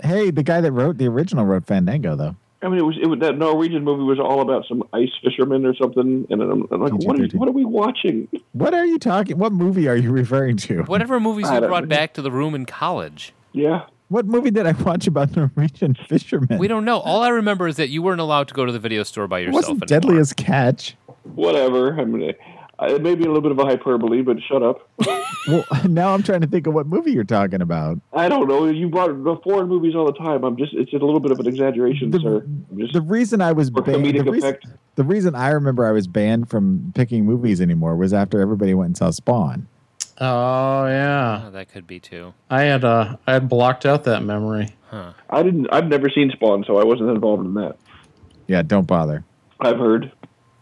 I: Hey, the guy that wrote the original wrote Fandango though.
H: I mean, it was, it was that Norwegian movie was all about some ice fisherman or something, and I'm, I'm like, what is what are we watching?
I: What are you talking? What movie are you referring to?
G: Whatever movies
H: I
G: you
H: don't
G: brought
H: know.
G: back to the room in college.
H: Yeah.
I: What movie did I watch about Norwegian fishermen?
G: We don't know. All I remember is that you weren't allowed to go to the video store by
I: It
G: yourself.
I: wasn't Deadliest Catch.
H: Whatever. I mean, I- it may be a little bit of a hyperbole, but shut up.
I: Well, now I'm trying to think of what movie you're talking about.
H: I don't know. You brought the foreign movies all the time. I'm just it's a little bit of an exaggeration, sir. I'm just
I: The reason I was
H: for
I: banned, the,
H: comedic
I: reason,
H: effect.
I: the reason I remember I was banned from picking movies anymore was after everybody went and saw Spawn.
J: Oh yeah,
G: Ah, that could be too.
J: I had uh, I had blocked out that memory.
G: Huh.
H: I didn't. I've never seen Spawn, so I wasn't involved in that.
I: Yeah, don't bother.
H: I've heard.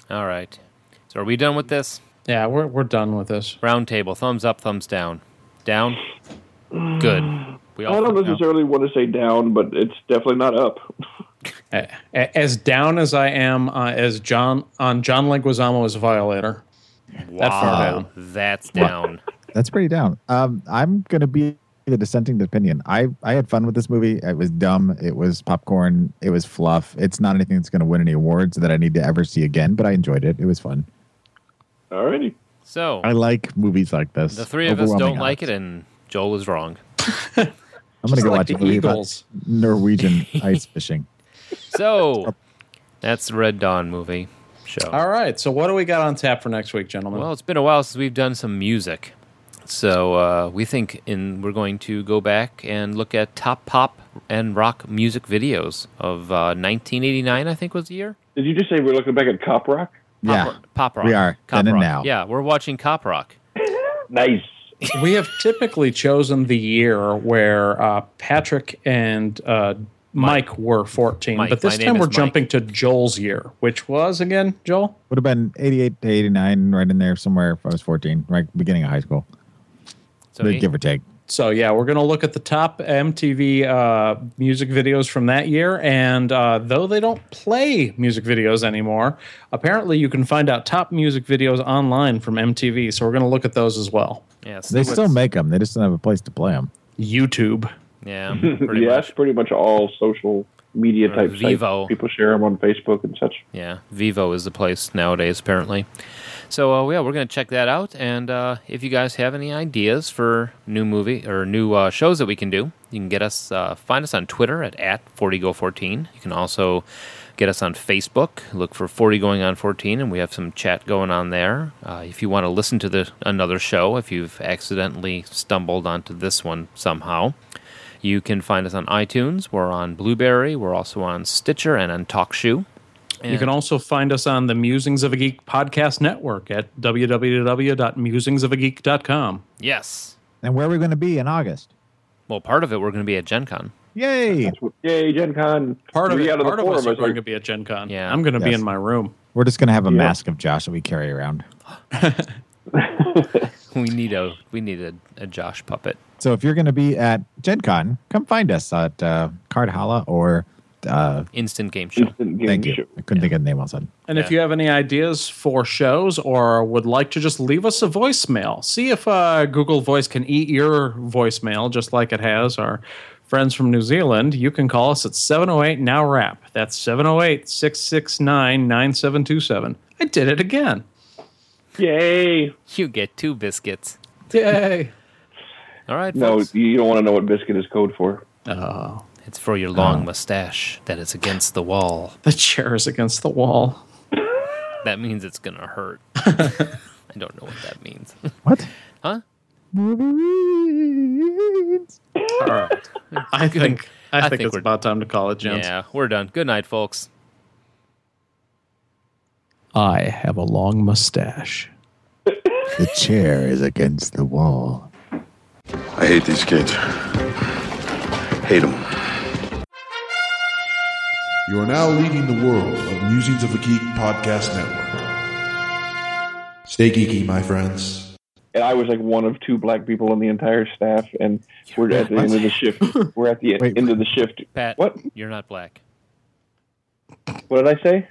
G: All right. So are we done with this?
J: Yeah, we're we're done with this.
G: Round table. Thumbs up. Thumbs down. Down. Good. We all
H: I don't
G: think no.
H: necessarily want to say down, but it's definitely not up.
J: A- a- As down as I am uh, as John on John Leguizamo as Violator. That far down.
G: That's down.
I: That's pretty down. Um, I'm going to be the dissenting opinion. I, I had fun with this movie. It was dumb. It was popcorn. It was fluff. It's not anything that's going to win any awards that I need to ever see again, but I enjoyed it. It was fun.
H: Alrighty.
G: So
I: I like movies like this.
G: the three of us
I: Overwhelming
G: don't like it, and Joel was wrong.
I: I'm going to
G: Just
I: go
G: like
I: watch
G: the
I: a movie
G: Eagles.
I: about Norwegian ice fishing.
G: So that's the Red Dawn movie show.
J: All right, so what do we got on tap for next week, gentlemen?
G: Well, it's been a while since we've done some music, so uh, we think in we're going to go back and look at top pop and rock music videos of uh, 1989. I think was the year.
H: Did you just say we're looking back at Cop Rock?
I: Yeah,
G: Pop rock.
I: we are
G: Cop
I: then and
G: rock.
I: now.
G: Yeah, we're watching cop rock.
H: nice.
J: we have typically chosen the year where uh, Patrick and uh, Mike, were 14,
G: Mike,
J: but this
G: my name
J: time
G: is
J: we're
G: Mike.
J: jumping to Joel's year, which was again, Joel.
I: Would have been 88 to 89, right in there somewhere if I was 14, right beginning of high school.
G: So
I: Like,
G: eight-
I: give or take.
J: So yeah, we're going to look at the top MTV uh, music videos from that year, and uh, though they don't play music videos anymore, apparently you can find out top music videos online from MTV. So we're going to look at those as well.
G: Yeah, see
I: They
G: what's-
I: still make them. They just don't have a place to play them.
J: YouTube.
G: Yeah, pretty
H: yeah,
G: much.
H: it's pretty much all social media
G: Or
H: type
G: Vivo.
H: sites. People share them on Facebook and such.
G: Yeah, Vivo is the place nowadays, apparently. So uh, yeah, we're gonna check that out, and uh, if you guys have any ideas for new movie or new uh, shows that we can do, you can get us uh, find us on Twitter at at forty go fourteen. You can also get us on Facebook. Look for forty going on fourteen, and we have some chat going on there. Uh, if you want to listen to the another show, if you've accidentally stumbled onto this one somehow. You can find us on iTunes. We're on Blueberry. We're also on Stitcher and on TalkShoe.
J: You can also find us on the Musings of a Geek podcast network at www.musingsofageek.com.
G: Yes.
I: And where are we going to be in August?
G: Well, part of it we're going to be at Gen Con.
I: Yay!
H: Yay, Gen Con.
J: Part of
H: Three
J: it,
H: out of the
J: part of
H: four
J: us
H: of
J: are
H: us
J: going
H: are-
J: to be at Gen Con.
G: Yeah.
J: I'm going to be
I: Yes.
J: in my room.
I: We're just going to have a
H: Yeah.
I: mask of Josh that we carry around.
G: We need a we need a, a Josh puppet.
I: So if you're going to be at Gen Con, come find us at uh, Cardhalla or uh,
G: Instant game show.
I: thank you. I couldn't think of the name all of a sudden.
J: And if you have any ideas for shows or would like to just leave us a voicemail, see if uh, Google Voice can eat your voicemail just like it has our friends from New Zealand. You can call us at 708 Now Rap. That's 708 669 9727. I did it again.
H: Yay.
G: You get two biscuits.
J: Yay.
G: All right,
H: No,
G: folks.
H: you don't want to know what biscuit is code for.
J: Oh.
G: It's for your long mustache that is against the wall.
J: The chair is against the wall.
G: That means it's going to hurt. I don't know what that means.
I: What?
G: Huh?
I: Wolverines.
J: All right. I
G: Good.
J: think I,
G: I
J: think,
G: think
J: it's
G: we're-
J: about time to call it, gents.
G: Yeah, we're done. Good night, folks.
J: I have a long mustache.
I: The chair is against the wall.
L: I hate these kids. Hate them.
D: You are now leading the world of Musings of a Geek Podcast Network. Stay geeky, my friends.
H: and I was like one of two black people on the entire staff, and we're at the end of the shift. We're at the end of the shift.
G: Pat,
H: What?
G: You're not black.
H: What did I say?